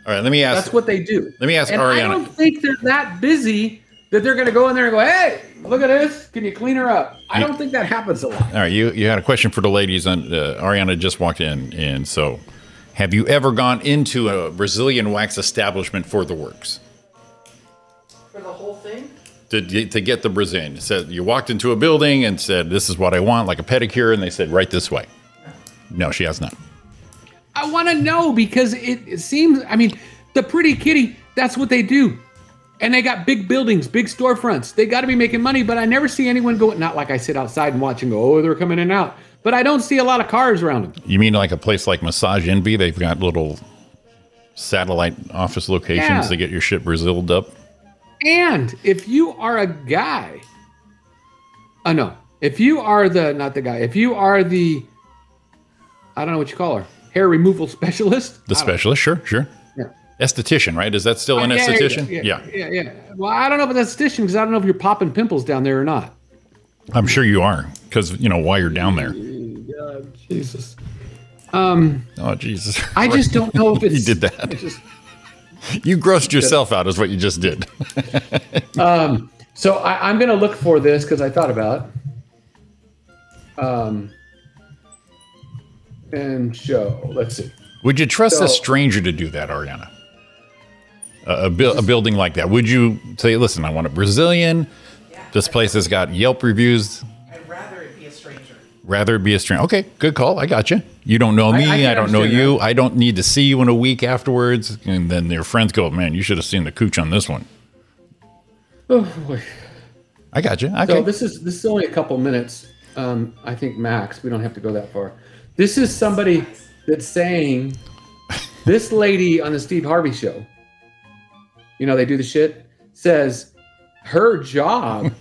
Speaker 6: all right. Let me ask.
Speaker 5: That's what they do.
Speaker 6: Let me ask
Speaker 5: and I
Speaker 6: Ariana.
Speaker 5: don't think they're that busy that they're going to go in there and go, "Hey, look at this! Can you clean her up?" I
Speaker 6: You-
Speaker 5: don't think that happens a lot.
Speaker 6: All right, you, you had a question for the ladies, and uh, Ariana just walked in, and so have you ever gone into a Brazilian wax establishment for the works
Speaker 9: For the whole thing?
Speaker 6: to, to get the Brazilian? It said you walked into a building and said, "This is what I want," like a pedicure, and they said, "Right this way." No, she has not.
Speaker 5: I want to know because it, it seems. I mean, the pretty kitty. That's what they do, and they got big buildings, big storefronts. They got to be making money, but I never see anyone go. Not like I sit outside and watch and go, "Oh, they're coming in and out." But I don't see a lot of cars around them.
Speaker 6: You mean like a place like Massage Envy? They've got little satellite office locations
Speaker 5: Yeah.
Speaker 6: to get your shit Braziled up.
Speaker 5: And if you are a guy, oh no, if you are the not the guy, if you are the, I don't know what you call her, hair removal specialist.
Speaker 6: The specialist, sure, sure.
Speaker 5: Yeah.
Speaker 6: Esthetician, right? Is that still an
Speaker 5: Uh, Yeah, yeah,
Speaker 6: esthetician?
Speaker 5: Yeah yeah, yeah, yeah. Well, I don't know if it's esthetician because I don't know if you're popping pimples down there or not.
Speaker 6: I'm sure you are, because you know why you're down there.
Speaker 5: Jesus. Um,
Speaker 6: Oh Jesus!
Speaker 5: I just don't know if
Speaker 6: You
Speaker 5: it's.
Speaker 6: did that.
Speaker 5: it's just-
Speaker 6: You grossed yourself out, is what you just did.
Speaker 5: so I, I'm going to look for this because I thought about. it. Um. And show. Let's see.
Speaker 6: Would you trust
Speaker 5: So-
Speaker 6: a stranger to do that, Ariana? A, a, buil- a building like that? Would you say, "Listen, I want a Brazilian. This place has got Yelp reviews.
Speaker 9: I'd rather it be a stranger.
Speaker 6: Rather be a stranger." Okay, good call. I got you. You don't know me.
Speaker 5: I
Speaker 6: I,
Speaker 5: can
Speaker 6: don't know
Speaker 5: understand
Speaker 6: you. I don't need to see you in a week afterwards. And then their friends go, "Man, you should have seen the cooch on this one."
Speaker 5: Oh boy.
Speaker 6: I got you. Okay.
Speaker 5: So this is this is only a couple minutes. Um, I think max. We don't have to go that far. This is somebody that's saying this lady on the Steve Harvey show. You know they do the shit. Says her job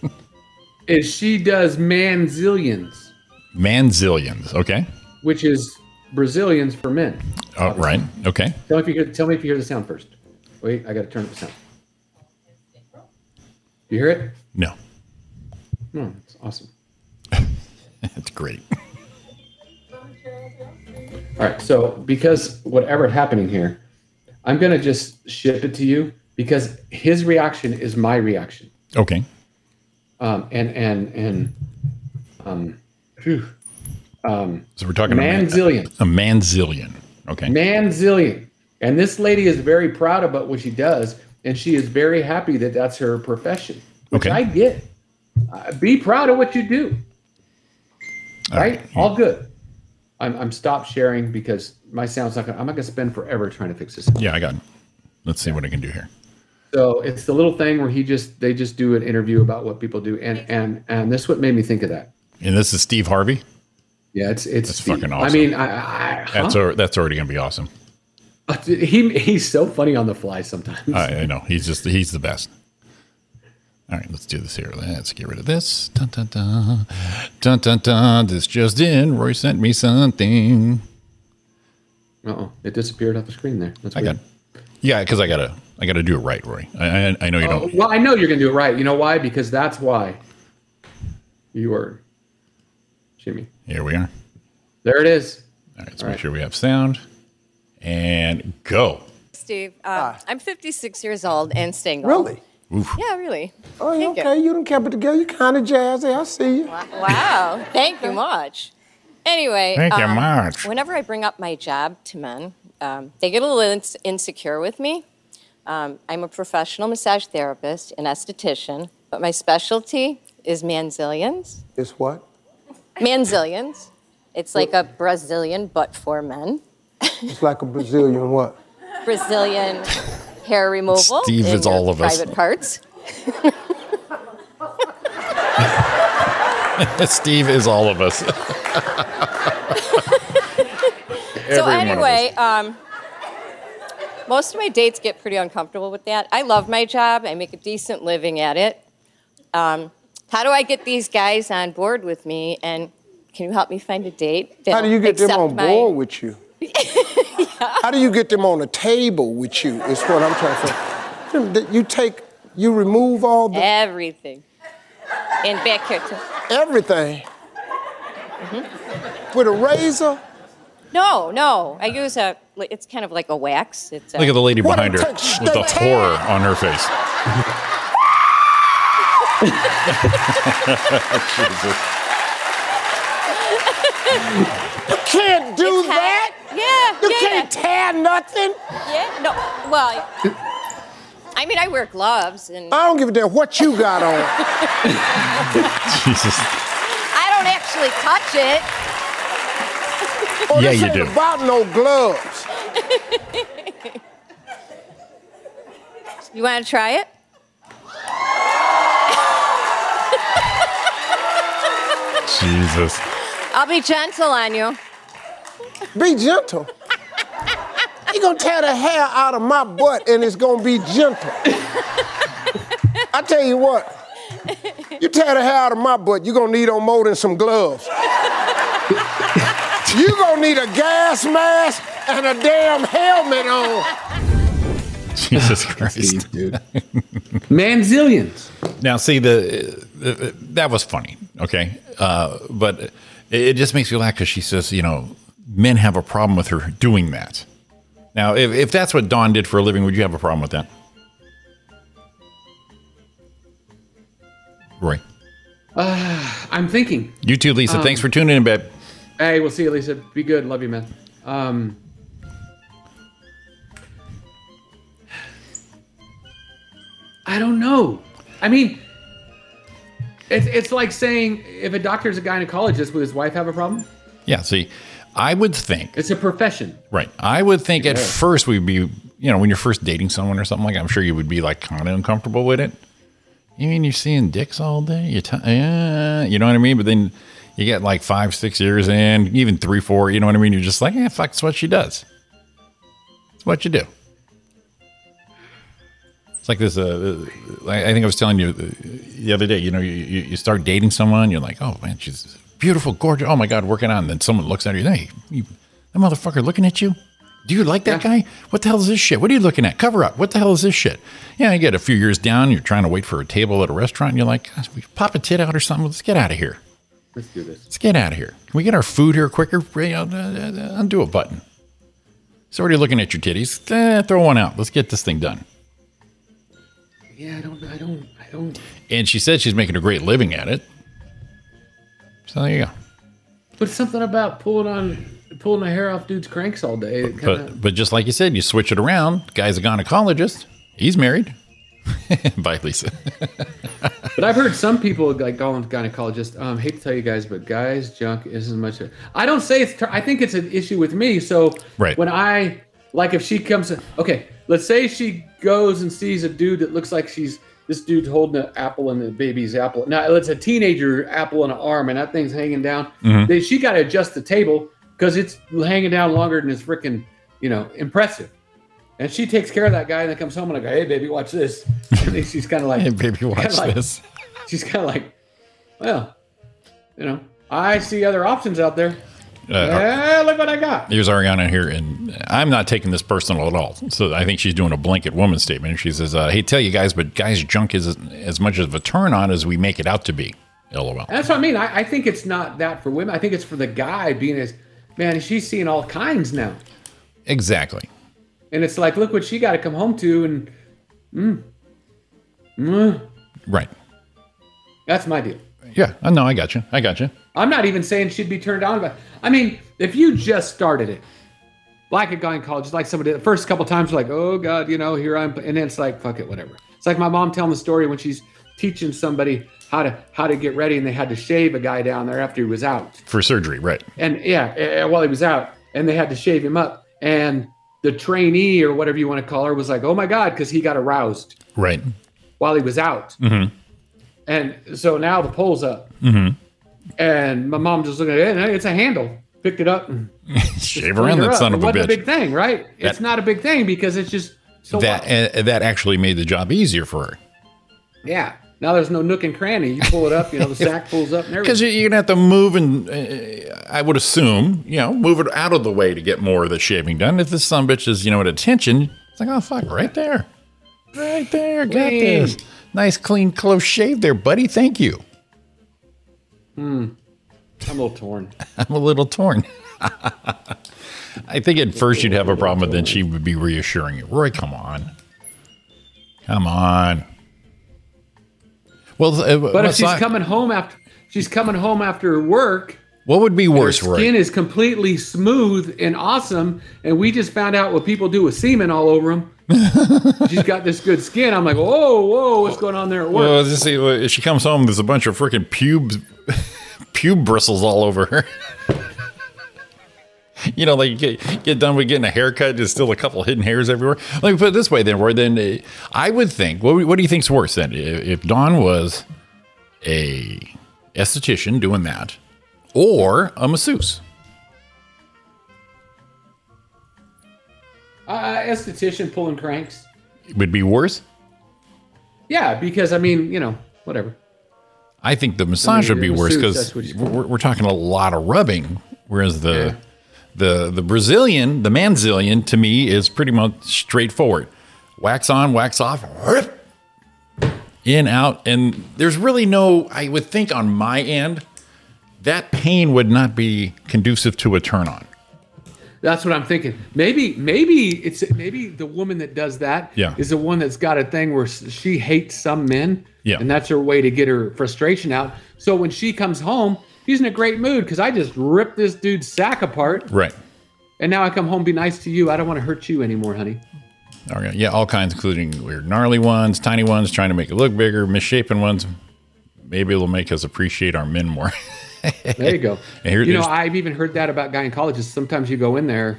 Speaker 5: is she does manzillions,
Speaker 6: Manzillions. Okay.
Speaker 5: which is Brazilians for men.
Speaker 6: Oh, right. Okay.
Speaker 5: Tell me if you hear, tell me if you hear the sound first. Wait, I got to turn up the sound. You hear it?
Speaker 6: No,
Speaker 5: No, it's awesome.
Speaker 6: that's great.
Speaker 5: All right. So because whatever happening here, I'm gonna just ship it to you because his reaction is my reaction.
Speaker 6: Okay.
Speaker 5: Um, and and and um, phew, um,
Speaker 6: So we're talking a man-
Speaker 5: manzillion,
Speaker 6: A manzillion. Okay.
Speaker 5: manzillion. And this lady is very proud about what she does, and she is very happy that that's her profession. Which
Speaker 6: Okay.
Speaker 5: I get. Uh, be proud of what you do. right? All good. I'm I'm stop sharing because my sound's not gonna. I'm not gonna spend forever trying to fix this.
Speaker 6: Yeah, I got it. Let's see what I can do here.
Speaker 5: So it's the little thing where he just they just do an interview about what people do, and and and this what made me think of that.
Speaker 6: And this is Steve Harvey.
Speaker 5: Yeah, it's it's
Speaker 6: That's fucking
Speaker 5: I
Speaker 6: awesome.
Speaker 5: mean, I, I, I
Speaker 6: That's
Speaker 5: huh?
Speaker 6: al- that's already going to be awesome.
Speaker 5: He he's so funny on the fly sometimes.
Speaker 6: I, I know. He's just he's the best. All right, let's do this here. Let's get rid of this. Dun dun dun. Dun dun dun. This just in. Roy sent me something.
Speaker 5: oh, it disappeared off the screen there. That's
Speaker 6: I
Speaker 5: weird.
Speaker 6: got. Yeah, because I gotta I gotta do it right, Roy. I I, I know you
Speaker 5: Oh,
Speaker 6: don't.
Speaker 5: well, I know you're gonna do it right. You know why? Because that's why you are Jimmy.
Speaker 6: Here we are.
Speaker 5: There it is.
Speaker 6: All right, let's make sure we have sound. And go.
Speaker 10: Steve, uh, I'm 56 years old and single.
Speaker 11: Ah. Really?
Speaker 6: Oof.
Speaker 10: Yeah, really.
Speaker 11: Oh,
Speaker 10: Thank you.
Speaker 11: okay. You don't kept it together. You kind of jazzy. I see you.
Speaker 10: Wow. Thank you much. Anyway, um,
Speaker 11: Thank you much.
Speaker 10: Whenever I bring up my job to men, um, they get a little ins- insecure with me. Um, I'm a professional massage therapist and esthetician, but my specialty is manzillions.
Speaker 11: It's what?
Speaker 10: Manzillions. It's like a Brazilian, but for men.
Speaker 11: It's like a Brazilian what?
Speaker 10: Brazilian hair removal.
Speaker 11: Steve
Speaker 10: in
Speaker 11: is
Speaker 10: your
Speaker 11: all of us.
Speaker 10: Private parts.
Speaker 6: Steve is all of us.
Speaker 10: so anyway, um, most of my dates get pretty uncomfortable with that. I love my job. I make a decent living at it. Um, how do I get these guys on board with me? And can you help me find a date?
Speaker 11: How do you get them
Speaker 10: that'll
Speaker 11: on
Speaker 10: accept my-
Speaker 11: board with you? How do you get them on a table with you? Is what I'm trying to say. That You take, you remove all the
Speaker 10: Everything. And back here too.
Speaker 11: everything with a razor.
Speaker 10: No, no. I use a. It's kind of like a wax. It's a,
Speaker 6: Look at the lady
Speaker 10: What a
Speaker 6: behind her
Speaker 10: touch-
Speaker 6: with the horror on her face.
Speaker 11: You can't do that.
Speaker 10: Yeah.
Speaker 11: You can't tear nothing.
Speaker 10: Yeah. No. Well. I mean, I wear gloves and
Speaker 11: I don't give a damn what you got on.
Speaker 6: Jesus.
Speaker 10: I don't actually touch it.
Speaker 11: Oh,
Speaker 6: Yeah,
Speaker 11: this
Speaker 6: you
Speaker 11: ain't
Speaker 6: do.
Speaker 11: About no gloves.
Speaker 10: You want to try it?
Speaker 6: Jesus.
Speaker 10: I'll be gentle on you.
Speaker 11: Be gentle. He gonna tear the hair out of my butt and it's gonna be gentle. I tell you what, you tear the hair out of my butt, you gonna need on more than some gloves. you gonna need a gas mask and a damn helmet on.
Speaker 6: Jesus Christ,
Speaker 5: dude. Manzillions.
Speaker 6: Now, see the uh, uh, that was funny, okay, uh, but it, it just makes me laugh because she says, you know, men have a problem with her doing that. Now, if, if that's what Dawn did for a living, would you have a problem with that, Roy?
Speaker 5: Ah, I'm thinking.
Speaker 6: You too, Lisa.
Speaker 5: Um,
Speaker 6: Thanks for tuning in, babe.
Speaker 5: Hey, we'll see you, Lisa. Be good. Love you, man. Um, I don't know. I mean, it's, it's like saying if a doctor's a gynecologist, would his wife have a problem?
Speaker 6: Yeah. See, I would think
Speaker 5: it's a profession,
Speaker 6: right? I would think at
Speaker 5: Yeah.
Speaker 6: first we'd be, you know, when you're first dating someone or something like, I'm sure you would be like kind of uncomfortable with it. You mean you're seeing dicks all day? You, t- yeah, you know what I mean? But then you get like five, six years in, even three, four. You know what I mean? You're just like, yeah, fuck, it's what she does. It's what you do. It's like this. Uh, uh, I I think I was telling you uh, the other day. You know, you, you you start dating someone, you're like, oh man, she's beautiful, gorgeous. Oh my god, working on. And then someone looks at you. Hey, you, that motherfucker looking at you. Do you like that guy? What the hell is this shit? What are you looking at? Cover up. What the hell is this shit? Yeah, you get a few years down. You're trying to wait for a table at a restaurant. And you're like, "Gosh, we pop a tit out or something. Let's get out of here.
Speaker 5: Let's do this.
Speaker 6: Let's get out of here. Can we get our food here quicker? You know, uh, uh, uh, Undo a button. He's already looking at your titties. Eh, throw one out. Let's get this thing done.
Speaker 5: Yeah, I don't, I don't, I don't.
Speaker 6: And she said she's making a great living at it. So there you go.
Speaker 5: But something about pulling on, pulling the hair off dudes' cranks all day. it kinda-
Speaker 6: But but just like you said, you switch it around. Guy's a gynecologist. He's married. Bye, Lisa.
Speaker 5: But I've heard some people like calling gynecologists. Um, hate to tell you guys, but guys, junk isn't much. a- I don't say it's. Ter- I think it's an issue with me. So
Speaker 6: Right.
Speaker 5: when I like, if she comes, okay, let's say she goes and sees a dude that looks like she's this dude's holding an apple and the baby's apple. Now it's a teenager apple in an arm, and that thing's hanging down.
Speaker 6: Mhm.
Speaker 5: Then she got to adjust the table because it's hanging down longer than his freaking you know, impressive. And she takes care of that guy and then comes home and I go, hey, baby, watch this. And then she's kind of like,
Speaker 6: Hey, baby, watch
Speaker 5: kinda like-
Speaker 6: this.
Speaker 5: She's kind of like, well, you know, I see other options out there.
Speaker 6: Uh, Ar-
Speaker 5: yeah, look what I got.
Speaker 6: Here's Ariana here, and I'm not taking this personal at all. So I think she's doing a blanket woman statement. She says, uh, "Hey, tell you guys, but guys, junk is as much of a turn on as we make it out to be." LOL.
Speaker 5: And that's what I mean. I, I think it's not that for women. I think it's for the guy being as, man, she's seeing all kinds now.
Speaker 6: Exactly.
Speaker 5: And it's like, look what she got to come home to. And mm, mm,
Speaker 6: Right.
Speaker 5: that's my deal.
Speaker 6: Yeah. I know. I got you. I got you.
Speaker 5: I'm not even saying she'd be turned on by. I mean, if you just started it, like a guy in college, like somebody, the first couple times, you're like, oh God, you know, here I'm, and then it's like, fuck it, whatever. It's like my mom telling the story when she's teaching somebody how to how to get ready, and they had to shave a guy down there after he was out,
Speaker 6: For surgery. Right.
Speaker 5: and yeah, eh, while he was out, and they had to shave him up, and the trainee or whatever you want to call her was like, oh my God, because he got aroused
Speaker 6: Right.
Speaker 5: while he was out,
Speaker 6: Mm-hmm.
Speaker 5: and so now the pole's up.
Speaker 6: Mm-hmm.
Speaker 5: And my mom just looked at it, and it's a handle. Picked it up and
Speaker 6: Shave
Speaker 5: cleaned
Speaker 6: around
Speaker 5: her
Speaker 6: that
Speaker 5: up.
Speaker 6: son
Speaker 5: It
Speaker 6: of a
Speaker 5: wasn't
Speaker 6: bitch.
Speaker 5: a big thing, right? it's
Speaker 6: That-
Speaker 5: not a big thing because it's just so
Speaker 6: that
Speaker 5: what?
Speaker 6: uh, that actually made the job easier for her
Speaker 5: yeah. Now there's no nook and cranny. You pull it up, you know, the sack pulls up and
Speaker 6: because
Speaker 5: everything.
Speaker 6: you're gonna have to move and uh, I would assume you know move it out of the way to get more of the shaving done. If this son bitch is you know at attention, it's like oh fuck, right there, right there, got
Speaker 5: Clean.
Speaker 6: this nice clean close shave there, buddy. Thank you.
Speaker 5: I'm a little torn.
Speaker 6: I'm a little torn. I think at first you'd have a problem, but then she would be reassuring you. Roy, come on, come on. Well, uh,
Speaker 5: But if she's
Speaker 6: aside-
Speaker 5: coming home after she's coming home after work,
Speaker 6: what would be
Speaker 5: her
Speaker 6: worse, Roy?
Speaker 5: skin is completely smooth and awesome, and we just found out what people do with semen all over them. she's got this good skin. I'm like, whoa, whoa, what's going on there at work?
Speaker 6: Well, this is- well, she comes home, there's a bunch of freaking pubes, pube bristles all over her. you know, like you get, get done with getting a haircut, there's still a couple hidden hairs everywhere. Let me put it this way, then, Roy. Then uh, I would think, what, what do you think's worse then? I- If Dawn was a esthetician doing that, or a masseuse?
Speaker 5: uh, esthetician pulling cranks.
Speaker 6: It would be worse.
Speaker 5: Yeah, because I mean, you know, whatever.
Speaker 6: I think the massage
Speaker 5: I mean,
Speaker 6: would be
Speaker 5: the masseuse,
Speaker 6: worse because
Speaker 5: that's what you-
Speaker 6: we're, we're talking a lot of rubbing, whereas the
Speaker 5: Yeah.
Speaker 6: the the Brazilian, the manzillion, to me is pretty much straightforward. Wax on, wax off, whip, in out, and there's really no. I would think on my end, that pain would not be conducive to a turn on.
Speaker 5: That's what I'm thinking. Maybe, maybe it's maybe the woman that does that
Speaker 6: Yeah.
Speaker 5: is the one that's got a thing where s- she hates some men,
Speaker 6: Yeah.
Speaker 5: and that's her way to get her frustration out. So when she comes home, he's in a great mood because I just ripped this dude's sack apart,
Speaker 6: Right.
Speaker 5: and now I come home be nice to you. I don't want to hurt you anymore, honey.
Speaker 6: All right. Yeah, all kinds, including weird, gnarly ones, tiny ones, trying to make it look bigger, misshapen ones. Maybe it'll make us appreciate our men more.
Speaker 5: There you go.
Speaker 6: And here-
Speaker 5: you know,
Speaker 6: there's-
Speaker 5: I've even heard that about guy in colleges. Sometimes you go in there,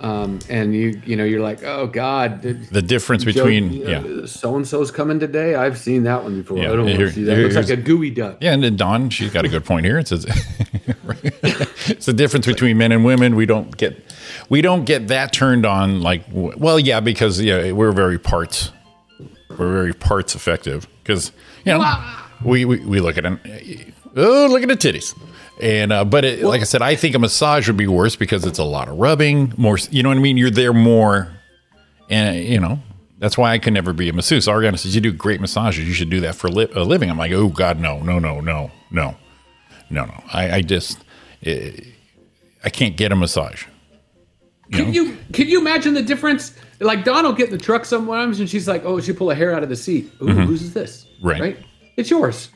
Speaker 5: um, and you you know you're like, oh God, did-
Speaker 6: the difference between yeah
Speaker 5: so and so's coming today. I've seen that one before.
Speaker 6: Yeah,
Speaker 5: I don't want
Speaker 6: here-
Speaker 5: to see that.
Speaker 6: here-
Speaker 5: Looks like a
Speaker 6: here's-
Speaker 5: gooey duck.
Speaker 6: yeah and then dawn she's got a good point here it says it's the difference between men and women we don't get we don't get that turned on like well yeah because yeah we're very parts we're very parts effective because you know we, we we look at an oh look at the titties and uh, but it, like i said i think a massage would be worse because it's a lot of rubbing more you know what i mean you're there more and uh, you know that's why I could never be a masseuse. Ariana says you do great massages. You should do that for li- a living. I'm like, oh God, no, no, no, no, no, no, no. I, I just, eh, I can't get a massage.
Speaker 5: Can you can you imagine the difference? Like Dawn will get in the truck sometimes, and she's like, "Oh, she pull a hair out of the seat. Ooh, whose is this?
Speaker 6: Mm-hmm. Right. Mm-hmm.
Speaker 5: It's yours."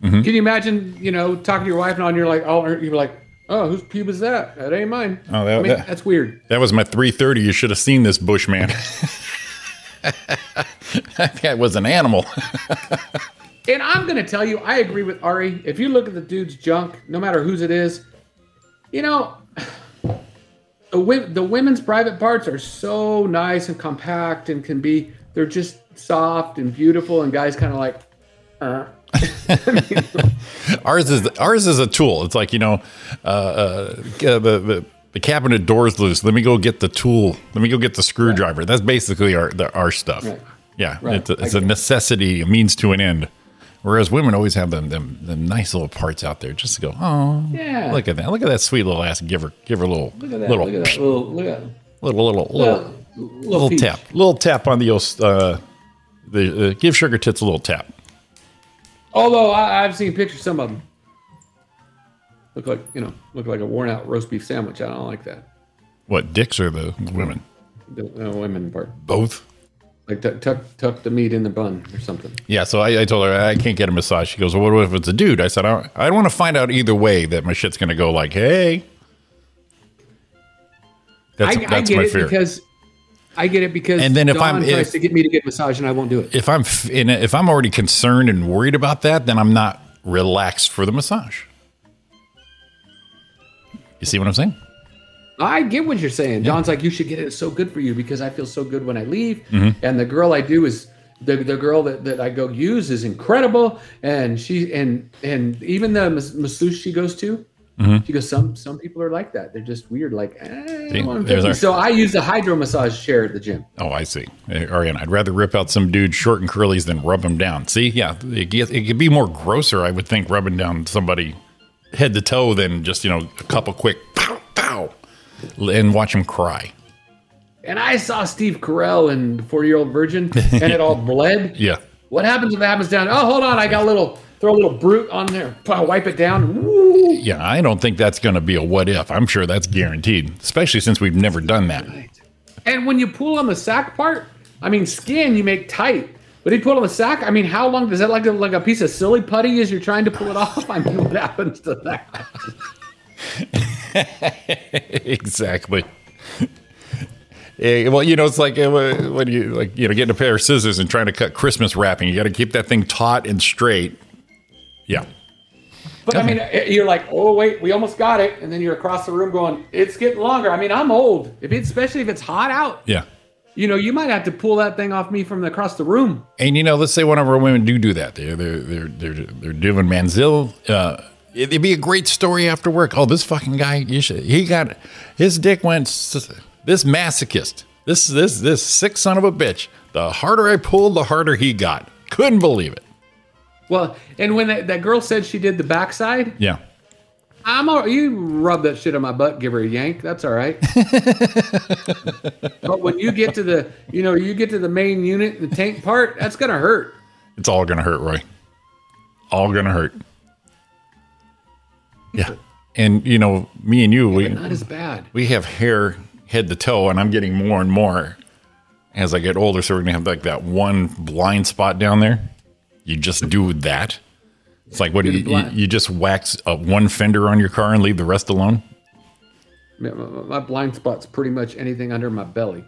Speaker 5: Can you imagine? You know, talking to your wife, and on you're like, "Oh, you're like, oh, whose pube is that? That ain't mine."
Speaker 6: Oh, that-
Speaker 5: I mean,
Speaker 6: that-
Speaker 5: that's weird.
Speaker 6: That was my 330. You should have seen this bush man. that guy was an animal.
Speaker 5: And I'm gonna tell you, I agree with Ari. If you look at the dude's junk, no matter whose it is, you know, the, wo- the women's private parts are so nice and compact and can be. They're just soft and beautiful, and guys kind of like, uh.
Speaker 6: ours is ours is a tool. It's like you know, uh, uh, the, the the cabinet door's loose. Let me go get the tool. Let me go get the screwdriver. That's basically our the, our stuff.
Speaker 5: Right.
Speaker 6: Yeah,
Speaker 5: Right.
Speaker 6: it's, a, it's
Speaker 5: I
Speaker 6: a
Speaker 5: get it.
Speaker 6: necessity, a means to an end. Whereas women always have them them, them nice little parts out there just to go. Oh,
Speaker 5: Yeah.
Speaker 6: Look at that. Look at that sweet little ass. Give her give her a little
Speaker 5: Look at that.
Speaker 6: little
Speaker 5: Look at that. Little, look at that.
Speaker 6: little little little
Speaker 5: Little-
Speaker 6: little,
Speaker 5: little peach.
Speaker 6: tap. Little tap on the old uh, the uh, give sugar tits a little tap.
Speaker 5: Although I, I've seen pictures, some of them look like you know look like a worn out roast beef sandwich. I don't like that.
Speaker 6: What dicks are the women?
Speaker 5: The uh, women part,
Speaker 6: Both.
Speaker 5: like tuck, tuck tuck the meat in the bun or something.
Speaker 6: Yeah, so I, I told her I can't get a massage. She goes, "Well, what if it's a dude?" I said, "I, I want to find out either way that my shit's gonna go like, hey." That's
Speaker 5: I, I
Speaker 6: that's
Speaker 5: get
Speaker 6: my
Speaker 5: it
Speaker 6: fear.
Speaker 5: because I get it because
Speaker 6: And then if
Speaker 5: Dawn
Speaker 6: I'm-
Speaker 5: tries
Speaker 6: if-
Speaker 5: to get me to get massage and I won't do it.
Speaker 6: If I'm f- in a, if I'm already concerned and worried about that, then I'm not relaxed for the massage. You see what I'm saying?
Speaker 5: I get what you're saying. Don's like, you should get it. It's so good for you because I feel so good when I leave.
Speaker 6: Mhm.
Speaker 5: And the girl I do is the, the girl that, that I go use is incredible. And she and and even the mas- masseuse she goes to,
Speaker 6: Mhm.
Speaker 5: she goes, some some people are like that. They're just weird. Like, eh, I
Speaker 6: See,
Speaker 5: don't wanna
Speaker 6: there's
Speaker 5: do
Speaker 6: our-
Speaker 5: it." so I use the hydro massage chair at the gym.
Speaker 6: Oh, I see. Eh, Ariana, I'd rather rip out some dude short and curlies than rub him down. See, yeah, it, gets, it could be more grosser, I would think, rubbing down somebody head to toe than just, you know, a couple quick pow, pow, and watch him cry.
Speaker 5: And I saw Steve Carell in The Four Year Old Virgin, and it all bled.
Speaker 6: Yeah.
Speaker 5: What happens if it happens down? Oh, hold on, I got a little throw a little brute on there, Pow, wipe it down. Woo.
Speaker 6: Yeah, I don't think that's going to be a what if. I'm sure that's guaranteed, especially since we've never done that.
Speaker 5: And when you pull on the sack part, I mean, skin you make tight. But if you pull on the sack, I mean, how long does that like a, like a piece of silly putty as you're trying to pull it off? I mean, what happens to that?
Speaker 6: exactly. Eh, well, you know, it's like eh, wh- when you like you know getting a pair of scissors and trying to cut Christmas wrapping. You got to keep that thing taut and straight. Yeah.
Speaker 5: But I mean, eh, you're like, oh wait, we almost got it, and then you're across the room going, it's getting longer. I mean, I'm old. If it, especially if it's hot out,
Speaker 6: Yeah.
Speaker 5: you know, you might have to pull that thing off me from across the room.
Speaker 6: And you know, let's say one of our women do do that. They're they're they're they're, they're doing Manziel. Uh, it, would be a great story after work. Oh, this fucking guy, you should. He got his dick went. s- This masochist. This this this sick son of a bitch. The harder I pulled, the harder he got. Couldn't believe it.
Speaker 5: Well, and when that, that girl said she did the backside,
Speaker 6: Yeah.
Speaker 5: I'm all, you rub that shit on my butt, give her a yank. That's all right. but when you get to the, you know, you get to the main unit, the tank part, that's gonna hurt.
Speaker 6: It's all gonna hurt, Roy. All gonna hurt. Yeah. And you know, me and you, we
Speaker 5: Not as bad.
Speaker 6: we have hair head to toe, and I'm getting more and more as I get older. So we're gonna have like that one blind spot down there. You just do that. It's like what do
Speaker 5: You're
Speaker 6: you, you
Speaker 5: blind.
Speaker 6: you just wax up one fender on your car and leave the rest alone.
Speaker 5: My, my- my blind spot's pretty much anything under my belly.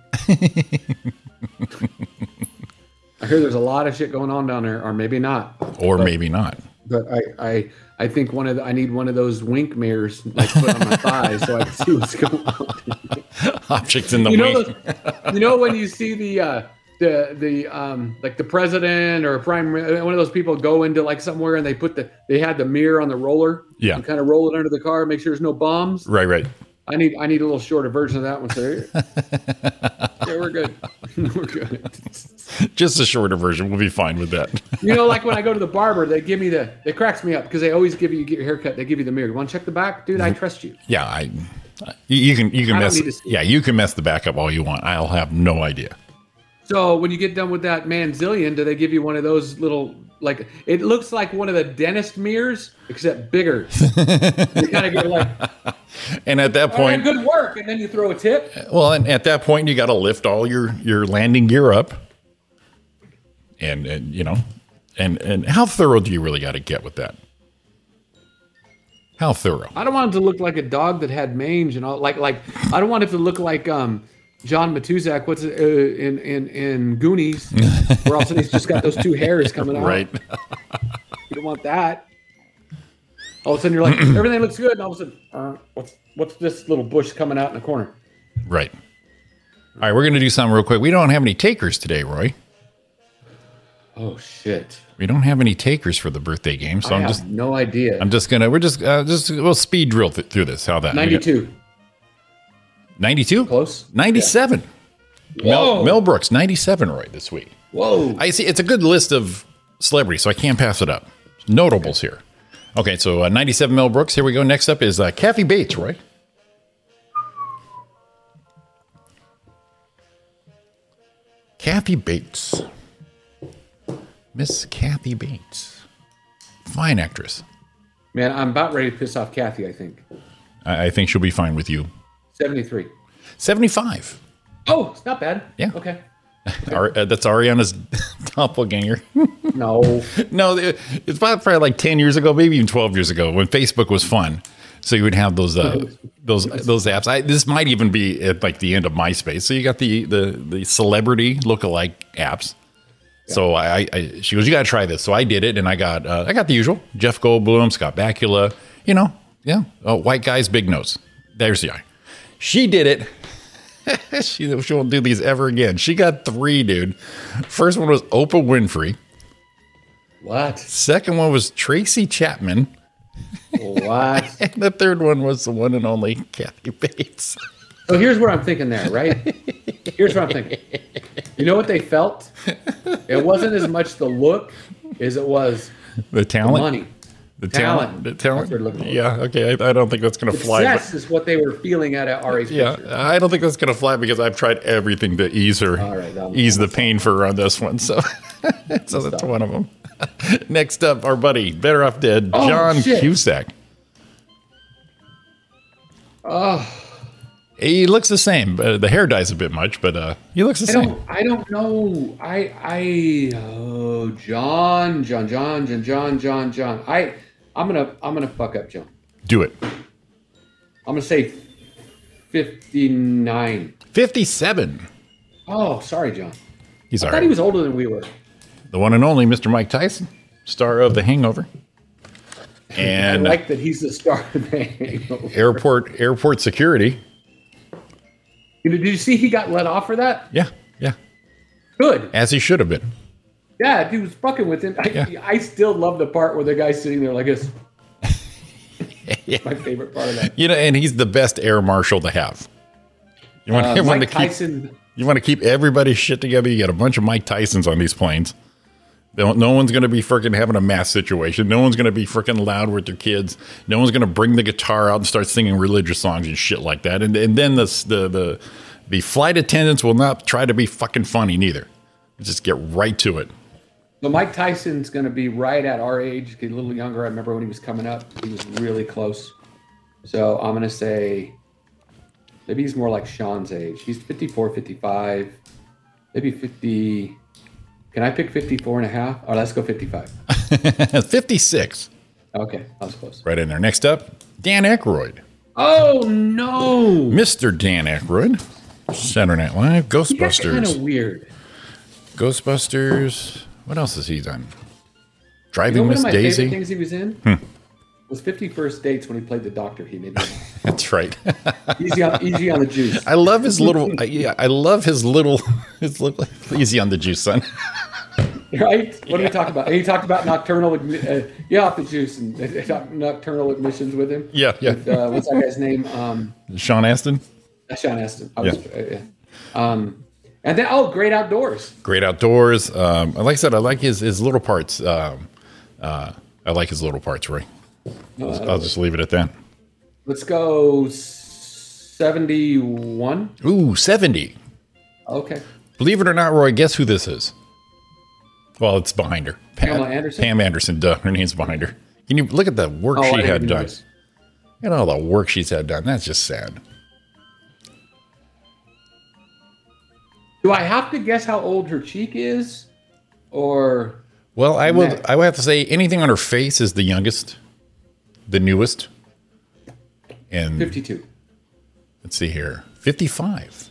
Speaker 5: I hear there's a lot of shit going on down there, or maybe not.
Speaker 6: Or maybe not.
Speaker 5: But I, I, I think one of the, I need one of those wink mirrors like put on my thigh so I can see what's going on.
Speaker 6: Objects in the
Speaker 5: you
Speaker 6: way.
Speaker 5: know, those, you know when you see the uh, the the um, like the president or prime uh, one of those people go into like somewhere and they put the they had the mirror on the roller.
Speaker 6: Yeah.
Speaker 5: You kind of roll it under the car, make sure there's no bombs.
Speaker 6: right, right.
Speaker 5: I need I need a little shorter version of that one. So here- yeah, we're good. we're good.
Speaker 6: Just a shorter version. We'll be fine with that.
Speaker 5: You know, like when I go to the barber, they give me the they cracks me up because they always give you, you get your haircut. They give you the mirror. You want to check the back, dude? I trust you.
Speaker 6: Yeah, I. You, you can you can
Speaker 5: I don't
Speaker 6: mess.
Speaker 5: need to see
Speaker 6: Yeah, you can mess the back up all you want. I'll have no idea.
Speaker 5: So when you get done with that manzillion, do they give you one of those little like it looks like one of the dentist mirrors, except bigger. you kind of go like
Speaker 6: And at that
Speaker 5: "All right,
Speaker 6: point,
Speaker 5: good work, and then you throw a tip.
Speaker 6: well, and at that point, you got to lift all your your landing gear up. And and you know, and and how thorough do you really got to get with that? How thorough?
Speaker 5: I don't want it to look like a dog that had mange and all like like I don't want it to look like um John Matuzak, what's it, uh, in in in Goonies, where all of a sudden he's just got those two hairs coming out.
Speaker 6: Right.
Speaker 5: You don't want that. All of a sudden you're like everything looks good, and all of a sudden uh, what's what's this little bush coming out in the corner?
Speaker 6: Right. All right, we're gonna do something real quick. We don't have any takers today, Roy.
Speaker 5: Oh shit!
Speaker 6: We don't have any takers for the birthday game, so
Speaker 5: I
Speaker 6: I'm
Speaker 5: have
Speaker 6: just
Speaker 5: no idea.
Speaker 6: I'm just gonna we're just uh, just we'll speed drill th- through this. How that We got-
Speaker 5: 92.
Speaker 6: 92? Close. 97. Mel, Mel Brooks, 97 right this week.
Speaker 5: Whoa.
Speaker 6: I see. It's a good list of celebrities, so I can't pass it up. Notables here. Okay, so uh, 97 Mel Brooks. Here we go. Next up is uh, Kathy Bates, right? Kathy Bates. Miss Kathy Bates. Fine actress.
Speaker 5: Man, I'm about ready to piss off Kathy, I think.
Speaker 6: I, I think she'll be fine with you.
Speaker 5: 73.
Speaker 6: 75.
Speaker 5: Oh, it's not bad.
Speaker 6: Yeah.
Speaker 5: Okay.
Speaker 6: Ari- uh, that's Ariana's doppelganger.
Speaker 5: no,
Speaker 6: no, it- it's about probably like ten years ago, maybe even twelve years ago, when Facebook was fun. So you would have those uh, those those apps. I, this might even be at like the end of MySpace. So you got the the the celebrity lookalike apps. So I, I, I she goes, you got to try this. So I did it, and I got uh, I got the usual: Jeff Goldblum, Scott Bakula, you know, yeah, oh, white guys, big nose. There's the eye. She did it. she, she won't do these ever again. She got three, dude. First one was Oprah Winfrey.
Speaker 5: What?
Speaker 6: Second one was Tracy Chapman.
Speaker 5: What?
Speaker 6: and the third one was the one and only Kathy Bates.
Speaker 5: So here's what I'm thinking there, right? Here's what I'm thinking. You know what they felt? It wasn't as much the look as it was
Speaker 6: The talent.
Speaker 5: money.
Speaker 6: The
Speaker 5: Talent.
Speaker 6: talent. The
Speaker 5: That's what they're looking
Speaker 6: talent.
Speaker 5: for.
Speaker 6: Yeah. Okay. I, I don't think that's going to fly. but-
Speaker 5: success is what they were feeling at Ari's
Speaker 6: yeah.
Speaker 5: picture.
Speaker 6: I don't think that's going to fly because I've tried everything to ease her,
Speaker 5: All right, I'm-
Speaker 6: ease the pain for her on this one. So, so that's one of them. Next up, our buddy, better off dead,
Speaker 5: Oh,
Speaker 6: John
Speaker 5: shit.
Speaker 6: Cusack.
Speaker 5: Oh,
Speaker 6: He looks the same. Uh, the hair dye's a bit much, but uh, he looks the
Speaker 5: I
Speaker 6: same.
Speaker 5: don't. I don't know. I. I. Oh, John. John. John. John. John. John. John. I. I'm gonna. I'm gonna fuck up, John.
Speaker 6: Do it.
Speaker 5: I'm gonna say fifty-nine.
Speaker 6: 57.
Speaker 5: Oh, sorry, John.
Speaker 6: He's
Speaker 5: I
Speaker 6: all
Speaker 5: thought
Speaker 6: right.
Speaker 5: he was older than we were.
Speaker 6: the one and only Mr. Mike Tyson, star of The Hangover. And
Speaker 5: I like that he's the star of the hangover.
Speaker 6: airport airport security.
Speaker 5: You know, did you see he got let off for that?
Speaker 6: Yeah, yeah.
Speaker 5: Good.
Speaker 6: As he should have been.
Speaker 5: Yeah, dude was fucking with him. I,
Speaker 6: Yeah.
Speaker 5: I still love the part where the guy's sitting there like this. My favorite part of that.
Speaker 6: You know, and he's the best air marshal to have. You want,
Speaker 5: Uh,
Speaker 6: you want
Speaker 5: Mike
Speaker 6: to keep
Speaker 5: Tyson.
Speaker 6: you want to keep everybody's shit together. You got a bunch of Mike Tysons on these planes. They don't- No one's going to be freaking having a mass situation. No one's going to be freaking loud with their kids. No one's going to bring the guitar out and start singing religious songs and shit like that. And, and then the, the the the flight attendants will not try to be fucking funny neither. Just get right to it.
Speaker 5: So Mike Tyson's going to be right at our age, a little younger. I remember when he was coming up, he was really close. So I'm going to say maybe he's more like Sean's age. He's 54, 55, maybe 50. Can I pick 54 and a half? Oh, let's go 55.
Speaker 6: 56
Speaker 5: Okay, I was close.
Speaker 6: right in there. Next up, Dan Aykroyd.
Speaker 5: Oh, no.
Speaker 6: Mr. Dan Aykroyd. Saturday Night Live,
Speaker 5: That's kind of
Speaker 6: Ghostbusters.
Speaker 5: weird.
Speaker 6: Ghostbusters. What else has he done?
Speaker 5: You know,
Speaker 6: Driving
Speaker 5: one of
Speaker 6: Miss
Speaker 5: my
Speaker 6: Daisy.
Speaker 5: favorite things he was in was 51st Dates when he played the doctor. He made me laugh.
Speaker 6: That's right.
Speaker 5: easy on, easy on the juice.
Speaker 6: I love his little. I, yeah, I love his little. His little easy on the juice, son.
Speaker 5: Right? What do we talk about? He talked about nocturnal, admi- uh, yeah, off the juice and uh, noc- nocturnal admissions with him.
Speaker 6: Yeah, yeah.
Speaker 5: With, uh, what's that guy's name? Um,
Speaker 6: Sean Astin.
Speaker 5: Sean Astin. I was, uh, yeah. Um, and then oh, great outdoors.
Speaker 6: Great outdoors. Um, like I said, I like his his little parts. Um, uh, I like his little parts, Ray. I'll, I'll just leave it at that.
Speaker 5: Let's go seventy-one.
Speaker 6: Ooh, 70.
Speaker 5: Okay.
Speaker 6: Believe it or not, Roy, guess who this is? Well, it's behind her. Pam
Speaker 5: Pamela Anderson?
Speaker 6: Pam Anderson, duh. Her name's behind her. Can you look at the work
Speaker 5: Oh, I
Speaker 6: she
Speaker 5: didn't
Speaker 6: had
Speaker 5: even
Speaker 6: done?
Speaker 5: notice.
Speaker 6: And all the work she's had done. That's just sad.
Speaker 5: Do I have to guess how old her cheek is, or
Speaker 6: Well, I will.
Speaker 5: Next.
Speaker 6: I will have to say anything on her face is the youngest, the newest, and
Speaker 5: fifty-two?
Speaker 6: let's see here, fifty-five.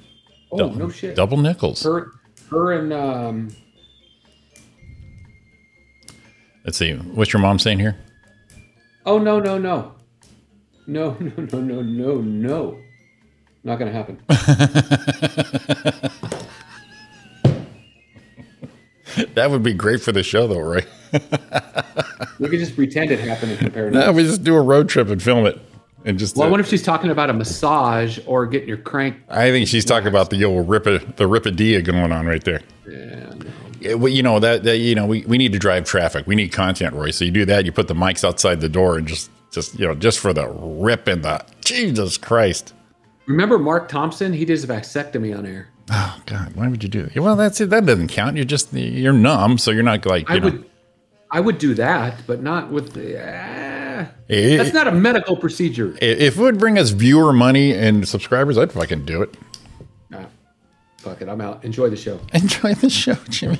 Speaker 5: Oh
Speaker 6: Double-
Speaker 5: no shit.
Speaker 6: Double nickels.
Speaker 5: Her, her and um,
Speaker 6: Let's see. What's your mom saying here?
Speaker 5: Oh no no no, no no no no no no, not gonna happen.
Speaker 6: That would be great for the show, though, right?
Speaker 5: we could just pretend it happened and compare.
Speaker 6: No,
Speaker 5: notes.
Speaker 6: we just do a road trip and film it. and just.
Speaker 5: Well, I
Speaker 6: the-
Speaker 5: wonder if she's talking about a massage or getting your crank.
Speaker 6: I think she's talking about the old rip the ripadia going on right there.
Speaker 5: Yeah.
Speaker 6: Yeah, well, you know that, that you know we, we need to drive traffic. We need content, Roy. So you do that. You put the mics outside the door and just just you know just for the rip and the Jesus Christ.
Speaker 5: Remember Mark Thompson? He did his vasectomy on air.
Speaker 6: Oh God, why would you do that? Well, that's it. That doesn't count. You're just you're numb, so you're not like you
Speaker 5: I
Speaker 6: know.
Speaker 5: would, I would do that, but not with the. ah.
Speaker 6: Eh.
Speaker 5: that's not a medical procedure.
Speaker 6: I- If it would bring us viewer money and subscribers, I'd fucking do it.
Speaker 5: Nah, fuck it, I'm out. Enjoy the show,
Speaker 6: Enjoy the show, Jimmy.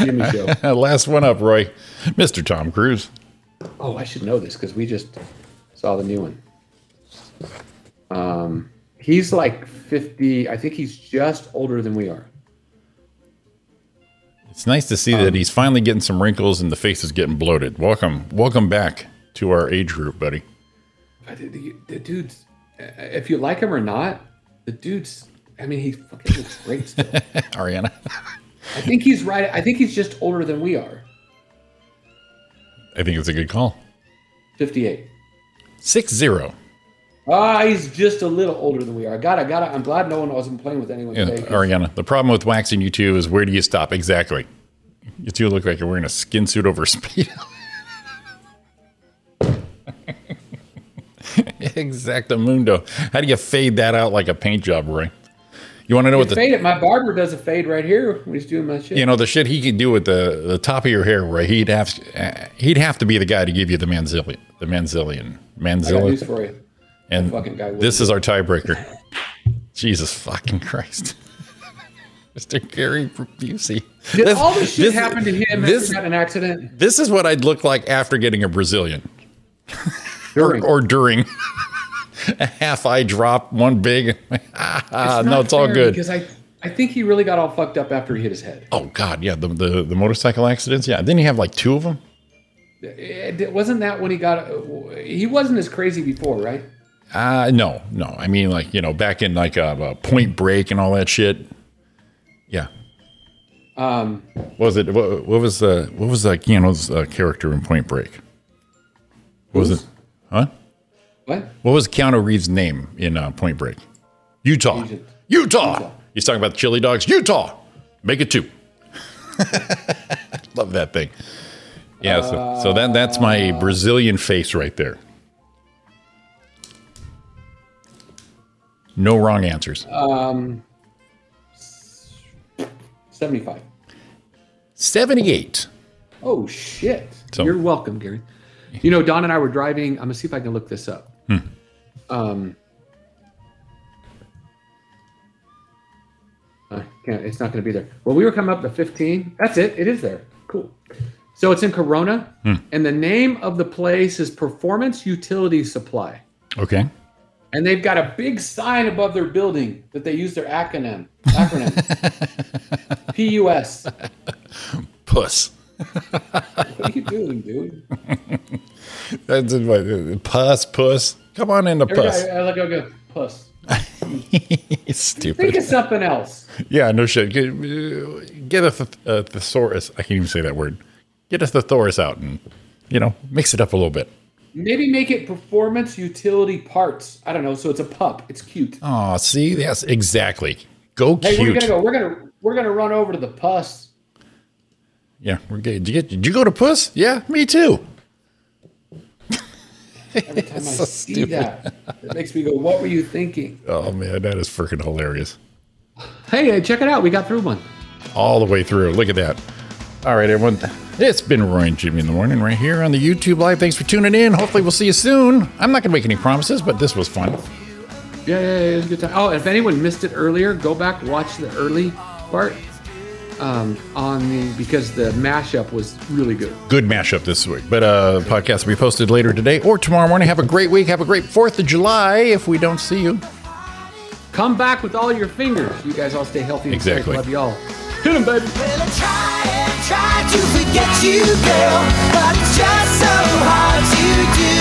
Speaker 5: Jimmy Show.
Speaker 6: Last one up, Roy, Mr. Tom Cruise.
Speaker 5: Oh, I should know this because we just saw the new one. Um, he's like 50. I think he's just older than we are.
Speaker 6: It's nice to see
Speaker 5: Um,
Speaker 6: that he's finally getting some wrinkles and the face is getting bloated. Welcome, welcome back to our age group, buddy.
Speaker 5: But the, the, the dude's, uh, if you like him or not, the dude's. I mean, he fucking looks great still.
Speaker 6: Ariana.
Speaker 5: I think he's right. I think he's just older than we are.
Speaker 6: I think it's a good call.
Speaker 5: 58.
Speaker 6: Six zero.
Speaker 5: Ah, he's just a little older than we are. Got to, got to. I'm glad no one wasn't playing with anyone
Speaker 6: Yeah,
Speaker 5: today. 'cause
Speaker 6: Ariana. The problem with waxing you two is where do you stop exactly? You two look like you're wearing a skin suit over speedo. Exactamundo. How do you fade that out like a paint job, Roy? You want to know what
Speaker 5: the
Speaker 6: the
Speaker 5: fade it. My barber does a fade right here when he's doing my shit.
Speaker 6: you know the shit he could do with the the top of your hair, Roy? He'd have uh, he'd have to be the guy to give you the manzillion, the manzillion,
Speaker 5: I got news
Speaker 6: manzillion.
Speaker 5: for you.
Speaker 6: And
Speaker 5: fucking guy
Speaker 6: this is our tiebreaker. Jesus fucking Christ. Mr. Gary Busey.
Speaker 5: Did
Speaker 6: This-
Speaker 5: all this shit
Speaker 6: this-
Speaker 5: happen to him
Speaker 6: this-
Speaker 5: after he got in an accident?
Speaker 6: This is what I'd look like after getting a Brazilian.
Speaker 5: During.
Speaker 6: or, or during. a half eye drop, one big. Ah,
Speaker 5: It's
Speaker 6: no,
Speaker 5: not
Speaker 6: it's all
Speaker 5: fair
Speaker 6: good.
Speaker 5: Because I, I think he really got all fucked up after he hit his head.
Speaker 6: oh, God. Yeah. The, the, the motorcycle accidents. Yeah. Didn't he have like two of them?
Speaker 5: It, wasn't that when he got? He wasn't as crazy before, right?
Speaker 6: Uh, no, no. I mean, like, you know, back in like a, uh point break and all that shit. Yeah.
Speaker 5: Um,
Speaker 6: What was it? What, what was the, what was that, you know, uh, character in point break? What was it? Huh?
Speaker 5: What?
Speaker 6: What was Keanu Reeves' name in uh, Point Break? Utah. Utah. He's talking about the chili dogs. Utah. Make it two. Love that thing. Yeah. So, so that that's my Brazilian face right there. No wrong answers.
Speaker 5: Um, seventy-five.
Speaker 6: Seventy-eight.
Speaker 5: Oh shit!
Speaker 6: So-
Speaker 5: You're welcome, Gary. You know, Don and I were driving. I'm gonna see if I can look this up.
Speaker 6: Hmm.
Speaker 5: Um, I can't, uh, it's not gonna be there. Well, we were coming up to 15. That's it. It is there. Cool. So it's in Corona,
Speaker 6: Hmm.
Speaker 5: and the name of the place is Performance Utility Supply.
Speaker 6: Okay.
Speaker 5: And they've got a big sign above their building that they use their acronym. Acronym. PUS.
Speaker 6: Puss.
Speaker 5: What are you doing, dude?
Speaker 6: That's what, uh, puss. Puss. Come on in the
Speaker 5: Every
Speaker 6: puss.
Speaker 5: day I, I look, I go, puss. Think of
Speaker 6: Stupid.
Speaker 5: something else.
Speaker 6: Yeah. No shit. Get, uh, get a, th- a thesaurus. I can't even say that word. Get a thesaurus out and you know mix it up a little bit.
Speaker 5: Maybe make it performance utility parts. I don't know. So it's a pup. It's cute.
Speaker 6: Oh, see, yes, exactly. Go
Speaker 5: Hey, we're
Speaker 6: cute.
Speaker 5: gonna go. We're gonna we're gonna run over to the puss.
Speaker 6: yeah, we're good. Did you, get, did you go to Puss? Yeah, me too.
Speaker 5: Every time I
Speaker 6: So
Speaker 5: see
Speaker 6: stupid.
Speaker 5: that, it makes me go, "What were you thinking?"
Speaker 6: Oh man, that is freaking hilarious.
Speaker 5: Hey, uh, check it out. We got through one.
Speaker 6: All the way through. Look at that. All right, everyone. It's been Roy and Jimmy in the morning right here on the YouTube live. Thanks for tuning in. Hopefully, we'll see you soon. I'm not going to make any promises, but this was fun.
Speaker 5: Yeah, yeah, yeah, it was a good time. Oh, if anyone missed it earlier, go back watch the early part um, on the because the mashup was really good.
Speaker 6: Good mashup this week. But uh, podcast will be posted later today or tomorrow morning. Have a great week. Have a great 4th of July if we don't see you.
Speaker 5: Come back with all your fingers. You guys all stay healthy. and safe.
Speaker 6: Exactly.
Speaker 5: Love y'all. Hit 'em, baby.
Speaker 2: Try to forget you, girl, but it's just so hard to do.